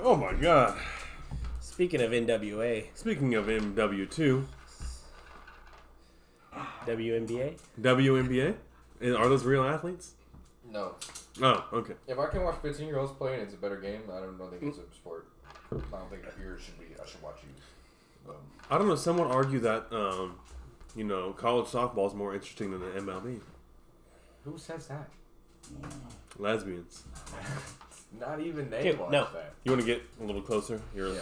Oh my god. Speaking of NWA, Speaking of MW2, WNBA. WNBA? And Are those real athletes? No. Oh, okay. If I can watch 15 year olds playing, it's a better game. I don't, think it's Mm. a sport. I don't think yours should be. I should watch you. Um, I don't know. Someone argued that, um, you know, college softball is more interesting than the MLB. who says that? Lesbians. Not even they Dude, watch no. that. You want to get a little closer? You're, Yeah.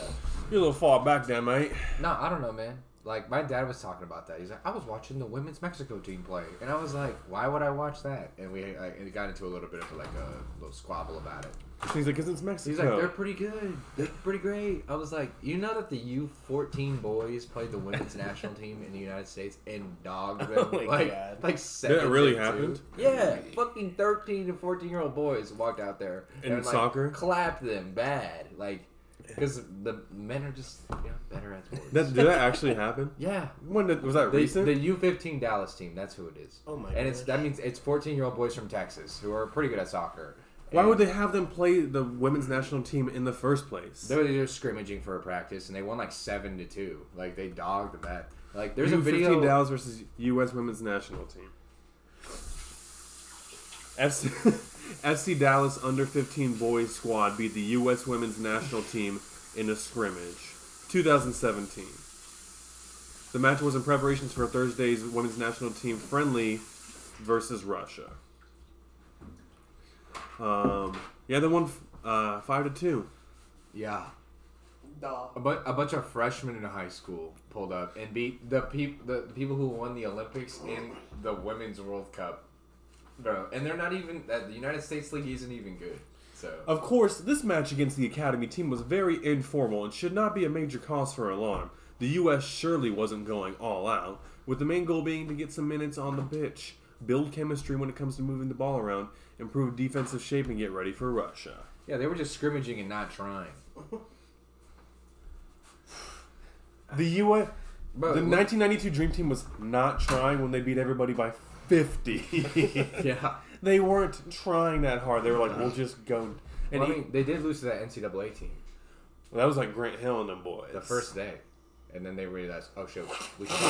you're a little far back there, mate. No, I don't know, man. Like my dad was talking about that. He's like, I was watching the women's Mexico team play, and I was like, why would I watch that? And we like, and got into a little bit of like a little squabble about it. He's like, 'cause it's Mexico. He's like, they're pretty good. They're pretty great. I was like, you know that the U14 boys played the women's national team in the United States and dogged them Oh my like God. like seven. really to two. happened? Yeah, fucking 13 and 14 year old boys walked out there In and, like, soccer? clapped them bad, like because the men are just you know, better at sports. That, did that actually happen? yeah, When did, was that the, recent? the U15 Dallas team. That's who it is. Oh my And it's gosh. that means it's 14 year old boys from Texas who are pretty good at soccer. Why And- would they have them play the women's national team in the first place? They were just scrimmaging for a practice, and they won like seven to two. Like they dogged the bat. Like there's a U15 video. Dallas versus U.S. Women's National Team. FC, FC Dallas under 15 boys squad beat the U.S. Women's National Team in a scrimmage, 2017. The match was in preparations for Thursday's Women's National Team friendly versus Russia. Um, yeah, they won uh, five to two. Yeah, Duh. a, bu- a bunch of freshmen in high school pulled up and beat the people the, the people who won the Olympics and the Women's World Cup, bro. And they're not even that the United States League isn't even good. So Of course, this match against the Academy team was very informal and should not be a major cause for alarm. The U.S. surely wasn't going all out, with the main goal being to get some minutes on the pitch, build chemistry when it comes to moving the ball around, improve defensive shape, and get ready for Russia. yeah, they were just scrimmaging and not trying. The U.S. Bro, the look- 1992 Dream Team was not trying when they beat everybody by 50. yeah. they weren't trying that hard. They were like, "We'll just go." And Well, I he- mean, they did lose to that NCAA team that was like Grant Hill and them boys. the first day, and then they realized, oh shit, we should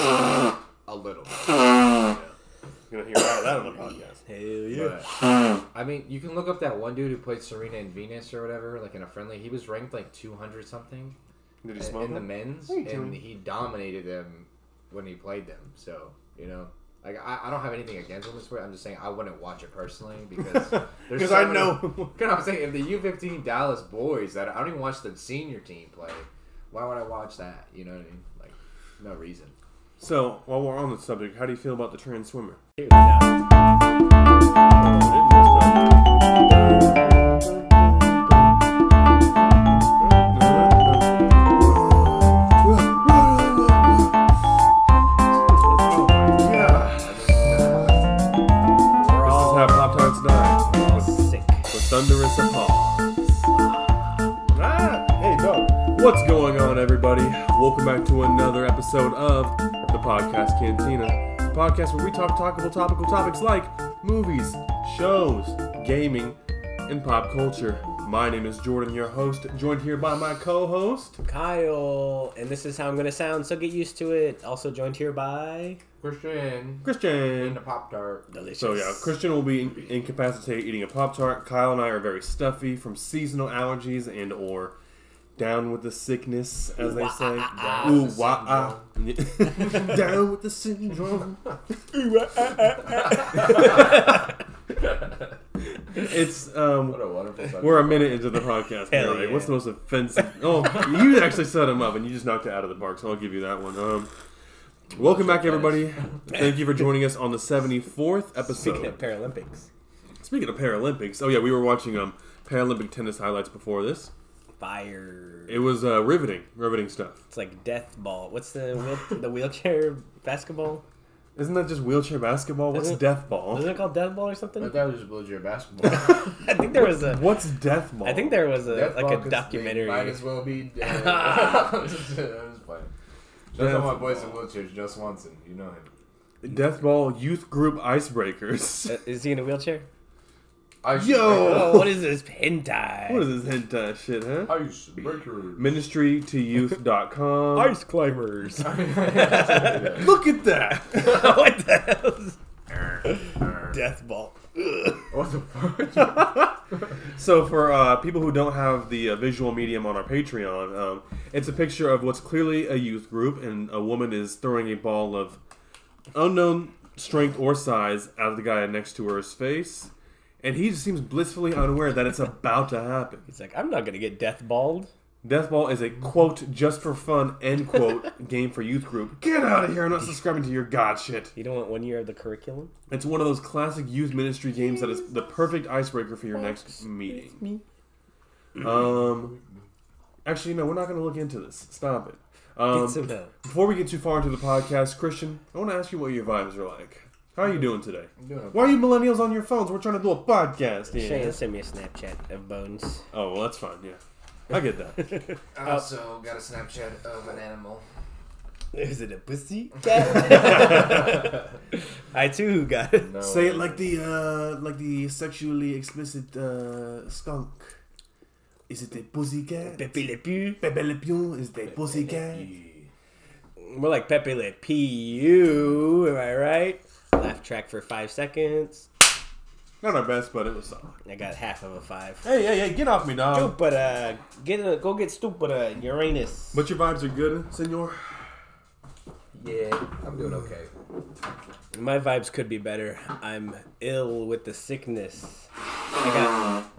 a little. Bit. You're gonna hear all that on the podcast. Hell yeah. But, Uh. I mean, you can look up that one dude who played Serena and Venus or whatever, like in a friendly. He was ranked like 200 something Did he in, smoke in the them? men's, What are you and doing? he dominated them when he played them. So you know, like I, I don't have anything against him this way. I'm just saying I wouldn't watch it personally because there's Because I so many- know. Look at what I'm saying. If the U15 Dallas boys that I don't even watch the senior team play, why would I watch that? You know what I mean? Like, no reason. So, while we're on the subject, how do you feel about the trans swimmer? Dude, no. We're This is all how Pop Tarts die. With, Sick. with thunderous applause. Ah, hey, dog. What's going on, everybody? Welcome back to another episode of the Podcast Cantina, the podcast where we talk talkable topical topics like movies, shows, gaming, and pop culture. My name is Jordan, your host, joined here by my co host. Kyle, and this is how I'm gonna sound, so get used to it. Also joined here by Christian in Christian. the Pop Tart. Delicious. So yeah, Christian will be in- incapacitated eating a pop tart. Kyle and I are very stuffy from seasonal allergies and or down with the sickness, as they say. ah. Ooh wah ah. Down with the syndrome. It's What um. a wonderful subject. We're a minute into the podcast. Hell Hell yeah. What's the most offensive? Oh, you actually set him up, and you just knocked it out of the park. So I'll give you that one. Um, welcome back, everybody. Thank you for joining us on the seventy fourth episode. Speaking of Paralympics, Speaking of Paralympics, oh yeah, we were watching um Paralympic tennis highlights before this. fire. It was uh, riveting, riveting stuff. It's like death ball. What's the wheel, the wheelchair basketball? Isn't that just wheelchair basketball? What's Isn't it- death ball? Isn't it called death ball or I something? thought it was Blue basketball. I think there was a. What's death ball? I think there was a Death Ball, like 'cause a they documentary. Might as well be dead. I'm just I'm just playing. Shout out to my boys in wheelchairs, Joe Swanson. You know him. death ball youth group icebreakers. Uh, Is he in a wheelchair? I used to Yo! Oh, what is this hentai? What is this hentai shit, huh? break- I used to break your- ministrytoyouth.com. climbers? Look at that. what the hell? Is... Death ball. What the fuck? so for uh, people who don't have the uh, visual medium on our Patreon, um, it's a picture of what's clearly a youth group, and a woman is throwing a ball of unknown strength or size out of the guy next to her's face, and he just seems blissfully unaware that it's about to happen. He's like, I'm not gonna get death balled. Deathball is a quote just for fun end quote game for youth group. Get out of here! I'm not subscribing to your god shit. You don't want one year of the curriculum. It's one of those classic youth ministry games that is the perfect icebreaker for your next meeting. Me. Um, actually, no, we're not going to look into this. Stop it. Get Um, some help. before we get too far into the podcast, Christian, I want to ask you what your vibes are like. How are you doing today? doing Why are you millennials on your phones? We're trying to do a podcast. Shane, Yeah. send me a Snapchat of bones. Oh, well, that's fine. Yeah, I get that. I also got a Snapchat of an animal. Is it a pussy cat? I too got it. No. Say it like the uh, like the sexually explicit uh, skunk. Is it a pussycat? Pepe Le Pew. Pepe Le Pew is it a pussycat? More like Pepe Le Pew. Am I right? Laugh track for five seconds. Not our best, but it was solid. I got half of a five. Hey, hey, hey! Get off me, dog. Stupid, uh, get a, go get stupid, uh, Uranus. But your vibes are good, Senor. Yeah, I'm doing okay. My vibes could be better. I'm ill with the sickness. I got,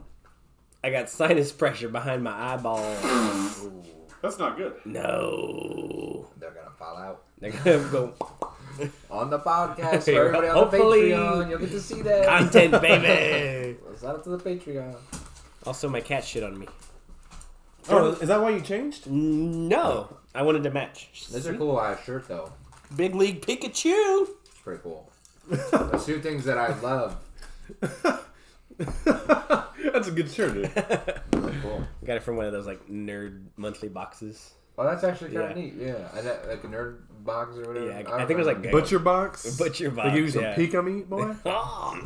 I got sinus pressure behind my eyeball. Ooh, That's not good. No, they're gonna fall out. they're gonna go On the podcast Hey, for everybody on hopefully- the Patreon. You'll get to see that. content, baby. Shout out to the Patreon. Also, my cat shit on me. Oh, is that why you changed? No, I wanted to match. This is a cool ass shirt though. Big League Pikachu. It's pretty cool. There's two things that I love. That's a good shirt, dude. Cool. Got it from one of those like nerd monthly boxes. Well, Oh, that's actually kind Yeah. of neat. Yeah, I, that- like a nerd box or whatever. Yeah, I- don't I think it was, like, remember. Butcher box. Butcher They give you box, some yeah. peek on me, boy. Oh.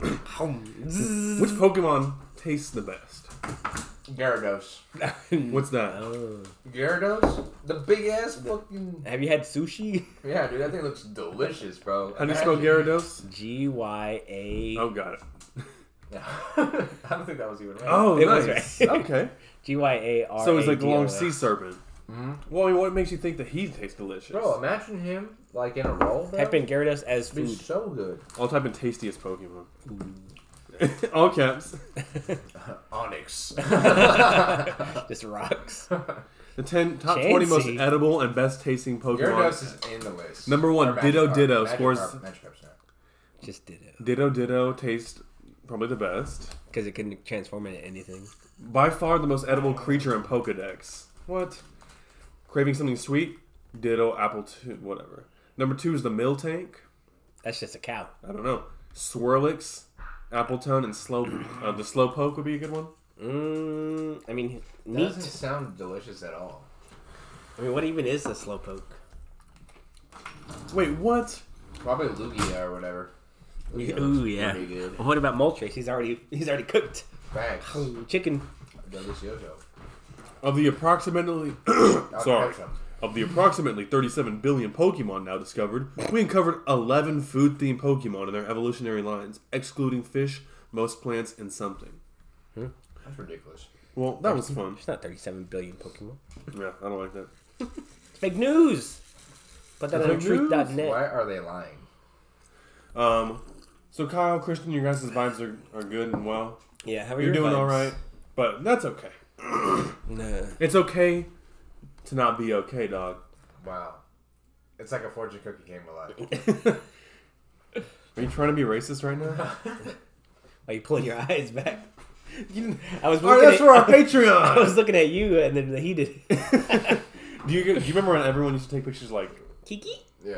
Which Pokemon tastes the best? Gyarados. What's that? Oh. Gyarados, the big ass fucking. Have you had sushi? Yeah, dude, that thing looks delicious, bro. How do you spell Gyarados? G Y A Oh, got it. I don't think that was even right. Oh, It was nice. right. okay. G Y A R. So it's like A the D O long A. sea serpent. Well, what makes you think that he tastes delicious? Oh. bro, imagine him like in a roll. Bro. Type in Gyarados as It'd be food. so good. I'll type in tastiest Pokemon. All caps. Onyx. Just rocks. The ten top twenty most Chancy. edible and best tasting Pokemon. Gyarados is in the list. Number one, Or Magikarp. Ditto Ditto Magikarp, scores- Magikarp's not. Just did it Ditto Ditto tastes probably the best. because it couldn't transform into anything. By far the most edible creature in Pokedex. What? Craving something sweet? Ditto Apple Two whatever. Number two is the Mill Tank. That's just a cow. I don't know. Swirlix, Appletone, and Slow uh, the Slowpoke would be a good one. Mm, I mean, That meat. doesn't sound delicious at all. I mean, what even is a slowpoke? Wait, what? Probably Lugia or whatever. Lugia looks Ooh yeah. Pretty good. Well, what about Moltres? He's already he's already cooked. Facts. Chicken. Delicioso. Of the approximately I'll Sorry. catch 'em. Of the approximately 37 billion Pokemon now discovered, we uncovered 11 food themed Pokemon in their evolutionary lines, excluding fish, most plants, and something. That's ridiculous. Well, that was fun. There's not 37 billion Pokemon. Yeah, I don't like that. It's fake news. Put that on Fake news? truth.net. Why are they lying? Um, so, Kyle, Christian, your guys' vibes are, are good and well. Yeah, how are You're your doing vibes? all right, but that's okay. Nah. It's okay to not be okay, dog. Wow. It's like a fortune cookie came alive. Are you trying to be racist right now? Are you pulling your eyes back? You- I was all right, looking that's at, for our I was Patreon! looking at you, and then he did. do, you, get- do you remember when everyone used to take pictures like, Kiki? Yeah.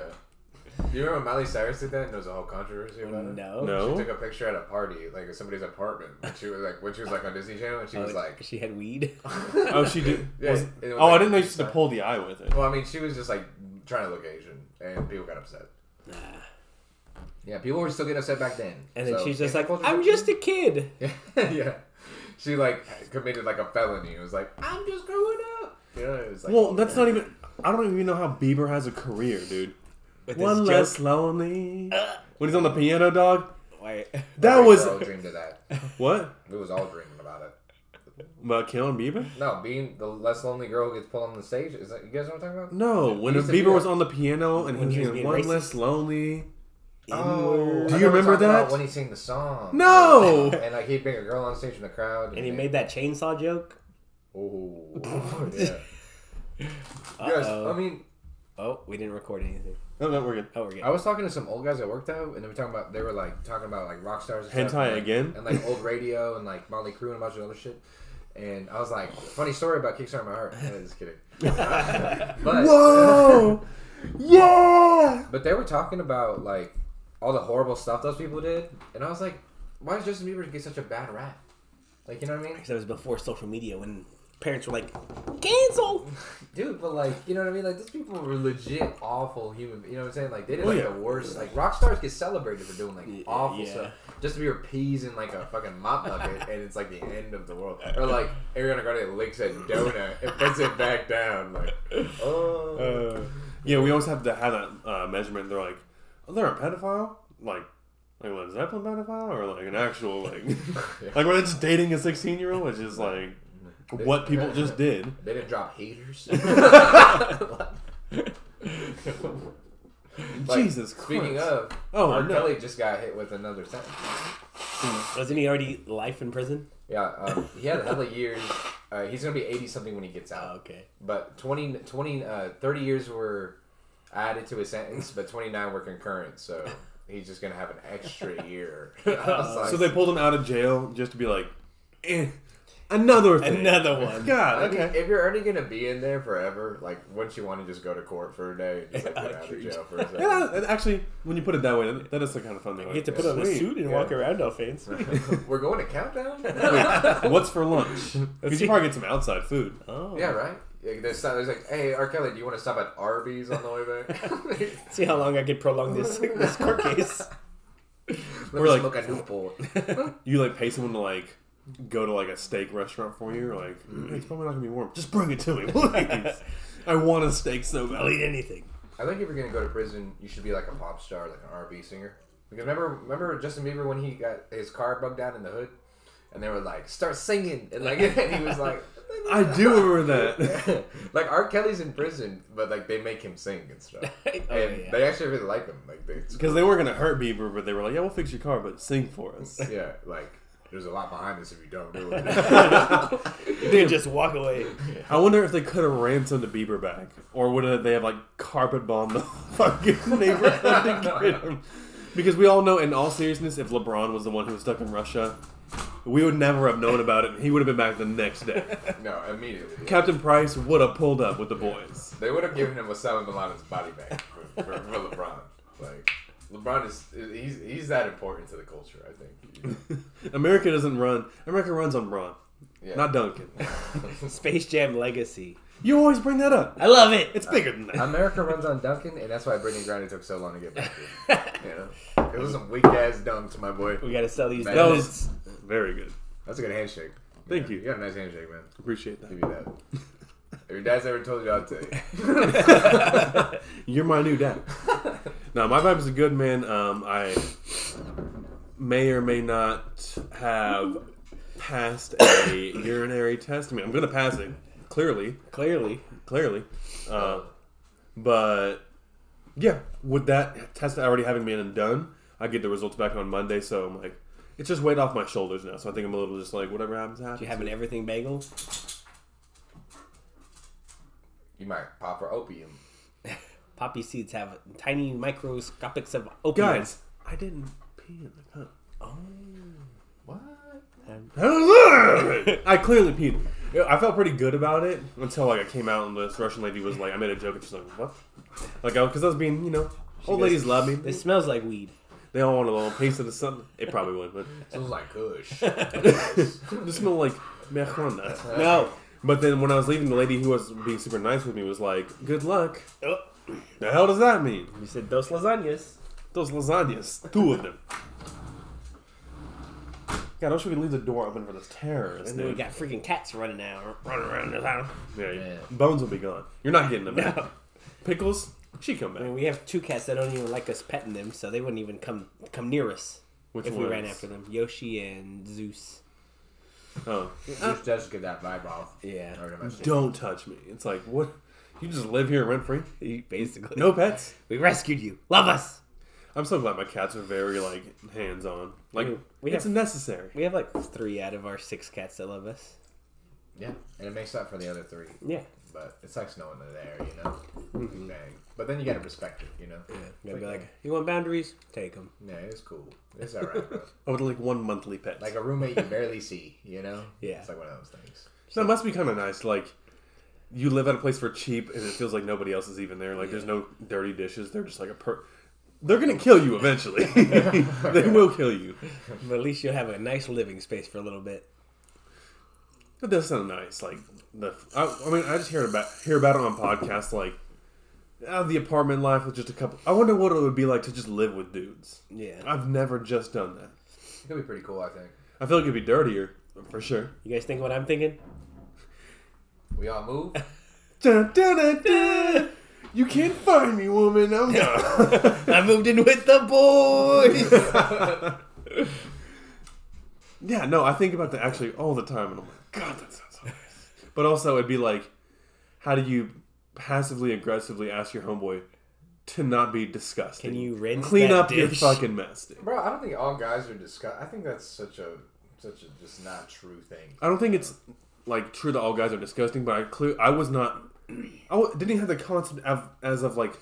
You remember when Miley Cyrus did that and there was a whole controversy about it? No. No. She took a picture at a party, like at somebody's apartment. And she was like when she was like on Disney Channel and she Oh, was like she had weed. oh, she did? Yeah, was- it was oh, I like- didn't know you used to pull the eye with it. Well, I mean she was just like trying to look Asian and people got upset. Yeah, people were still getting upset back then. And then So- she's just like, Culture I'm shock. just a kid. yeah. She like committed like a felony. It was like I'm just growing up. You know, it was like Well, that's not even. I don't even know how Bieber has a career, dude. With One this less joke. lonely. When he's on the piano, dog. Wait. That we was all dreamed of that. what We was all dreaming about it. about killing Bieber? No, being the less lonely girl who gets pulled on the stage. Is that you guys know what I'm talking about? No, when used to Bieber be was a- on the piano and he When was he was singing being "One racist. Less Lonely." I Oh. Oh. Do thought you we were remember talking about that? when he sang the song? No! and like he'd bring a girl on stage in the crowd, And he made that chainsaw joke. Oh, yeah. Yes, Uh-oh. I mean, Oh, we didn't record anything. No, no, we're good. Oh, we're good. I was talking to some old guys at work though, and they were talking about they were like talking about like rock stars and stuff, Hentai and, like- again? and like old radio and like Motley Crue and a bunch of other shit. And I was like, funny story about Kickstart My Heart. No, just kidding. but Whoa! yeah! but they were talking about like all the horrible stuff those people did, and I was like, why does Justin Bieber get such a bad rap? Like you know what I mean, That was before social media when parents were like, cancel. dude? But like you know what I mean? Like these people were legit awful human. You know what I'm saying? Like they did Well, like yeah. the worst. Like rock stars get celebrated for doing like Y- awful yeah. stuff. Justin Bieber peas in like a fucking mop bucket, and it's like the end of the world. Or like Ariana Grande licks a donut and puts it back down. Like oh. Uh, yeah, we always have to have that uh, measurement. They're like, oh, they're a pedophile, like like Led Zeppelin pedophile, or like an actual like like we're just dating a sixteen year old, which is like what people just did. They didn't drop haters. Like, Jesus Christ! Speaking of, Oh, oh, R. no. Kelly just got hit with another sentence. Wasn't he already life in prison? Yeah, um, he had hella years. Uh, he's gonna be eighty something when he gets out. Oh, okay. But 20, 20 uh, 30 years were added to his sentence, but twenty nine were concurrent. So he's just gonna have an extra year. I was like, so they pulled him out of jail just to be like, eh, another thing. Another one. God, I mean, okay. if you're already gonna be in there forever, like wouldn't you want to just go to court for a day, and just like, get out of jail for a second? Yeah, and actually, when you put it that way, that, that is the kind of fun thing. You get to put on a suit and yeah. walk around all fancy. We're going to countdown. What's for lunch? Because you probably get some outside food. Oh. yeah, right. Like, there's, some- there's like, hey, R. Kelly, do you want to stop at Arby's on the way back? Let See how long I can prolong this this court case. We're me like- smoke a Newport. you like pay someone to like go to like a steak restaurant for you, or like "Mm, it's probably not gonna be warm. Just bring it to me, please. I want a steak so I'll eat bad. anything. I think if you're gonna go to prison, you should be like a pop star, like an R&B singer. Because remember, remember Justin Bieber when he got his car bugged out in the hood, and they were like, "Start singing," and like, and he was like, I do remember that. like R. Kelly's in prison, but like they make him sing and stuff, Oh, and yeah. they actually really like him. Like they, Because they weren't gonna hurt Bieber, but they were like, "Yeah, we'll fix your car, but sing for us." yeah, like there's a lot behind this if you don't do it. Dude, just walk away. I wonder if they could have ransomed the Bieber back, or would they have like carpet bombed the fucking neighborhood to get him? Because we all know, in all seriousness, if LeBron was the one who was stuck in Russia, we would never have known about it, and he would have been back the next day. no, immediately. Captain Price would have pulled up with the boys. They would have given him Osama bin Laden's body bag for, for, for LeBron. Like LeBron is he's he's that important to the culture. I think. America doesn't run. America runs on Braun, Yeah. not Duncan. Space Jam Legacy. You always bring that up. I love it. It's bigger than that. America runs on Duncan, and that's why Brittany Griner took so long to get back here. You know, it was some weak ass dunks, my boy. We gotta sell these That That donuts. was very good. That's a good handshake. Thank Yeah, you. You got a nice handshake, man. Appreciate Give that. you that. If your dad's ever told you, I'll tell you. You're my new dad. now my vibe is a good man. Um, I may or may not have passed a urinary test. I mean, I'm gonna pass it. Clearly, Clearly. clearly. Uh, but yeah, with that test already having been done, I get the results back on Monday. So I'm like, it's just weight off my shoulders now. So I think I'm a little just like, whatever happens, happens. You have an everything bagel? you might pop for opium. Poppy seeds have tiny microscopics of opium. Guys, I didn't pee in the cup. What? I clearly peed. Yeah, I felt pretty good about it until like I came out and this Russian lady was like, I made a joke and she's like, what? Like, because I, was being, you know, old goes, ladies love me. It smells like weed. They all want a little piece of the sun. It probably would, but Sounds like Kush. it smell like marijuana. No. But then when I was leaving, the lady who was being super nice with me was like, "Good luck." Oh, The hell does that mean? you said dos lasagnas. Those lasagnas, two of them. God, I wish we could leave the door open for this terrorist. And then we Dude. got freaking cats running out, running around the house. Yeah, Yeah. Bones will be gone. You're not getting them back. No. Pickles, she come I mean, back. we have two cats that don't even like us petting them, so they wouldn't even come come near us Which if we ran ones? after them. Yoshi and Zeus. Oh, Which does get that vibe off. Yeah. Or am I saying- don't touch me. It's like what? You just live here rent free. Basically, No pets. We rescued you. Love us. I'm so glad my cats are very like hands on. Like We- we it's have- necessary. We have like three out of our six cats that love us. Yeah. And it makes up for the other three. Yeah. But it sucks knowing they're there, you know? Dang. But then you gotta respect it, you know? They'd Mm-hmm. be like, you want boundaries? Take them. Yeah, it's cool. It's alright, bro. I would like one monthly pet. Like a roommate you barely see, you know? Yeah. It's like one of those things. that must be kind of nice. Like you live at a place for cheap, and it feels like nobody else is even there. Like there's no dirty dishes. They're just like a per. They're gonna kill you eventually. they will kill you. But at least you'll have a nice living space for a little bit. That does sound nice. Like the, I, I mean, I just hear about hear about it on podcasts. Like ah, the apartment life with just a couple. I wonder what it would be like to just live with dudes. Yeah. I've never just done that. It could be pretty cool, I think. I feel like it'd be dirtier for sure. You guys think what I'm thinking? We all move. Dun, dun, dun, dun. You can't find me, woman. I'm gone. I moved in with the boys. yeah, no, I think about that actually all the time, and I'm like, God, that sounds so nice. But also, it'd be like, how do you passively aggressively ask your homeboy to not be disgusting? Can you rinse clean that up your dish? fucking mess? Dude. Bro, I don't think all guys are disgust. I think that's such a such a just not true thing. I don't think it's like true that all guys are disgusting, but I clear I was not. I w- didn't even have the concept of, as of like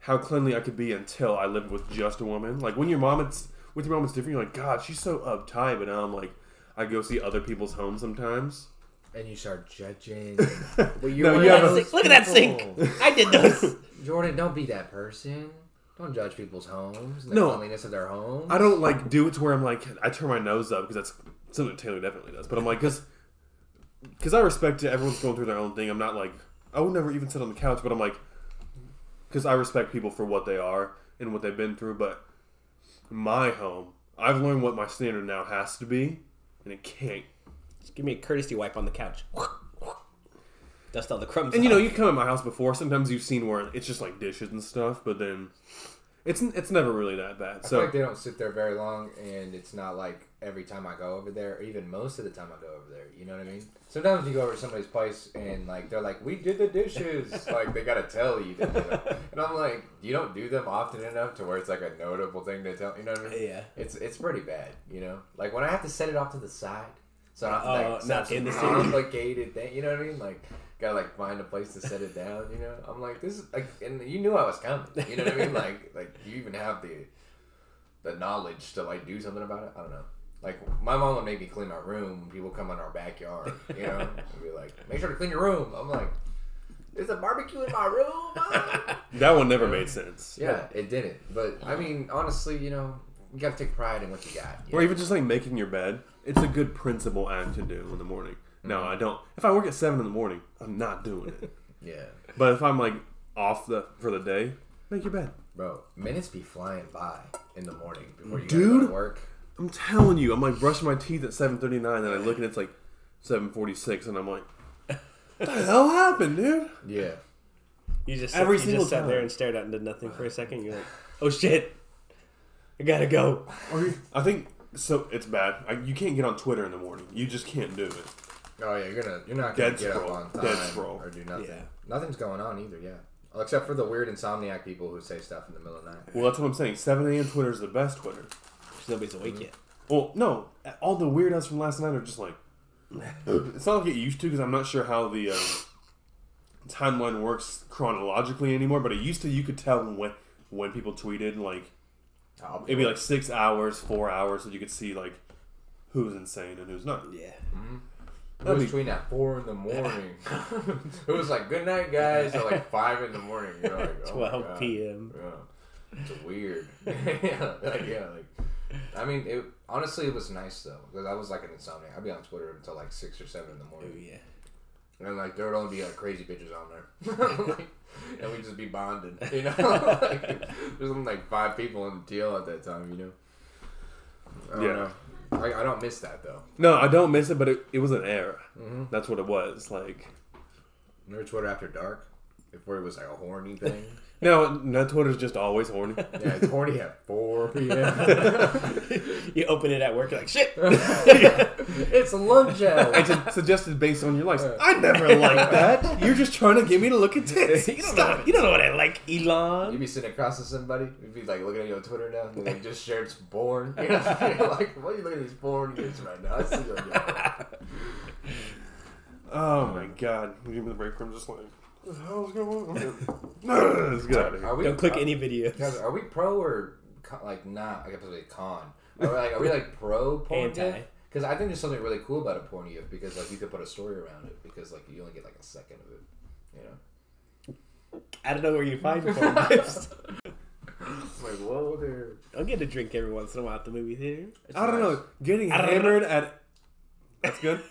how cleanly I could be until I lived with just a woman. Like when your mom, it's with your mom, it's different. You're like, God, she's so uptight, but now I'm like, I go see other people's homes sometimes. And you start judging. Well, you're No, one you of have a- those Look at that sink. people. I did those. Jordan, don't be that person. Don't judge people's homes and the No. cleanliness of their homes. I don't like do it to where I'm like I turn my nose up because that's something Taylor definitely does. But I'm like because because I respect it. Everyone's going through their own thing. I'm not like I would never even sit on the couch, but I'm like because I respect people for what they are and what they've been through. But my home, I've learned what my standard now has to be, and it can't. Just give me a courtesy wipe on the couch. Dust all the crumbs. And you know, off. you come at my house before. Sometimes you've seen where it's just like dishes and stuff, but then it's it's never really that bad. I feel So like they don't sit there very long, and it's not like every time I go over there, or even most of the time I go over there. You know what I mean? Sometimes you go over to somebody's place, and like they're like, "We did the dishes." like they gotta tell you, to do them. and I'm like, you don't do them often enough to where it's like a notable thing to tell. You know what I mean? Yeah. It's it's pretty bad. You know, like when I have to set it off to the side, so I don't Oh, have to like, not set in the some city. complicated thing. You know what I mean? Like. Gotta like find a place to set it down, you know. I'm like, this is like, and you knew I was coming. You know what I mean? Like, like you even have the the knowledge to like do something about it. I don't know. Like my mom would make me clean my room when people come in our backyard, you know, and be like, "Make sure to clean your room." I'm like, "There's a barbecue in my room." Mom?" that one never made sense. yeah, it didn't. But I mean, honestly, you know, you gotta take pride in what you got. you Or know? even just like making your bed. It's a good principle act to do in the morning. No, I don't. If I work at seven in the morning, I'm not doing it. yeah, but if I'm like off the for the day, make your bed. bro, minutes be flying by in the morning before you Dude. go Dude. to work. I'm telling you, I'm like brushing my teeth at 7:39, and I look and it's like 7:46, and I'm like, what the hell happened, dude? Yeah, You just Every every you single just sat time. there and stared at it and did nothing for a second. You're like, oh shit, I gotta go. I think so. It's bad. I, you can't get on Twitter in the morning. You just can't do it. oh yeah, you're gonna you're not gonna Dead get scroll. up on time Dead scroll. or do nothing. Yeah. Nothing's going on either. Yeah, Well, except for the weird insomniac people who say stuff in the middle of the night. Well, that's what I'm saying. 7 a.m. Twitter is the best Twitter. Nobody's awake yet. Well, no, all the weirdos from last night are just like. it's not like it used to because I'm not sure how the um, timeline works chronologically anymore. But it used to you could tell when when people tweeted like I'll be it'd be like six hours, four hours, so you could see like who's insane and who's not. Yeah. That'd Who's be- tweeting at four in the morning? it was like good night, guys, at like five in the morning. You're like, oh my 12 God. p.m.. Yeah, it's weird. yeah, like, yeah, like. I mean, it honestly it was nice though because I was like an insomniac. I'd be on Twitter until like six or seven in the Oh morning. yeah. And like there would only be like crazy bitches on there, and we'd just be bonded. You know, like, there's only like five people in the deal at that time. You know. I don't Yeah. know. I, I don't miss that though. No, I don't miss it, but it, it was an era. That's what it was. Like Remember Twitter after dark? Before it was like a horny thing. no, no Twitter's just always horny. yeah, it's horny at four p.m. you open it at work, you're like shit. it's lunch hour. I just suggested based on your likes. I never liked that. You're just trying to get me to look at tits. You don't know. You don't know what I like, Elon. You'd be sitting across from somebody, you'd be like looking at your Twitter now, and they just shared some porn. You know, you're like, what are you looking at these porn dudes right now? I see you Oh my god. We give me the break room just like what the hell is going on? no, let's get out of here. Are we, Don't click are, any videos. guys, Are we pro or con, like not? I guess we con. Are we like, are we like pro porn Anti. Because I think there's something really cool about a porn gif because like you could put a story around it because like you only get like a second of it. You know. I don't know where you find porn gifts. Like whoa there. I'll get a drink every once in a while at the movie theater. I don't know. Getting I don't hammered at That's good.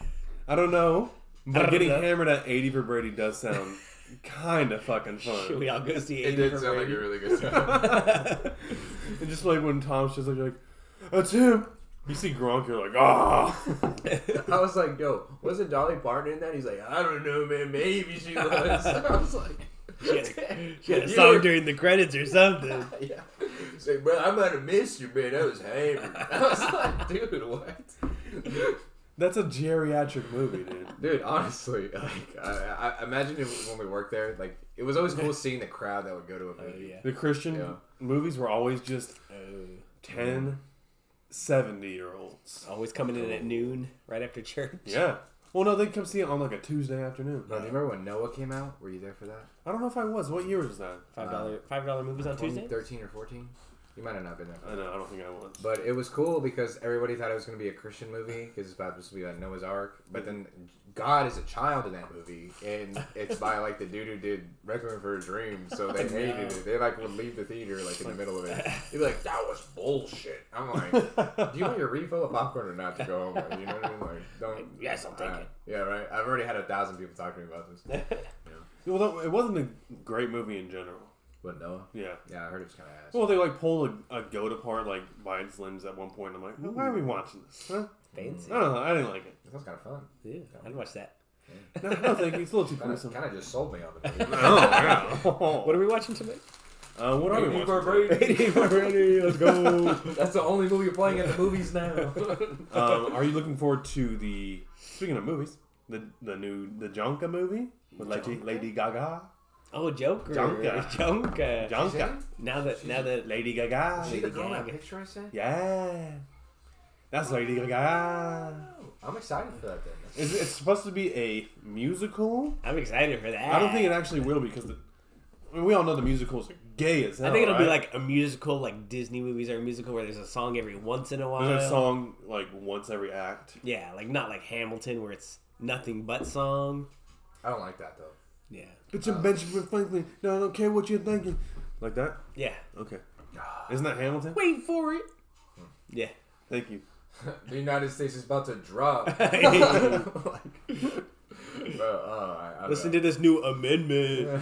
I don't know. But don't getting know. hammered at 80 for Brady does sound kinda fucking fun. Should we all go see It Amy did for sound like a Brady? really good time. And just like when Tom's just like, like that's him. You see Gronk, you're like, ah. I was like, yo, wasn't Dolly Parton in that? He's like, I don't know, man. Maybe she was. I was like, She had a- she had a You song were- during the credits or something. Yeah. He's like, bro, I might have missed you, man. That was hammered. I was like, dude, what? That's a geriatric movie, dude. Dude, honestly, like, I, I imagine if, when we worked there, like, it was always cool seeing the crowd that would go to a Oh, movie. yeah. The Christian Yeah. movies were always just Oh. 10, 70 year olds. Always coming in at noon, right after church. Yeah. Well, no, they'd come see it on like a Tuesday afternoon. Bro, do you remember when Noah came out? Were you there for that? I don't know if I was. What year was that? Five dollar five dollar movies on Tuesday. 13 or 14? You might have not been there. I know. I don't think I was. But it was cool because everybody thought it was going to be a Christian movie because it's about supposed to be like Noah's Ark. But then God is a child in that movie, and it's by like the dude who did Requiem for a Dream. So they hated it. They like would leave the theater like in the middle of it. They'd be like, "That was bullshit." I'm like, "Do you want your refill of popcorn or not to go home?" Like, you know what I mean? Like, don't. Yes, I'll take Uh, it. Yeah, right. I've already had a thousand people talk to me about this. Well, that, it wasn't a great movie in general. But Noah. Yeah. Yeah, I heard it was kind of ass. Well, they like pulled a, a goat apart like by its limbs at one point. I'm like, why are we watching this? Huh? Fancy. I don't know. I didn't like it. It sounds kind of fun. Yeah, I'd watch that. No, no thank you. It's a little too Kind gruesome. of, kind of just sold me on the movie. Oh, yeah. What are we watching tonight? Uh, what are we watching? Let's go. That's the only movie you're playing at the movies now. um, are you looking forward to the speaking of movies, the the new the Jonka movie with Lady, Lady Gaga? Oh, Joker. Junker. Junker. Jonka, Now that now that Lady Gaga. See the girl in that Gaga. picture I sent? Yeah, that's Lady Gaga. I'm excited for that then. Ah. It's, it's supposed to be a musical. I'm excited for that. I don't think it actually will because the, I mean, we all know the musicals are gay as hell. I think it'll be right? like a musical, like Disney movies are a musical where there's a song every once in a while. there's a song like once every act. Yeah, like not like Hamilton where it's nothing but song. I don't like that though. Yeah. It's a Benjamin Franklin. No, I don't care what you're thinking. Like that? Yeah. Okay. Isn't that Hamilton? Wait for it. Yeah. Thank you. The United States is about to drop. Bro, oh, I, I don't Listen to know. this new amendment.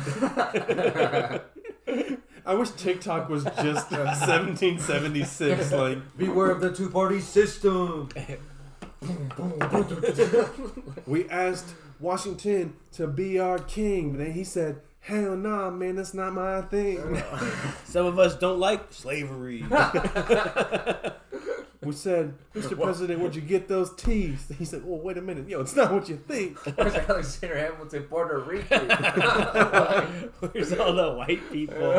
I wish TikTok was just 1776. Like, Beware of the two party system. we asked Washington to be our king, but then he said, hell nah, man, that's not my thing. Some of us don't like slavery. We said, Mr. President, where'd you get those teeth? He said, well, wait a minute. Yo, it's not what you think. Where's Alexander Hamilton, Puerto Rico? Where's all the white people?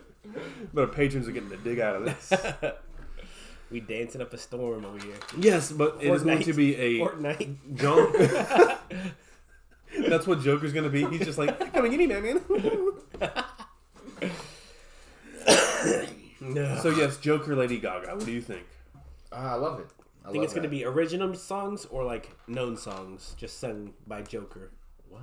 But our patrons are getting the dig out of this. we dancing up a storm over here. yes, but it is going to be a Fortnite. junk. That's what Joker's going to be. He's just like, come and get me, Batman. No. so, yes, Joker, Lady Gaga. What do you think? Ah, I love it. I I think it's gonna be original songs or like known songs, just sung by Joker. What?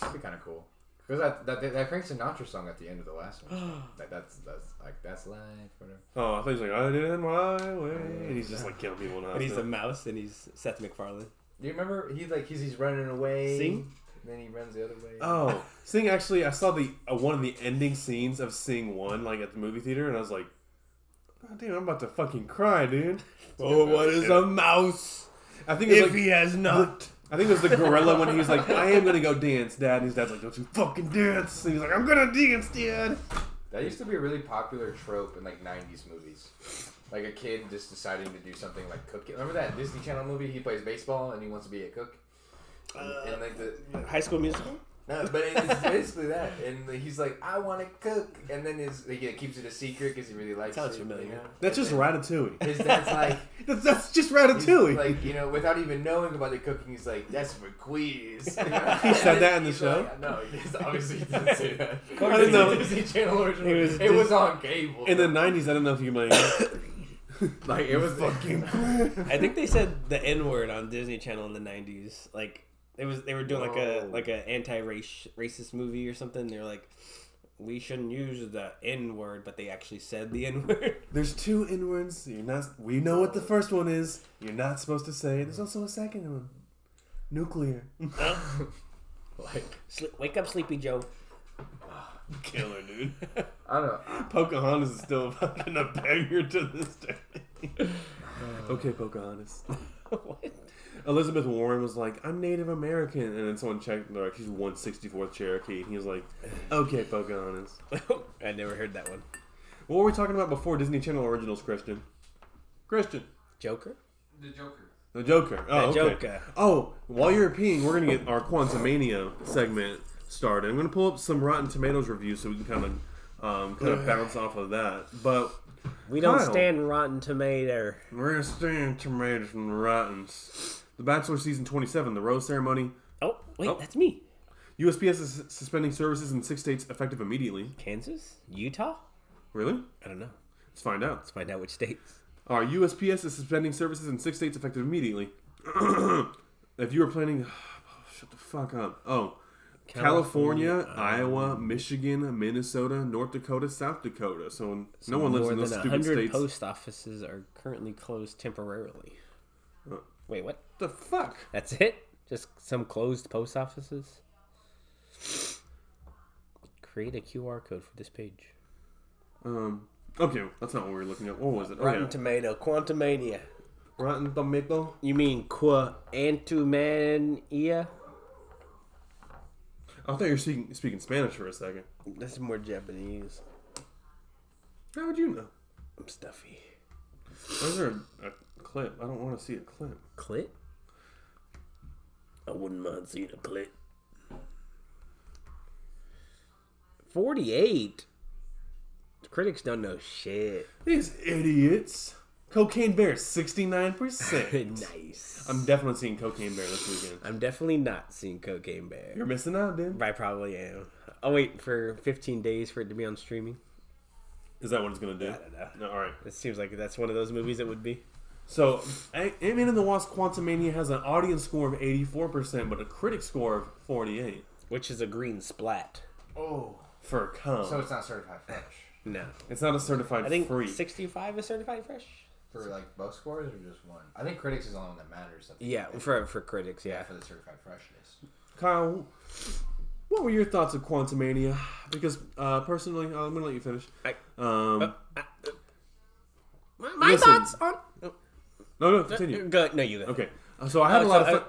That'd be kind of cool. Because that, that that Frank Sinatra song at the end of the last one. that, that's that's like that's life. Whatever. Oh, I thought he was like, I did it my way. And he's just like killing people now. But he's a mouse and he's Seth MacFarlane. Do you remember? He like he's, he's running away. Sing? And then he runs the other way. Oh, Sing actually, I saw the uh, one of the ending scenes of Sing one, like at the movie theater, and I was like, oh, "Dude, I'm about to fucking cry, dude." Oh, what is a mouse I think it was if like, he has not? I think it was the gorilla when he was like, "I am gonna go dance, Dad." And his dad's like, "Don't you fucking dance!" And he's like, "I'm gonna dance, Dad." That used to be a really popular trope in like '90s movies. Like a kid just deciding to do something like cook. Remember that Disney Channel movie? He plays baseball and he wants to be a cook. And, and like the High School Musical. no, but it's basically that. And he's like, I want to cook, and then his he keeps it a secret because he really likes. Sounds it, familiar. You know? That's And just then Ratatouille. His dad's like, That's, that's just he's Ratatouille. like you know, without even knowing about the cooking, he's like, that's for queers. he said that in the show? no, he just- obviously he didn't say that. course It was he didn't. Disney Channel original. He was it Dis- was on cable. in the '90s, I don't know if you might. like it was fucking. I think they said the N word on Disney Channel in the '90s. Like it was, they were doing like a Whoa. like a anti-race racist movie or something. They're like, we shouldn't use the N word, but they actually said the N word. There's two N words. You're not. We know what the first one is. You're not supposed to say. There's also a second one. Nuclear. like Sle- wake up, Sleepy Joe. Killer, dude. I don't know. Pocahontas is still fucking a banger to this day. okay, Pocahontas. what? Elizabeth Warren was like, "I'm Native American," and then someone checked. and They're like, "She's 164th Cherokee," and he was like, "Okay, Pocahontas." I never heard that one. What were we talking about before Disney Channel originals, Christian? Christian. Joker. The Joker. The Joker. Oh, The okay. Joker. Oh, while you're peeing, we're gonna get our Quantumania segment started. I'm gonna pull up some Rotten Tomatoes reviews so we can kind of, um, kind of bounce off of that. But We don't Kyle. stand Rotten Tomato. we're gonna stay in tomatoes and rottens. The Bachelor season 27, the rose ceremony. Oh wait, Oh. that's me. USPS is suspending services in six states effective immediately. Kansas, Utah. Really? I don't know. Let's find out. Let's find out which states. Our USPS is suspending services in six states effective immediately. if you were planning, shut the fuck up. Oh, California, Iowa, Michigan, Minnesota, North Dakota, South Dakota. So, no one lives More in than those stupid 100 states. post offices are currently closed temporarily. Huh. Wait, what? the fuck? That's it? Just some closed post offices? Create a QR code for this page. Um. Okay, that's not what we were looking at. What was it? Oh, Rotten yeah. Tomato, Quantumania. Rotten Tomato. You mean Quantumania? I thought you were speaking, speaking Spanish for a second. That's more Japanese. How would you know? I'm stuffy. Where's there a, a clip? I don't want to see a clip. Clit? I wouldn't mind seeing a clit. 48? Critics don't know shit. These idiots. Cocaine Bear, 69%. nice. I'm definitely seeing Cocaine Bear this weekend. I'm definitely not seeing Cocaine Bear. You're missing out, dude. I probably am. I'll wait for 15 days for it to be on streaming. Is that what it's going to do? I don't know. No, all right. It seems like that's one of those movies it would be. So, Ant Man and the Wasp Quantumania has an audience score of 84%, but a critic score of 48 Which is a green splat. Oh, for cum. so it's not certified fresh No. it's not a certified I think free. 65 is certified fresh? for like both scores or just one. I think critics is the only one that matters. I think, Yeah, for, for critics, yeah. for the certified freshness. Kyle, what were your thoughts of Quantumania? Because, uh, personally, I'm going to let you finish. I- uh, um, My, my Listen. thoughts on. no, no, continue. Go, no, you go. Okay. Uh, So, I had Oh, a lot so of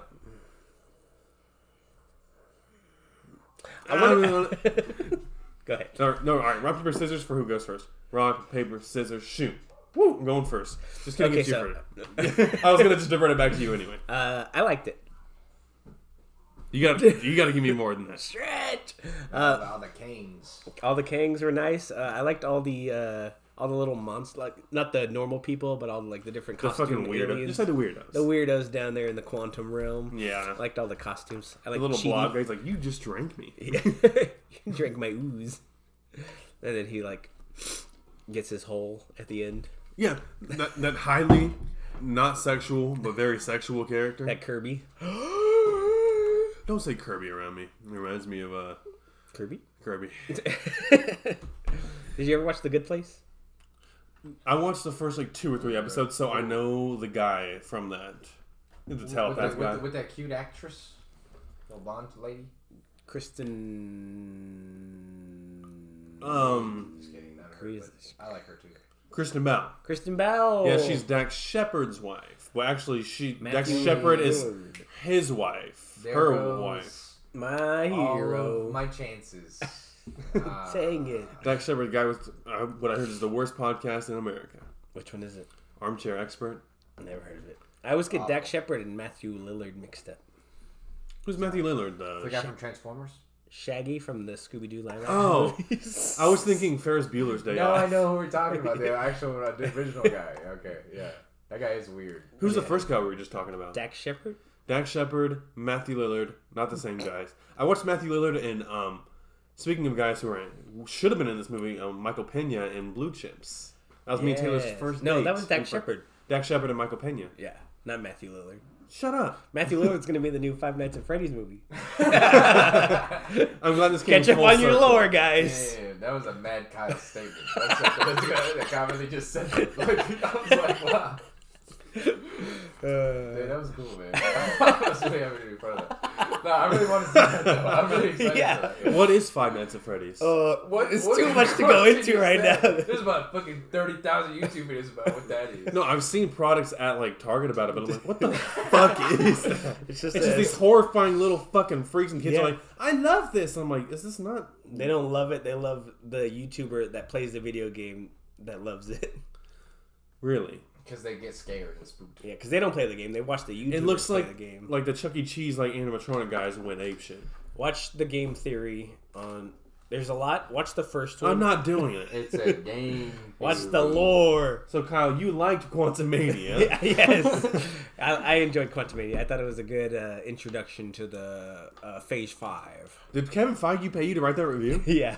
fun. I wanna- No, no, no, no. Go ahead. Or, no, all right. Rock paper scissors for who goes first. Rock paper scissors shoot. Woo! I'm going first. Just kidding. Okay, it's you so- first. I was gonna just divert it back to you anyway. Uh, I liked it. You got to you got to give me more than that. Stretch! Uh, all the canes. all the kangs were nice. Uh, I liked all the uh, all the little monsters, like not the normal people, but all like the different The costume fucking weirdo. aliens. Just like the weirdos. the weirdos down there in the quantum realm. yeah. I liked all the costumes. the I like little Chidi. blog guy's like, you just drank me. He drank my ooze, and then he like gets his hole at the end. Yeah. That, that highly not sexual but very sexual character. That Kirby, Don't say Kirby around me. It reminds me of uh Kirby. Kirby. Did you ever watch The Good Place? I watched the first like two or three episodes, so I know the guy from that. It's a with, telepath that- with, guy. with that cute actress, the blonde lady. Kristen. Um, Just kidding, not her. Crazy. but I like her too. Kristen Bell. Kristen Bell. Oh. Yeah, she's Dax Shepard's wife. Well, actually, she Matthew Dax Shepard is Lillard. his wife, There her goes wife. my all hero. of my chances. Uh, Saying it. Dax Shepard, the guy with uh, what I heard is the worst podcast in America. Which one is it? Armchair expert. Never heard of it. I always Oh. get Dak Shepard and Matthew Lillard mixed up. Who's Matthew Lillard? Uh, the guy from Transformers. Shaggy from the Scooby Doo live Oh. movies. I was thinking Ferris Bueller's Day No, Off. I know who we're talking about. The actual uh, the original guy. Okay, yeah, that guy is weird. Who's the Yeah. first guy we were just talking about? Dak Shepard. Dax Shepard, Matthew Lillard, not the same guys. I watched Matthew Lillard and um, speaking of guys who were in, should have been in this movie, um, Michael Pena in Blue Chips. That was me and Taylor's Yes. first. No, date. that was Dak We were- Shepard. Dax Shepard and Michael Pena. Yeah, not Matthew Lillard. Shut up. Matthew Lillard's gonna be the new Five Nights at Freddy's movie. I'm glad this came. Catch up full on your circle. lore, Yeah, guys. yeah, yeah, that was a mad kind of statement. That's a, that's a, that guy really just said it. Like, I was like, wow, dude, that was cool, man. I was really happy to be part of that. No, I really want to see that. Though. I'm really excited. Yeah. For that. What is Five Nights at Freddy's? Uh, What, It's what- too much to what go did into you right say? now. There's about fucking thirty thousand YouTube videos about what that is. no, I've seen products at like Target about it, but I'm like, what the fuck is? That? it's just, It's just a- these horrifying little fucking freaks, and kids Yeah. are like, I love this. I'm like, is this not? they don't love it. They love the YouTuber that plays the video game that loves it. Really? because they get scared and spooked. Yeah, because they don't play the game. They watch the YouTube. It looks play like the game. like the Chuck E. Cheese like animatronic guys went ape shit. Watch the game theory on. There's a lot. Watch the first one. I'm not doing it. It's a game. Watch dude. the lore. So Kyle, you liked Quantum Mania. yes, I, I enjoyed Quantumania. I thought it was a good uh, introduction to the uh, Phase Five. Did Kevin Feige pay you to write that review? Yeah.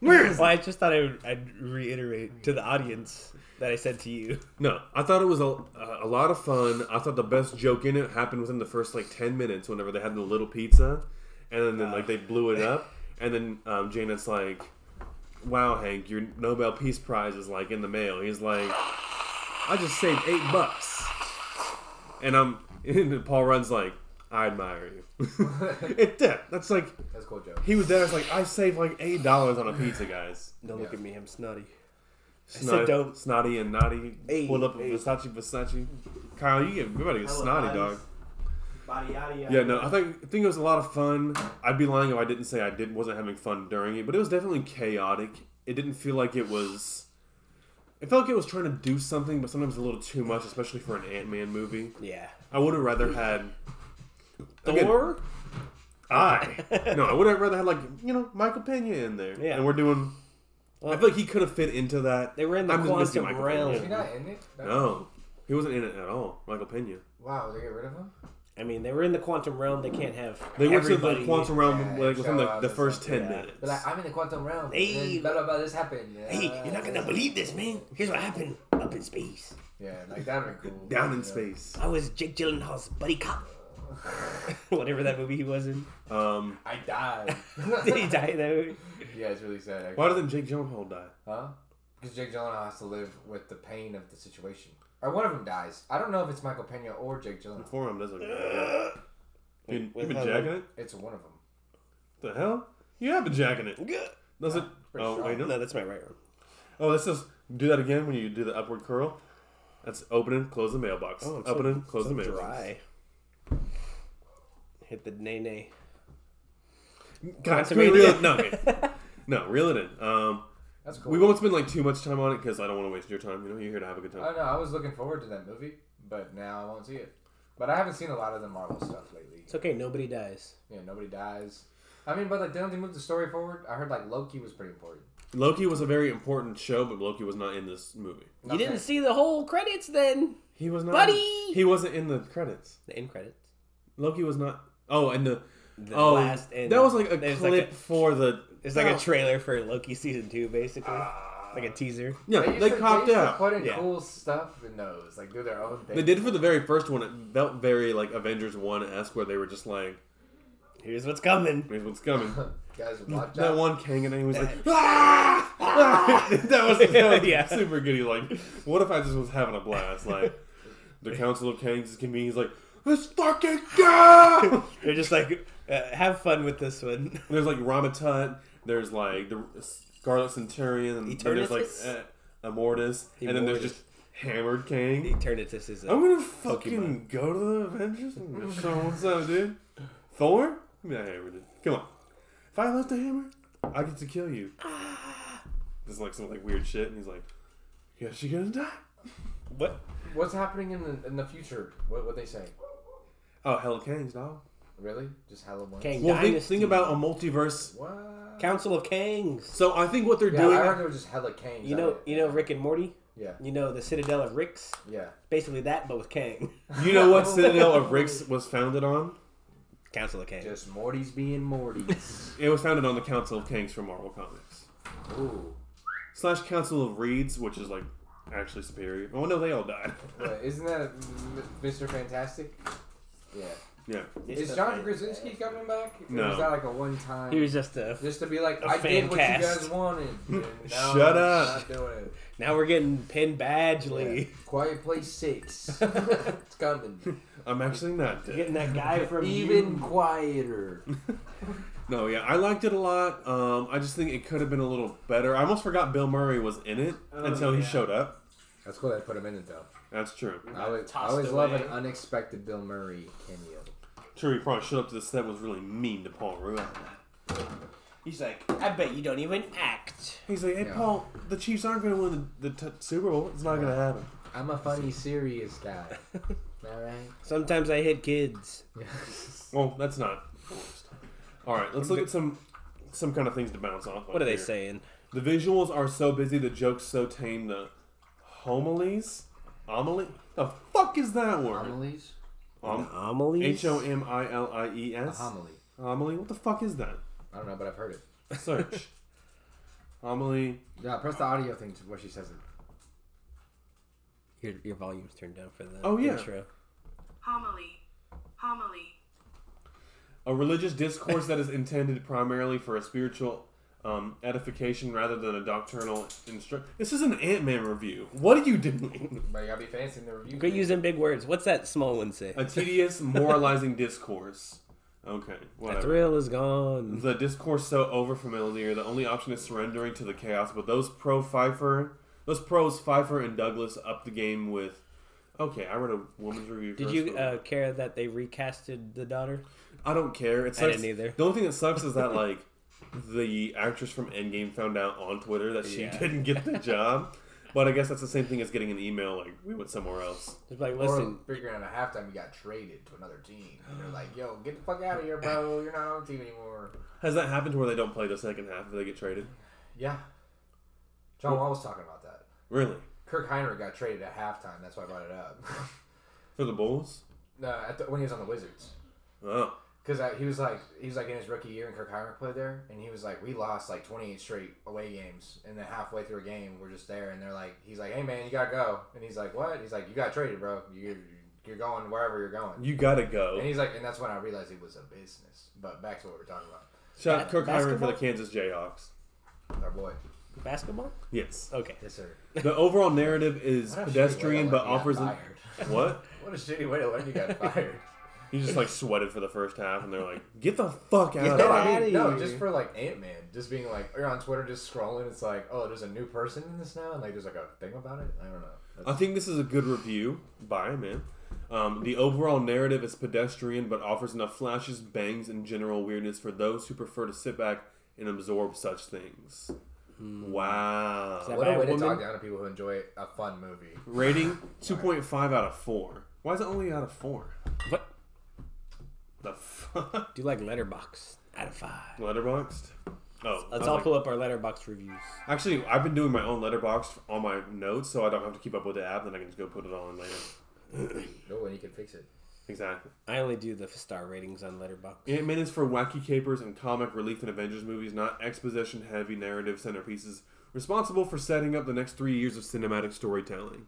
Where is well, I just thought I would, I'd reiterate to the audience that I said to you. No, I thought it was a, a lot of fun. I thought the best joke in it happened within the first like ten minutes. Whenever they had the little pizza, and then like they blew it up, and then um, Janet's like, "Wow, Hank, your Nobel Peace Prize is like in the mail." He's like, "I just saved eight bucks," and I'm and Paul Rudd's like, "I admire you." it that that's like That's a cool joke. he was there. It's like I saved like eight dollars on a pizza, guys. Don't look Yeah. at me. I'm snotty. said Snotty, don't. snotty and naughty. Hey, pulled up a hey. Versace, Versace. Kyle, you get you better get snotty, dog. Body, yada, Yeah, no, I think I think it was a lot of fun. I'd be lying if I didn't say I didn't wasn't having fun during it, but it was definitely chaotic. It didn't feel like it was. It felt like it was trying to do something, but sometimes a little too much, especially for an Ant Man movie. Yeah. I would have rather had. Again, Thor. I no, I would have rather had like you know Michael Pena in there. Yeah. and we're doing. I feel like he could have fit into that. They were in the I'm just missing quantum Michael realm. Pena. Is he not in it? No. No, he wasn't in it at all. Michael Pena. Wow, they get rid of him? I mean, they were in the quantum realm. They can't have. They went to the everybody- quantum realm Yeah, like within show like up the and first stuff, ten yeah. minutes. But like, I'm in the quantum realm. Hey. and then blah blah blah. This happened. Yeah. Hey, you're not gonna believe this, man. Here's what happened up in space. Yeah, like that'd be cool. Down in Yeah. space. I was Jake Gyllenhaal's buddy cop. Whatever that movie he was in. Um, I died. Did he die in that movie? yeah, it's really sad. Actually. why didn't Jake Gyllenhaal die? Huh? Because Jake Gyllenhaal has to live with the pain of the situation, or one of them dies. I don't know if it's Michael Pena or Jake Gyllenhaal. Before him doesn't. You, you've Wait, been hold jacking on. it? It's one of them. The hell? You have been jacking it. Does it? pretty Oh sure. wait, No, no. that's my right arm. Oh, this is do that again when you do the upward curl. That's opening, close the mailbox. Oh, it's opening, so- close so the mailbox. Dry. Hit the nay nay. God, Quantum can we Mania. reel it? No, okay. no, reel it in. Um, That's cool. we won't spend like too much time on it because I don't want to waste your time. You know, you're here to have a good I time. don't know. I was looking forward to that movie, but now I won't see it. But I haven't seen a lot of the Marvel stuff lately. It's okay. Nobody dies. Yeah, nobody dies. I mean, but like, didn't they move the story forward? I heard like Loki was pretty important. Loki was a very important show, but Loki was not in this movie. You didn't see the whole credits then. He was not. Buddy! He wasn't in the credits. The end credits. Loki was not. Oh, and the. oh, last end. that was like a There's clip like a- for the. It's like Oh, a trailer for Loki season two, basically. like a teaser. Yeah, used they to- copped they used to out. Put in Yeah. cool stuff in those, like do their own thing. They did for the very first one. It felt very like Avengers One esque, where they were just like, Here's what's coming. "Here's what's coming." Guys, watch that out. one Kang and he was like, "Ah!" Ah! that was, that was Yeah. super good. He like, what if I just was having a blast? Like, the Council of Kangs is convened. He's like, Let's fucking go! They're just like, uh, have fun with this one. There's like Ramatut. There's like the Scarlet Centurion. And then there's like Eternatus? uh, Immortus. And then there's Immortus. just Hammered King. Eternatus is a I'm gonna fucking go to the Avengers and go, so what's up, dude? Thor? Give me that hammer, dude. Come on. If I left the hammer, I get to kill you. There's like some like weird shit, and he's like, "Guess you're gonna die." what? What's happening in the, in the future? What what they say? Oh, Hell Kings, dog. Really? Just Halo One. Kang. Well, think, Dynasty. think about a multiverse. What? Council of Kangs. So I think what they're yeah, doing. I heard there was just hella Kang. You know, you know Rick and Morty. Yeah. You know the Citadel of Ricks. Yeah. Basically that, but with Kang. You know what Citadel of Ricks was founded on? Council of Kangs. Just Morty's being Morty's. It was founded on the Council of Kings from Marvel Comics. Ooh. Slash Council of Reeds, which is like actually superior. Oh no, they all died. But isn't that M- Mr. Fantastic? Yeah. yeah. It's Is the- John Krasinski coming back? Or No. Is that like a one time? He was just a. just to be like, a I fan did what cast. you guys wanted. and now Shut I'm up. Not doing it. Now we're getting Penn Badgley. Yeah. Quiet Place Six. it's coming. I'm actually not dead. You're Getting that guy from Even quieter. No, yeah, I liked it a lot. Um, I just think it could have been a little better. I almost forgot Bill Murray was in it until he Oh, yeah. showed up. That's cool. They put him in it though. That's true. I always, I Tossed always love away. an unexpected Bill Murray cameo. True, he probably showed up to the set and was really mean to Paul Rudd. He's like, I bet you don't even act. He's like, "Hey, Yeah. Paul, the Chiefs aren't going to win the, the t- Super Bowl. It's not going to happen." I'm a funny, serious guy. All right. Sometimes I hit kids. Well, that's not. All right, let's look at some some kind of things to bounce off. of What are they here. saying? The visuals are so busy, the jokes so tame, the homilies, homily. The fuck is that word? Homilies. Um, Anomalies? H o m i l i e s. Homily. Homily. What the fuck is that? I don't know, but I've heard it. Search. homily. Yeah, press the audio thing to where she says it. Your, your volume's turned down for the Oh, yeah. intro. Homily. Homily. A religious discourse that is intended primarily for a spiritual um, edification rather than a doctrinal instruction. This is an Ant Man review. What are you doing? But you gotta be fancy in the review. Quit using big words. What's that small one say? A tedious, moralizing discourse. Okay, The whatever. thrill is gone. The discourse so overfamiliar, the only option is surrendering to the chaos. But those pro Pfeiffer, those pros Pfeiffer and Douglas up the game with. Okay, I read a woman's review. Did first, you but- uh, care that they recasted the daughter? I don't care. It I sucks. didn't either. The only thing that sucks is that like the actress from Endgame found out on Twitter that she Yeah. didn't get the job. But I guess that's the same thing as getting an email like we went somewhere else. It's like, Or listen, figuring out at halftime you got traded to another team. And they're like, yo, get the fuck out of here, bro. You're not on the team anymore. Has that happened to where they don't play the second half if they get traded? Yeah. John Wall was talking about that. Really? Kirk Heinrich got traded at halftime. That's why I brought it up. For the Bulls? no, at the, when he was on the Wizards. Oh. Because he was like, he was like in his rookie year, and Kirk Heinrich played there, and he was like, we lost like 28 straight away games, and then halfway through a game, we're just there, and they're like, he's like, hey man, you gotta go, and he's like, what? He's like, you got traded, bro. You're you're going wherever you're going, You gotta and go. he's like, and that's when I realized it was a business. But back to what we're talking about, Shout out Kirk Heinrich for Basketball? the Kansas Jayhawks. our boy, basketball? Yes. Okay. yes sir. The overall narrative is What a shitty way to pedestrian learn but you got offers an- fired. what? What a shitty way to learn you got fired. He just like sweated for the first half and they're like, Get the fuck out Get No, of here. I mean, outta no, here. just for like Ant Man, just being like you're on Twitter, just scrolling. It's like, oh, there's a new person in this now, and like there's like a thing about it. I don't know. I think this is a good review by him, man. Um, the overall narrative is pedestrian, but offers enough flashes, bangs, and general weirdness for those who prefer to sit back and absorb such things. Wow. that- Hmm. What by a a way to woman? talk down to people who enjoy a fun movie. Rating 2.5 out of 4. Why is it only out of 4? What? The fuck? Do you like Letterbox? Out of five. Letterboxed? Oh. I Let's was all like- pull up our Letterbox reviews. Actually, I've been doing my own letterbox on my notes, so I don't have to keep up with the app, then I can just go put it on later. Oh, and you can fix it. Exactly. I only do the star ratings on Letterbox. Ant Man is for wacky capers and comic relief in Avengers movies, not exposition heavy narrative centerpieces responsible for setting up the next three years of cinematic storytelling.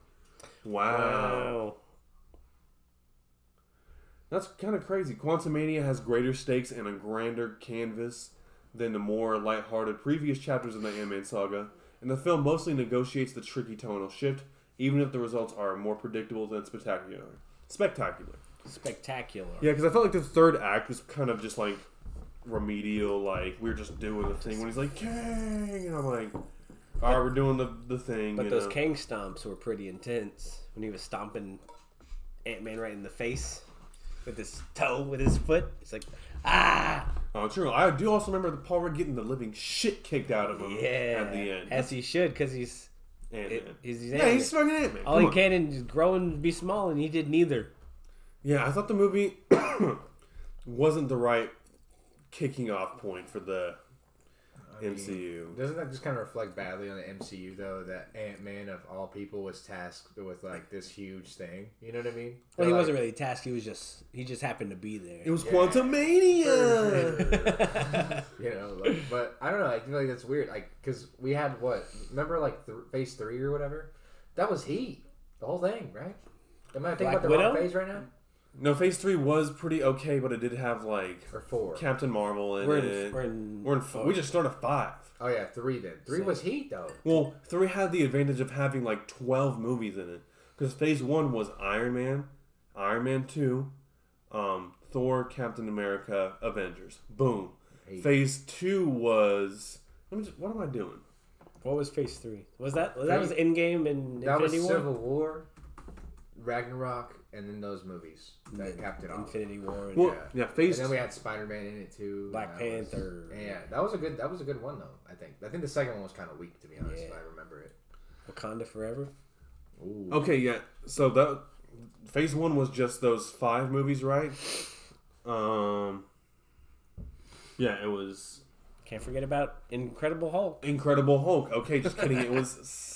Wow. Wow. That's kind of crazy. Quantumania has greater stakes and a grander canvas than the more lighthearted previous chapters of the Ant Man saga, and the film mostly negotiates the tricky tonal shift, even if the results are more predictable than spectacular. Spectacular. spectacular. Yeah, because I felt like the third act was kind of just like remedial, like we were just doing the thing when he's like Kang, and I'm like, all right, we're doing the the thing. But you those know? Kang stomps were pretty intense when he was stomping Ant Man right in the face with his toe, with his foot. It's like, ah, Oh, true. I do also remember the Paul Rudd getting the living shit kicked out of him yeah. at the end. As he should, because he's, Ant-Man. he's, he's yeah, Ant-Man. he's fucking Ant Man. All Oh, he can and just grow and be small, and he did neither. Yeah, I thought the movie wasn't the right kicking off point for the MCU. Doesn't that just kind of reflect badly on the MCU though? That Ant Man of all people was tasked with like this huge thing. You know what I mean? Well, he Like, wasn't really tasked. He was just, he just happened to be there. It was Quantum Mania. You know, like, but I don't know. I feel like that's weird. Like, cause we had what? Remember like th- Phase Three or whatever? That was he. The whole thing, right? Am I thinking Black about the wrong Widow? phase right now? no, Phase Three was pretty okay, but it did have like Or four? Captain Marvel in We're in- it. we're in We're in f- we just started five. Oh yeah, three then. Three was he though. Well, three had the advantage of having like twelve movies in it because Phase One was Iron Man, Iron Man Two, um, Thor, Captain America, Avengers. Boom. Hey. Phase Two was. Let me just, what am I doing? What was Phase Three? Was that that was Endgame and That was Infinity War? Civil War, Ragnarok, and then those movies that capped it off. Infinity War. And Well, Yeah. yeah, Phase. And then we had Spider Man in it too. Black and that was- Panther. yeah, that was a good. That was a good one though. I think. I think the second one was kind of weak to be honest. If Yeah. I remember it. Wakanda Forever. Ooh. Okay, yeah. So that Phase One was just those five movies, right? Um. Yeah, it was Can't forget about Incredible Hulk. Incredible Hulk. Okay, just kidding. It was. s-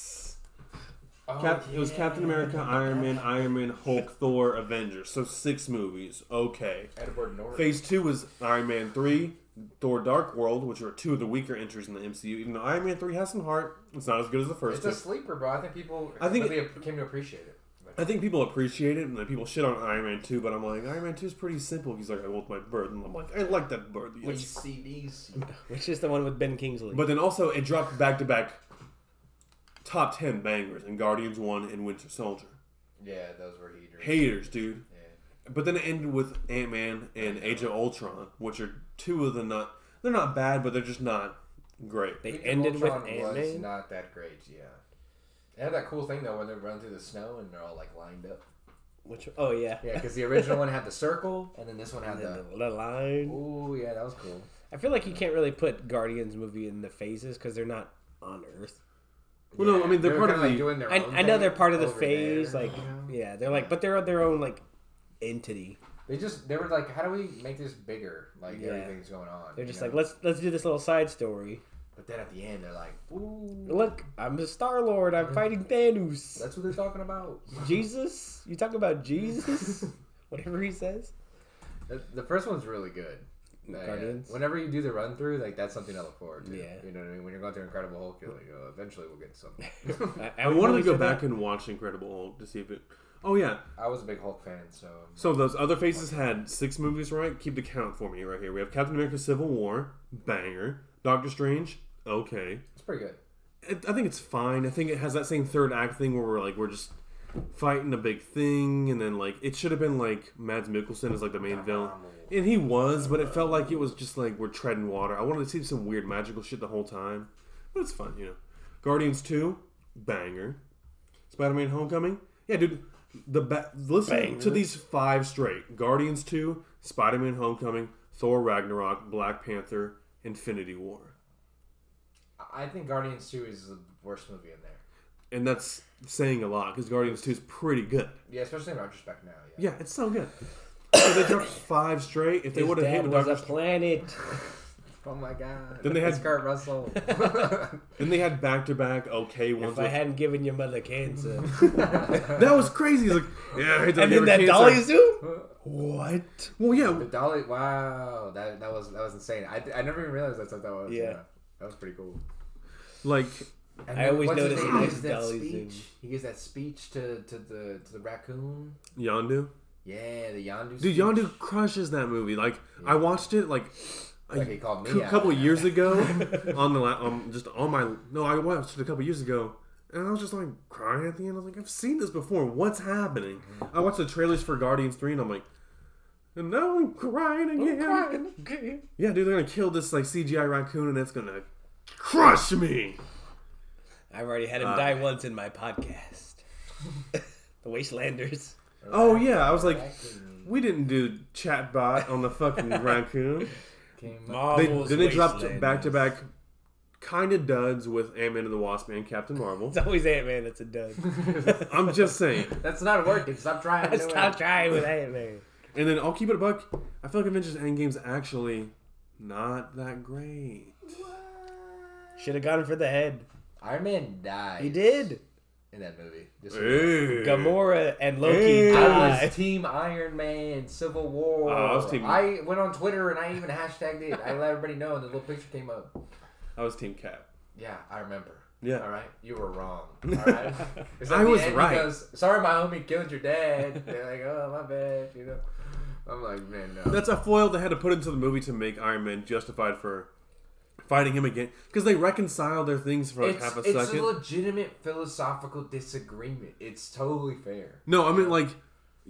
Oh, Cap- It was Captain America, Iron Man, Iron Man, Hulk, Thor, Avengers. So six movies. Okay. Edward Norton. Phase two was Iron Man three, Thor: Dark World, which were two of the weaker entries in the MCU. Even though Iron Man three has some heart, it's not as good as the first. It's a two. sleeper, bro. I think people. I think- really came to appreciate it. Like, I think people appreciate it, and then people shit on Iron Man 2, but I'm like, Iron Man 2 is pretty simple. He's like, I want my bird, and I'm like, I like that bird. when you yes. see these, Which is the one with Ben Kingsley. But then also, it dropped back to back top 10 bangers in Guardians 1 and Winter Soldier. yeah, those were heaters. Haters, dude. Yeah. But then it ended with Ant Man and Age of Ultron, which are two of the not. They're not bad, but they're just not great. they Age of ended with Ultron Ant was Man. Not that great, yeah. They had that cool thing though, where they run through the snow and they're all like lined up. Which oh yeah. Yeah, because the original one had the circle, and then this one had And the. then the, the line. Ooh, yeah, that was cool. I feel like you can't really put Guardians movie in the phases because they're not on Earth. Well, no, I mean, they're They were part kinda, of the- like doing their I, own I know thing they're part of the over phase, there, like you know? yeah, they're like, but they're their own like entity. they just they were like, how do we make this bigger? Like Yeah. everything's going on. They're you just know? like let's let's do this little side story. But then at the end, they're like, ooh, Look, I'm the Star Lord. I'm fighting Thanos. that's what they're talking about. Jesus, you talking about Jesus? Whatever he says. The- The first one's really good. Like, Guardians? Whenever you do the run through, like that's something I look forward to. Yeah. You know what I mean? When you're going through Incredible Hulk, you're like, oh, eventually we'll get something. I, I wanted to go back and watch Incredible Hulk to see if it. Oh, yeah. I was a big Hulk fan, so So those other phases had six movies, right? Keep the count for me right here. We have Captain America: Civil War, banger. Doctor Strange, okay. it's pretty good. It, I think it's fine. I think it has that same third act thing where we're like we're just fighting a big thing, and then like it should have been like Mads Mikkelsen is like the main villain, and he was, but it felt like it was just like we're treading water. I wanted to see some weird magical shit the whole time, but it's fun, you know. Guardians Two, banger. Spider-Man: Homecoming. Yeah, dude. The ba- listen to these five straight: Guardians Two, Spider-Man: Homecoming, Thor: Ragnarok, Black Panther, Infinity War, I- I think Guardians Two is the worst movie in there. and that's saying a lot because Guardians Two is pretty good. Yeah, especially in retrospect now. Yeah. Yeah, it's so good. So they dropped five straight. If they His would have hit dad with was Doctor, a planet. Oh my god. Then they had- It's Kurt Russell. then they had back to back okay ones. if I with- hadn't given your mother cancer, that was crazy. He's like, yeah, I hate that and then neighbor that cancer. dolly zoom. What? Well, yeah, the Dolly. Wow, that that was that was insane. I, I never even realized that's what that was. Yeah. That was pretty cool. like And I then always what's notice he makes his name? He gives that Dolly Zoom. speech. He gives that speech to, to the to the raccoon. Yondu. Yeah, the Yondu. Dude, speech. Yondu crushes that movie. Like I watched it like a Like he called me cou- out. couple years ago on the la- um, just on my no, I watched it a couple years ago. And I was just like Mm-hmm. crying at the end. I was like, I've seen this before. What's happening? I watched the trailers for Guardians Three, and I'm like, And now I'm crying again. Okay. Yeah, dude, they're gonna kill this like CGI raccoon, and it's gonna crush me. I've already had him die once in my podcast. the Wastelanders. Oh yeah, I was like, we didn't do chatbot on the fucking raccoon. Came up. They, Marvel's then they dropped Wastelanders. back to back, kind of duds with Ant Man and the Wasp and Captain Marvel. It's always Ant Man that's a dud. I'm just saying. That's not working. Stop trying. to do Stop it. trying with Ant Man. And then I'll keep it a buck. I feel like Avengers Endgame's actually not that great. Should have gone for the head. Iron Man died. He did. in that movie. Just- Eh. Gamora and Loki Hey. I died. was Team Iron Man Civil War. Oh, I was team- I went on Twitter and I even hashtagged it. I let everybody know, and the little picture came up. I was Team Cap. Yeah, I remember. Yeah. All right, you were wrong. All right, It's at I the was end, he right. goes, Sorry, my homie killed your dad. They're like, oh my bad, you know. I'm like, man, no. That's a foil they had to put into the movie to make Iron Man justified for fighting him again. Because they reconcile their things for like it's half a it's second. a legitimate philosophical disagreement. It's totally fair. no, I mean like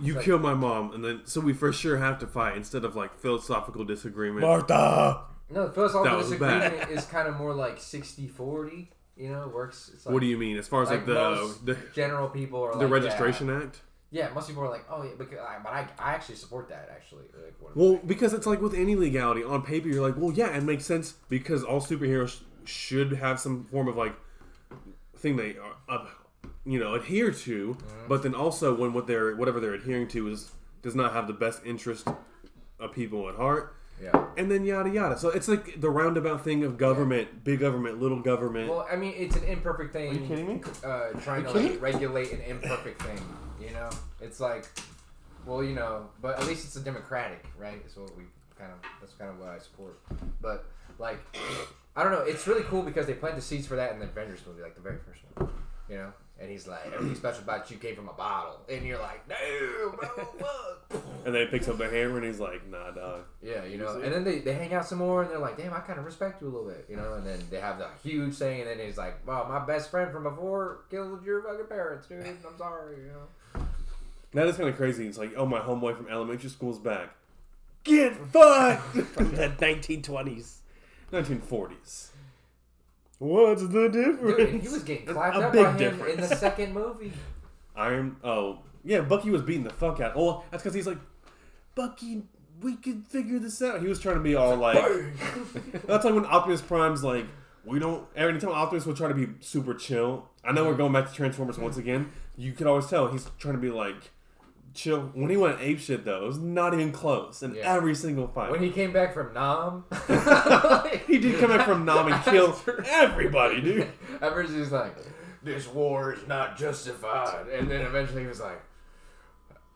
you Like- kill my mom, and then so we for sure have to fight instead of like philosophical disagreement. Martha. No, the That philosophical was disagreement is kind of more like 60-40, You know, it works. It's like, what do you mean as far as like, the, uh, most the general people are the like, registration act? Yeah, yeah most people are like, oh yeah, because I, but I, I actually support that actually. Like, what- Well, because it's like with any legality on paper, you're like, well, yeah, it makes sense because all superheroes sh- should have some form of like thing they are, uh, you know, adhere to. But then also when what they're whatever they're adhering to is does not have the best interest of people at heart, yeah. and then yada yada. So it's like the roundabout thing of government, big government, little government. Well, I mean, it's an imperfect thing. Are you kidding me? Uh, trying to like regulate an imperfect thing. You know, it's like, well, you know, but at least it's a democratic, right? It's what we kind of. That's kind of what I support. But like, I don't know. It's really cool because they planted the seeds for that in the Avengers movie, like the very first one. You know, and he's like, everything special about you came from a bottle, and you're like, no, bro, what? and then he picks up the hammer and he's like, nah, dog. Yeah, you know, and then they, they hang out some more, and they're like, "Damn, I kind of respect you a little bit," you know. And then they have the huge thing, and then he's like, "Well, my best friend from before killed your fucking parents, dude. I'm sorry," you know. That is kind of crazy. It's like, oh, my homeboy from elementary school's back. Get fucked. From the 1920s. 1940s. What's the Dude, and difference? he was getting clapped a up big by him in difference. the second movie. Iron. Oh, yeah. Bucky was beating the fuck out. Oh, that's because he's like, Bucky. We could figure this out. He was trying to be all like. that's like when Optimus Prime's like, we don't. Every time Optimus will try to be super chill. I know we're going back to Transformers once again. You could always tell he's trying to be like chill. When he went ape shit though, it was not even close in Yeah. every single fight. When he came back from Nam, he did come back from Nam and kill everybody, dude. At first, he's like, "This war is not justified," and then eventually he was like,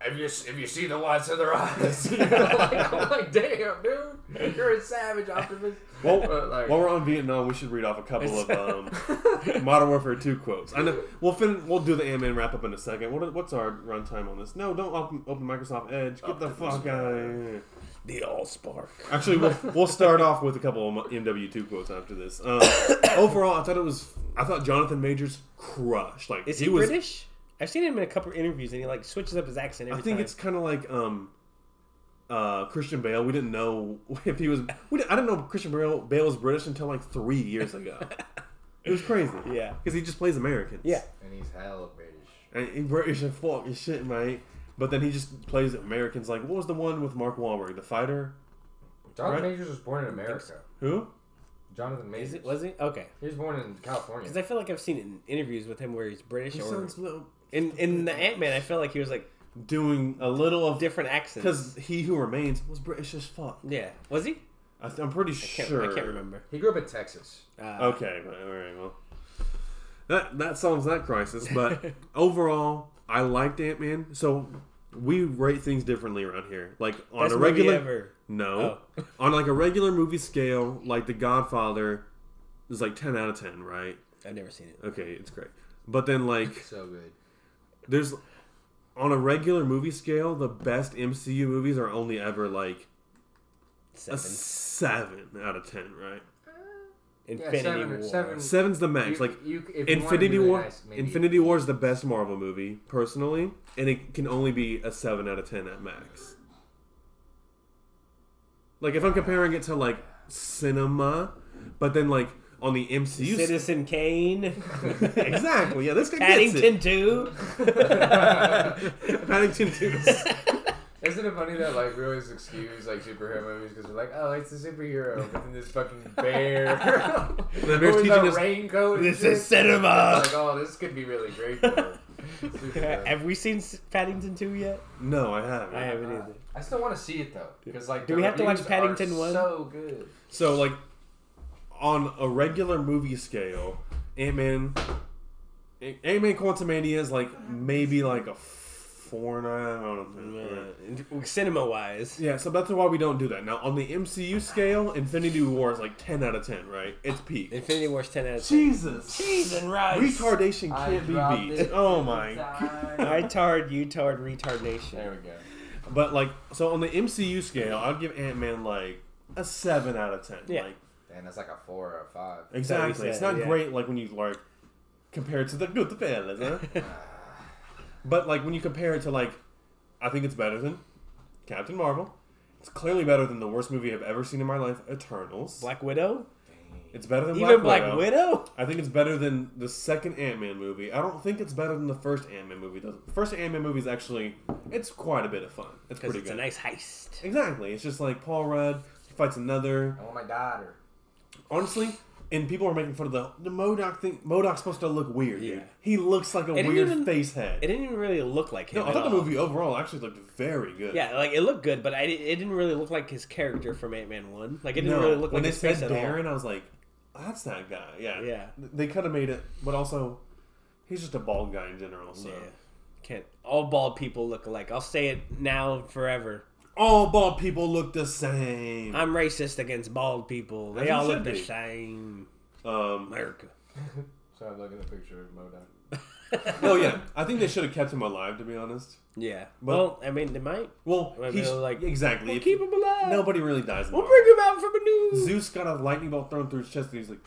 "Have you if you see the whites of their eyes?" You know, like, I'm like, "Damn, dude, you're a savage optimist." Well, But, like- while we're on Vietnam, we should read off a couple of um, Modern Warfare Two quotes. I know we'll fin- we'll do the Ant Man wrap up in a second. What, what's our runtime on this? No, don't open, open Microsoft Edge. Oh, Get the fuck out of here. the Allspark. Actually, we'll we'll start off with a couple of MW two quotes after this. Um, overall, I thought it was. I thought Jonathan Majors crushed. Like Is he, he, was. British? I've seen him in a couple of interviews, and he like switches up his accent I every think time. it's kind of like um, uh, Christian Bale. We didn't know if he was. We didn't, I didn't know Christian Bale, Bale was British until like three years ago. it was crazy. Yeah. because he just plays Americans. yeah. And he's hell British. and he British and fuck his shit, mate. But then he just plays Americans. Like what was the one with Mark Wahlberg, the fighter? Jonathan Right? Majors was born in America. Who? Jonathan Majors. Is it? Was he? Okay. He was born in California. Because I feel like I've seen it in interviews with him where he's British He or sounds little- in in the Ant Man. I feel like he was like doing a little of different accents. because he who remains was British as fuck. Yeah. Was he? I th- I'm pretty Can't, sure. I can't remember. He grew up in Texas. Uh, Okay, well, all right, well, that that solves that crisis. But overall, I liked Ant Man. So we rate things differently around here. Like on Best a movie regular, ever. Oh. no, on like a regular movie scale, like The Godfather is like ten out of ten, right? I've never seen it. Okay, it's great. But then like So good. there's on a regular movie scale, the best MCU movies are only ever like a Seven. seven out of ten, right? Infinity seven- War. seven- Seven's the max. You- like you- if you wanna Infinity be really War. nice, maybe- Infinity War is the best Marvel movie, personally, and it can only be a seven out of ten at max. Like if I'm comparing it to like cinema, but then like on the MCU, Citizen Kane, exactly. Yeah, this guy Paddington Two. gets it. Paddington too. Isn't it funny that like we always excuse like superhero movies because we're like, oh, it's a superhero, but then this fucking bear, The the bear's teaching a us- raincoat. and This shit. is cinema. Like, oh, this could be really great. though. Superhero. Have we seen S- Paddington Two yet? No, I haven't. I haven't either. Uh, I still want to see it though, because like Do the we have to watch reviews Paddington are 1? So good. So like on a regular movie scale, Ant Man, Ant Man Quantumania is like maybe like a four and a half. I don't know. Cinema wise, Yeah, so that's why we don't do that. Now on the MCU scale, Infinity War is like ten out of ten, right? It's peak. Infinity War's ten out of ten. Jesus, Cheese and rice. retardation I can't dropped be beat. it Oh every my time. I tard, you tard, retardation. There we go. But like, so on the MCU scale, I'd give Ant Man like a seven out of ten. Yeah. Like And that's like a four or a five. exactly, said, it's not yeah. great like when you like compare it to the good fellas, huh? but like when you compare it to like, I think it's better than Captain Marvel. It's clearly better than the worst movie I've ever seen in my life, Eternals. Black Widow? It's better than Even Black Black Widow? I think it's better than the second Ant Man movie. I don't think it's better than the first Ant Man movie. The first Ant Man movie is actually it's quite a bit of fun. It's Because pretty it's good. a nice heist. exactly. It's just like Paul Rudd he fights another. I want my daughter. Honestly, and people are making fun of the the Modoc thing. Modoc's supposed to look weird. Dude. Yeah. He looks like a didn't weird even- face head. It didn't even really look like him. no, I at thought the all. movie overall actually looked very good. Yeah, like it looked good, but I, di- it didn't really look like his character from Ant Man One. Like it didn't no, really look when like they his face said at all. Darren, I was like, that's that guy. Yeah, Yeah. They could have made it, but also he's just a bald guy in general. So. Yeah, can't all bald people look alike? I'll say it now and forever. all bald people look the same. I'm racist against bald people. They As you all should look the be. same. Um, America. So I'm looking at a picture of Modoc. oh yeah, I think they should have kept him alive. To be honest, Yeah. Well- well, I mean, they might. well, Well, he's they were like, exactly. We'll if- keep him alive. Nobody really dies. in We'll Marvel. bring him out from a new. Zeus got a lightning bolt thrown through his chest, and he's like,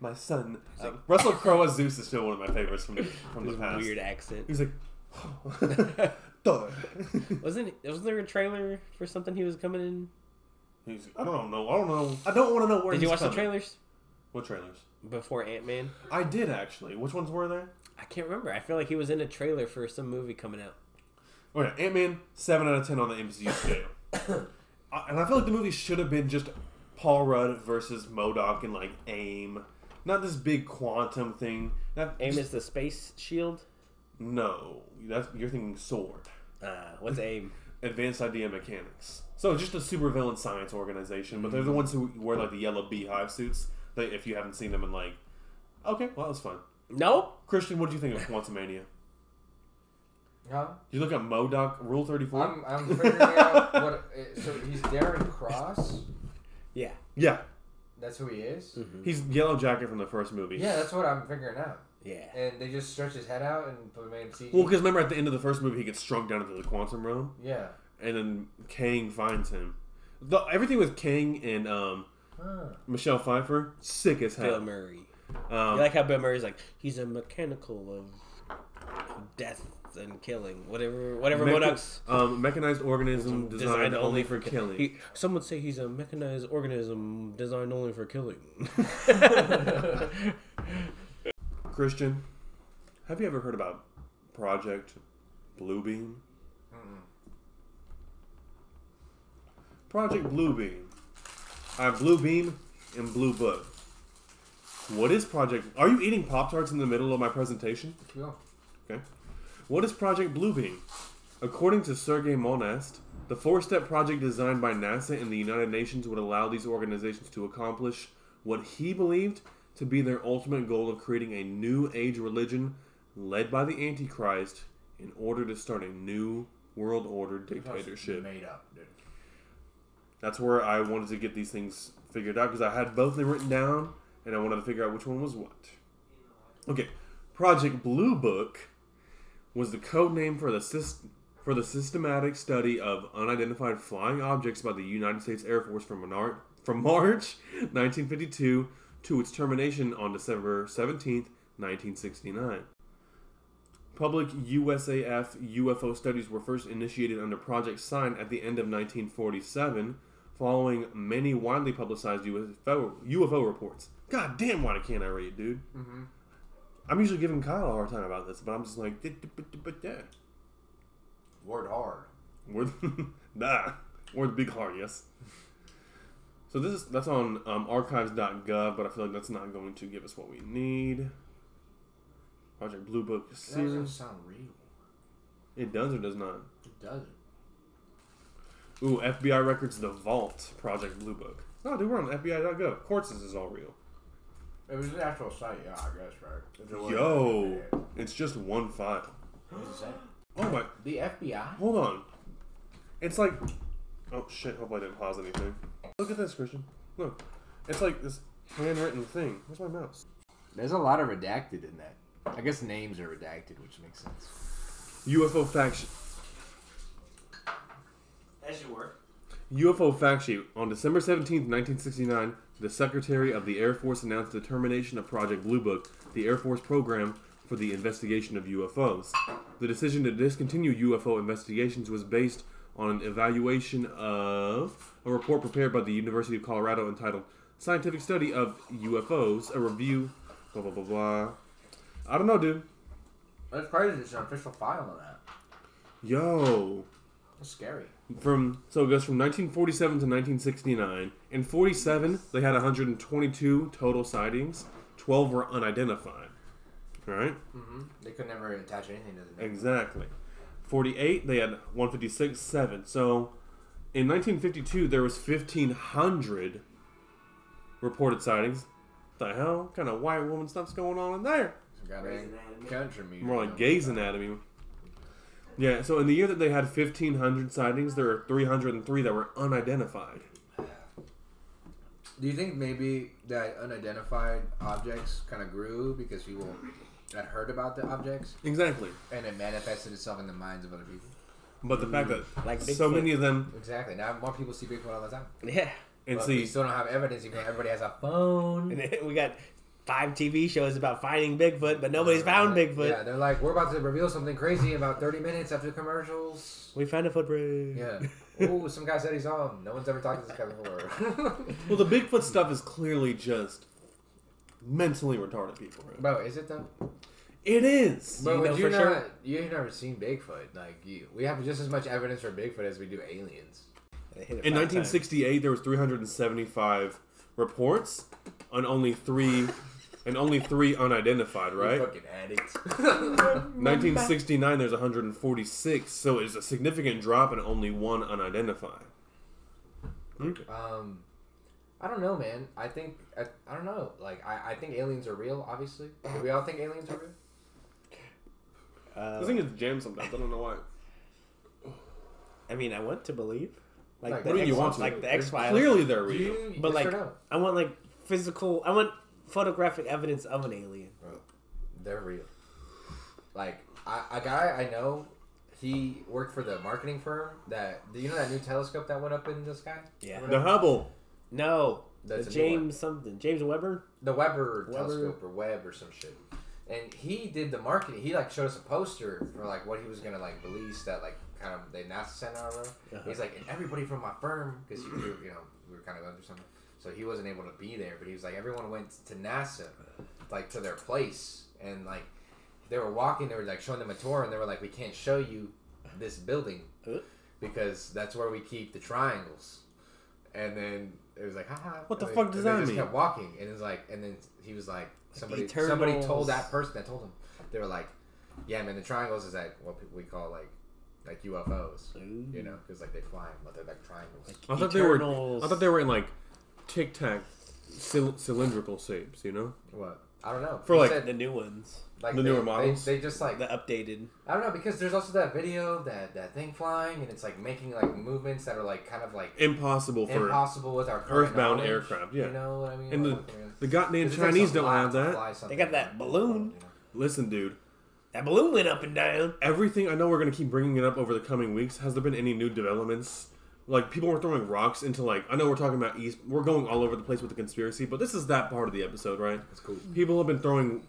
"My son." Uh, Russell Crowe as Zeus is still one of my favorites from the, from the past. Weird accent. He's like, "Duh." Wasn't wasn't there a trailer for something he was coming in? He's like, I don't know. I don't know. I don't want to know where. Did he's you watch coming. the trailers What trailers? before Ant Man? I did actually. Which ones were there? I can't remember. I feel like he was in a trailer for some movie coming out. Oh yeah, Ant Man seven out of ten on the MCU scale, I- and I feel like the movie should have been just Paul Rudd versus Modoc and like AIM, not this big quantum thing. Not, Aim is the space shield. no, that's you're thinking sword, Uh, what's aim? advanced idea mechanics. So it's just a supervillain science organization, but they're Mm. the ones who wear like the yellow beehive suits. They, if you haven't seen them, in like, okay, well that was fun. Nope. Christian, what do you think of Quantumania? Huh? You look at Modoc Rule Thirty I'm, Four. I'm figuring out what. uh, So he's Darren Cross. Yeah. Yeah, That's who he is. he's Yellow Jacket from the first movie. Yeah, that's what I'm figuring out. Yeah. And they just stretch his head out and put him in CG. Well, because remember at the end of the first movie, he gets shrunk down into the quantum realm, yeah. and then Kang finds him. The, everything with Kang and um, Huh. Michelle Pfeiffer, sick as Bill hell. Murray. I Um, like how Bill Murray's like he's a mechanical of death and killing, whatever, whatever mecha- Modoc's um, mechanized organism designed, only for ki- killing. He, some would say he's a mechanized organism designed only for killing. Christian, have you ever heard about Project Bluebeam? Project Bluebeam. I Bluebeam and Blue Book. What is Project? Are you eating Pop Tarts in the middle of my presentation? Cool. Okay. What is Project Bluebeam? According to Sergei Monast, the four step project designed by NASA and the United Nations would allow these organizations to accomplish what he believed to be their ultimate goal of creating a new age religion led by the Antichrist in order to start a new world order dictatorship. Made up, dude. That's where I wanted to get these things figured out because I had both of them written down and I wanted to figure out which one was what. Okay, Project Blue Book was the code name for the syst- for the systematic study of unidentified flying objects by the United States Air Force from Menard- from March 1952 to its termination on December 17th, 1969. Public USAF UFO studies were first initiated under Project Sign at the end of 1947, following many widely publicized UFO, UFO reports. God damn, why can't I read, dude? I'm usually giving Kyle a hard time about this, but I'm just like, "Duh, duh, but, but, yeah. Word hard. We're nah, we're the big hard, yes. So this is that's on um, archives.gov, but I feel like that's not going to give us what we need. Project Blue Book That doesn't series. sound real. It does or does not. It doesn't. Ooh, FBI records, the vault, Project Blue Book. Oh, dude, we're on FBI.gov. Of course, this is all real. It was an actual site, yeah, I guess, right? If it wasn't Yo, FBI. it's just one file. What does it say? Oh my, The FBI? hold on. It's like, oh shit. Hopefully, I didn't pause anything. Look at this, Christian. Look, it's like this handwritten thing. Where's my mouse? There's a lot of redacted in that. I guess names are redacted, which makes sense. UFO fact sheet. That should work. UFO fact sheet. On December 17, 1969, the Secretary of the Air Force announced the termination of Project Blue Book, the Air Force program for the investigation of UFOs. The decision to discontinue UFO investigations was based on an evaluation of a report prepared by the University of Colorado entitled Scientific Study of UFOs, a review, blah, blah, blah, blah. I don't know, dude. That's crazy. It's an official file on that. Yo. That's scary. from so it goes from 1947 to 1969. In 47, they had 122 total sightings. 12 were unidentified. Right? They could never attach anything to the name. Exactly. 48, they had 156 seven. So in 1952, there was 1,500 reported sightings. the hell kind of white woman stuff's going on in there? Got Grey's Anatomy. country music. More like Gay's Anatomy. Yeah, so in the year that they had 1,500 sightings, there were 303 that were unidentified. Do you think maybe that unidentified objects kind of grew because people had heard about the objects Exactly. and it manifested itself in the minds of other people? But the fact Mm. that Like so Bigfoot. many of them Exactly. Now more people see Bigfoot all the time. Yeah. and But we see still don't have evidence even though everybody has a phone. And then we got five TV shows about finding Bigfoot, but nobody's found Bigfoot. Uh, Yeah, they're like, we're about to reveal something crazy in about 30 minutes after commercials. We found a footprint. Yeah. Ooh, some guy said he saw him. No one's ever talked to this guy before. well the Bigfoot stuff is clearly just mentally retarded people. right? Bro, is it though? It is. But you would know you for not? sure? You've never seen Bigfoot. Like you, we have just as much evidence for Bigfoot as we do aliens. They hit it In five 1968 there was 375 reports and only 3 and only 3 unidentified, right? Fucking addicts. 1969 there's 146, so it's a significant drop and only one unidentified. um, I don't know, man. I think I, I don't know. Like I, I think aliens are real. Obviously, do we all think aliens are real? I think it's jammed sometimes. I don't know why. I mean, I want to believe. Like, Like, the what do X, you want to like believe? the X Files. Clearly they're Do real. you? but yes like, or no? I want like physical. I want photographic evidence of an alien. they're real. Like I, a guy I know, he worked for the marketing firm that. Do you know that new telescope that went up in the sky? Yeah. The Hubble. No, That's the a new one. James something, James Webber. the Weber, Weber. telescope or Webb or some shit. And he did the marketing. He like showed us a poster for like what he was gonna like release that like kind of the NASA sent out. or whatever. Uh-huh. He's like, and everybody from my firm because you, you know we were kind of going through something, so he wasn't able to be there. But he was like, everyone went to NASA, like to their place, and like they were walking. They were like showing them a tour, and they were like, we can't show you this building Huh? because that's where we keep the triangles. And then it was like, haha. What the and fuck they- does and that they just mean? Kept walking, and it was like, and then he was like, somebody, Eternals. somebody told that person that told him. They were like, yeah, man, the triangles is like what we call like, like UFOs, Mm-hmm. you know, because like they fly, but they're like triangles. I thought they were. Eternals. I thought they were in like tic tac, cyl- cylindrical shapes. You know, What? I don't know. For, He like, The new ones, like the they- newer they- models? They, just like the updated. I don't know because there's also that video that that thing flying and it's like making like movements that are like kind of like impossible for impossible with our current Earthbound knowledge, aircraft, yeah. you know what I mean. And the, Like, yeah. the goddamn It takes Chinese a don't lot have to that. fly something got that like balloon. you know? Listen, dude. That balloon went up and down. Everything I know we're gonna keep bringing it up over the coming weeks. Has there been any new developments? Like people were throwing rocks into like I know we're talking about East. We're going all over the place with the conspiracy, but this is that part of the episode, right? That's cool. People have been throwing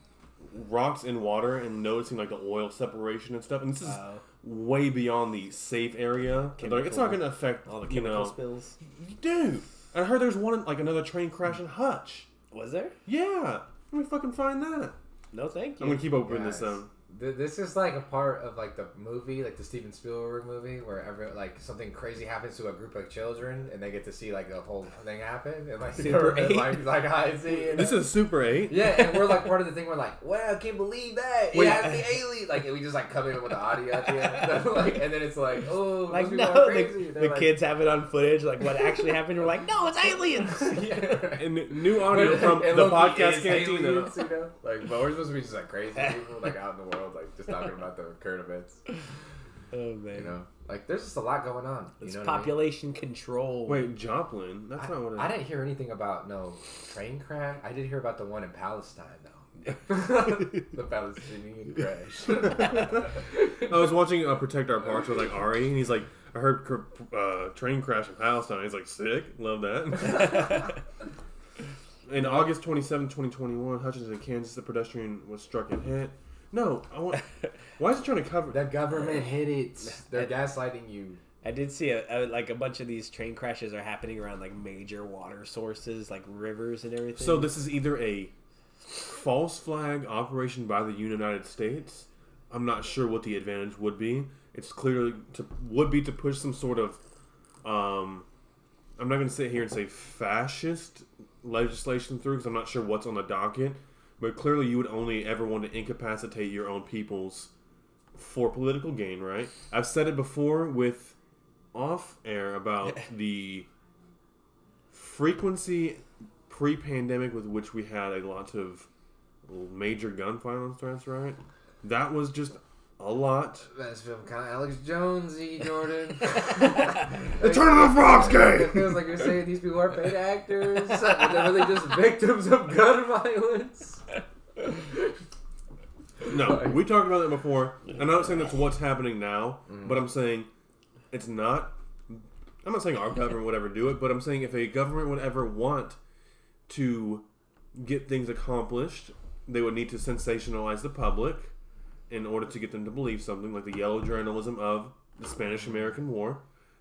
rocks in water and noticing like the oil separation and stuff. And this is Uh, way beyond the safe area. like it's not Chemical- going to affect all the you Chemical know, spills. dude. I heard there's one like another train crash in Hutch. Was there? Yeah, let me fucking find that. No, thank you. I'm gonna keep opening this um, Guys, up. th- This is like a part of like the movie, like the Steven Spielberg movie, where every like something crazy happens to a group of children, and they get to see like the whole thing happen, and like Super and, eight. like like I see. And, This is Super Eight. yeah, and we're like part of the thing. We're like, wow, I can't believe that. Wait. yeah, the alien. Like and we just like come in with the audio at the end, like, and then it's like, oh, those like people no, are crazy. the, They're the like- kids have it on footage, like what actually happened. We're like, no, it's aliens. Yeah. And new audio from And the low-key podcast is Cantina. aliens, you know? Like, but we're supposed to be just like crazy people, like out in the world, like just talking about the current events. Oh man, You know, like there's just a lot going on. You it's know what I mean? population control. Wait, Joplin? That's not what it is. I, I didn't hear anything about no train crash. I did hear about the one in Palestine though. the Palestinian crash. I was watching uh, Protect Our Parks with like Ari, and he's like, I heard cr- uh, train crash in Palestine. He's like, sick, love that. in August 27, 2021, Hutchinson, Kansas, the pedestrian was struck and hit. No, I want. Why is it trying to cover? the government hit it. They're gaslighting you. I did see a, a like a bunch of these train crashes are happening around like major water sources, like rivers and everything. so this is either a false flag operation by the United States. I'm not sure what the advantage would be. It's clearly to would be to push some sort of. Um, I'm not going to sit here and say fascist legislation through because I'm not sure what's on the docket. But clearly, you would only ever want to incapacitate your own peoples for political gain, right? I've said it before with off air about the frequency pre pandemic with which we had a lot of major gun violence threats, right? That was just a lot. That's from kind of Alex Jonesy, Jordan. The Turn of the Frogs It game! feels like you're saying these people are paid actors. but They're really just victims of gun violence. No, we talked about that before. And I'm not saying that's what's happening now, but I'm saying it's not. I'm not saying our government would ever do it, but I'm saying if a government would ever want to get things accomplished, they would need to sensationalize the public in order to get them to believe something, like the yellow journalism of the Spanish American War,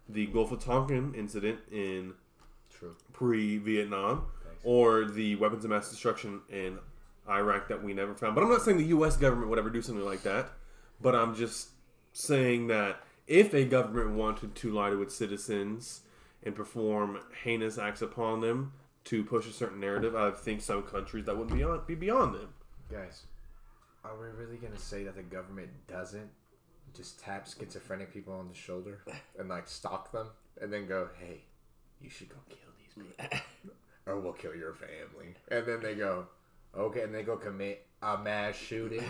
the Gulf of Tonkin incident in True. pre Vietnam or the weapons of mass destruction in Iraq that we never found. But I'm not saying the US government would ever do something like that, but I'm just saying that if a government wanted to lie to its citizens and perform heinous acts upon them to push a certain narrative, I think some countries that would be on be beyond them. Guys, are we really gonna say that the government doesn't just tap schizophrenic people on the shoulder and like stalk them and then go, "Hey, you should go kill these people, or we'll kill your family," and then they go, "Okay," and they go commit a mass shooting.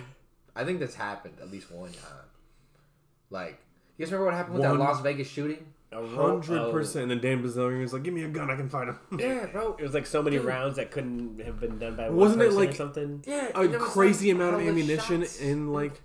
I think that's happened at least one time. Like, you guys remember what happened with One- that Las Vegas shooting? A ro- Hundred percent. And Dan Bazilian was like, "Give me a gun, I can fight him." oh. Yeah, bro. oh, It was like so many rounds that couldn't have been done by one Wasn't it person or like- something. Yeah, a there was, crazy like, amount of hella ammunition shots. in like.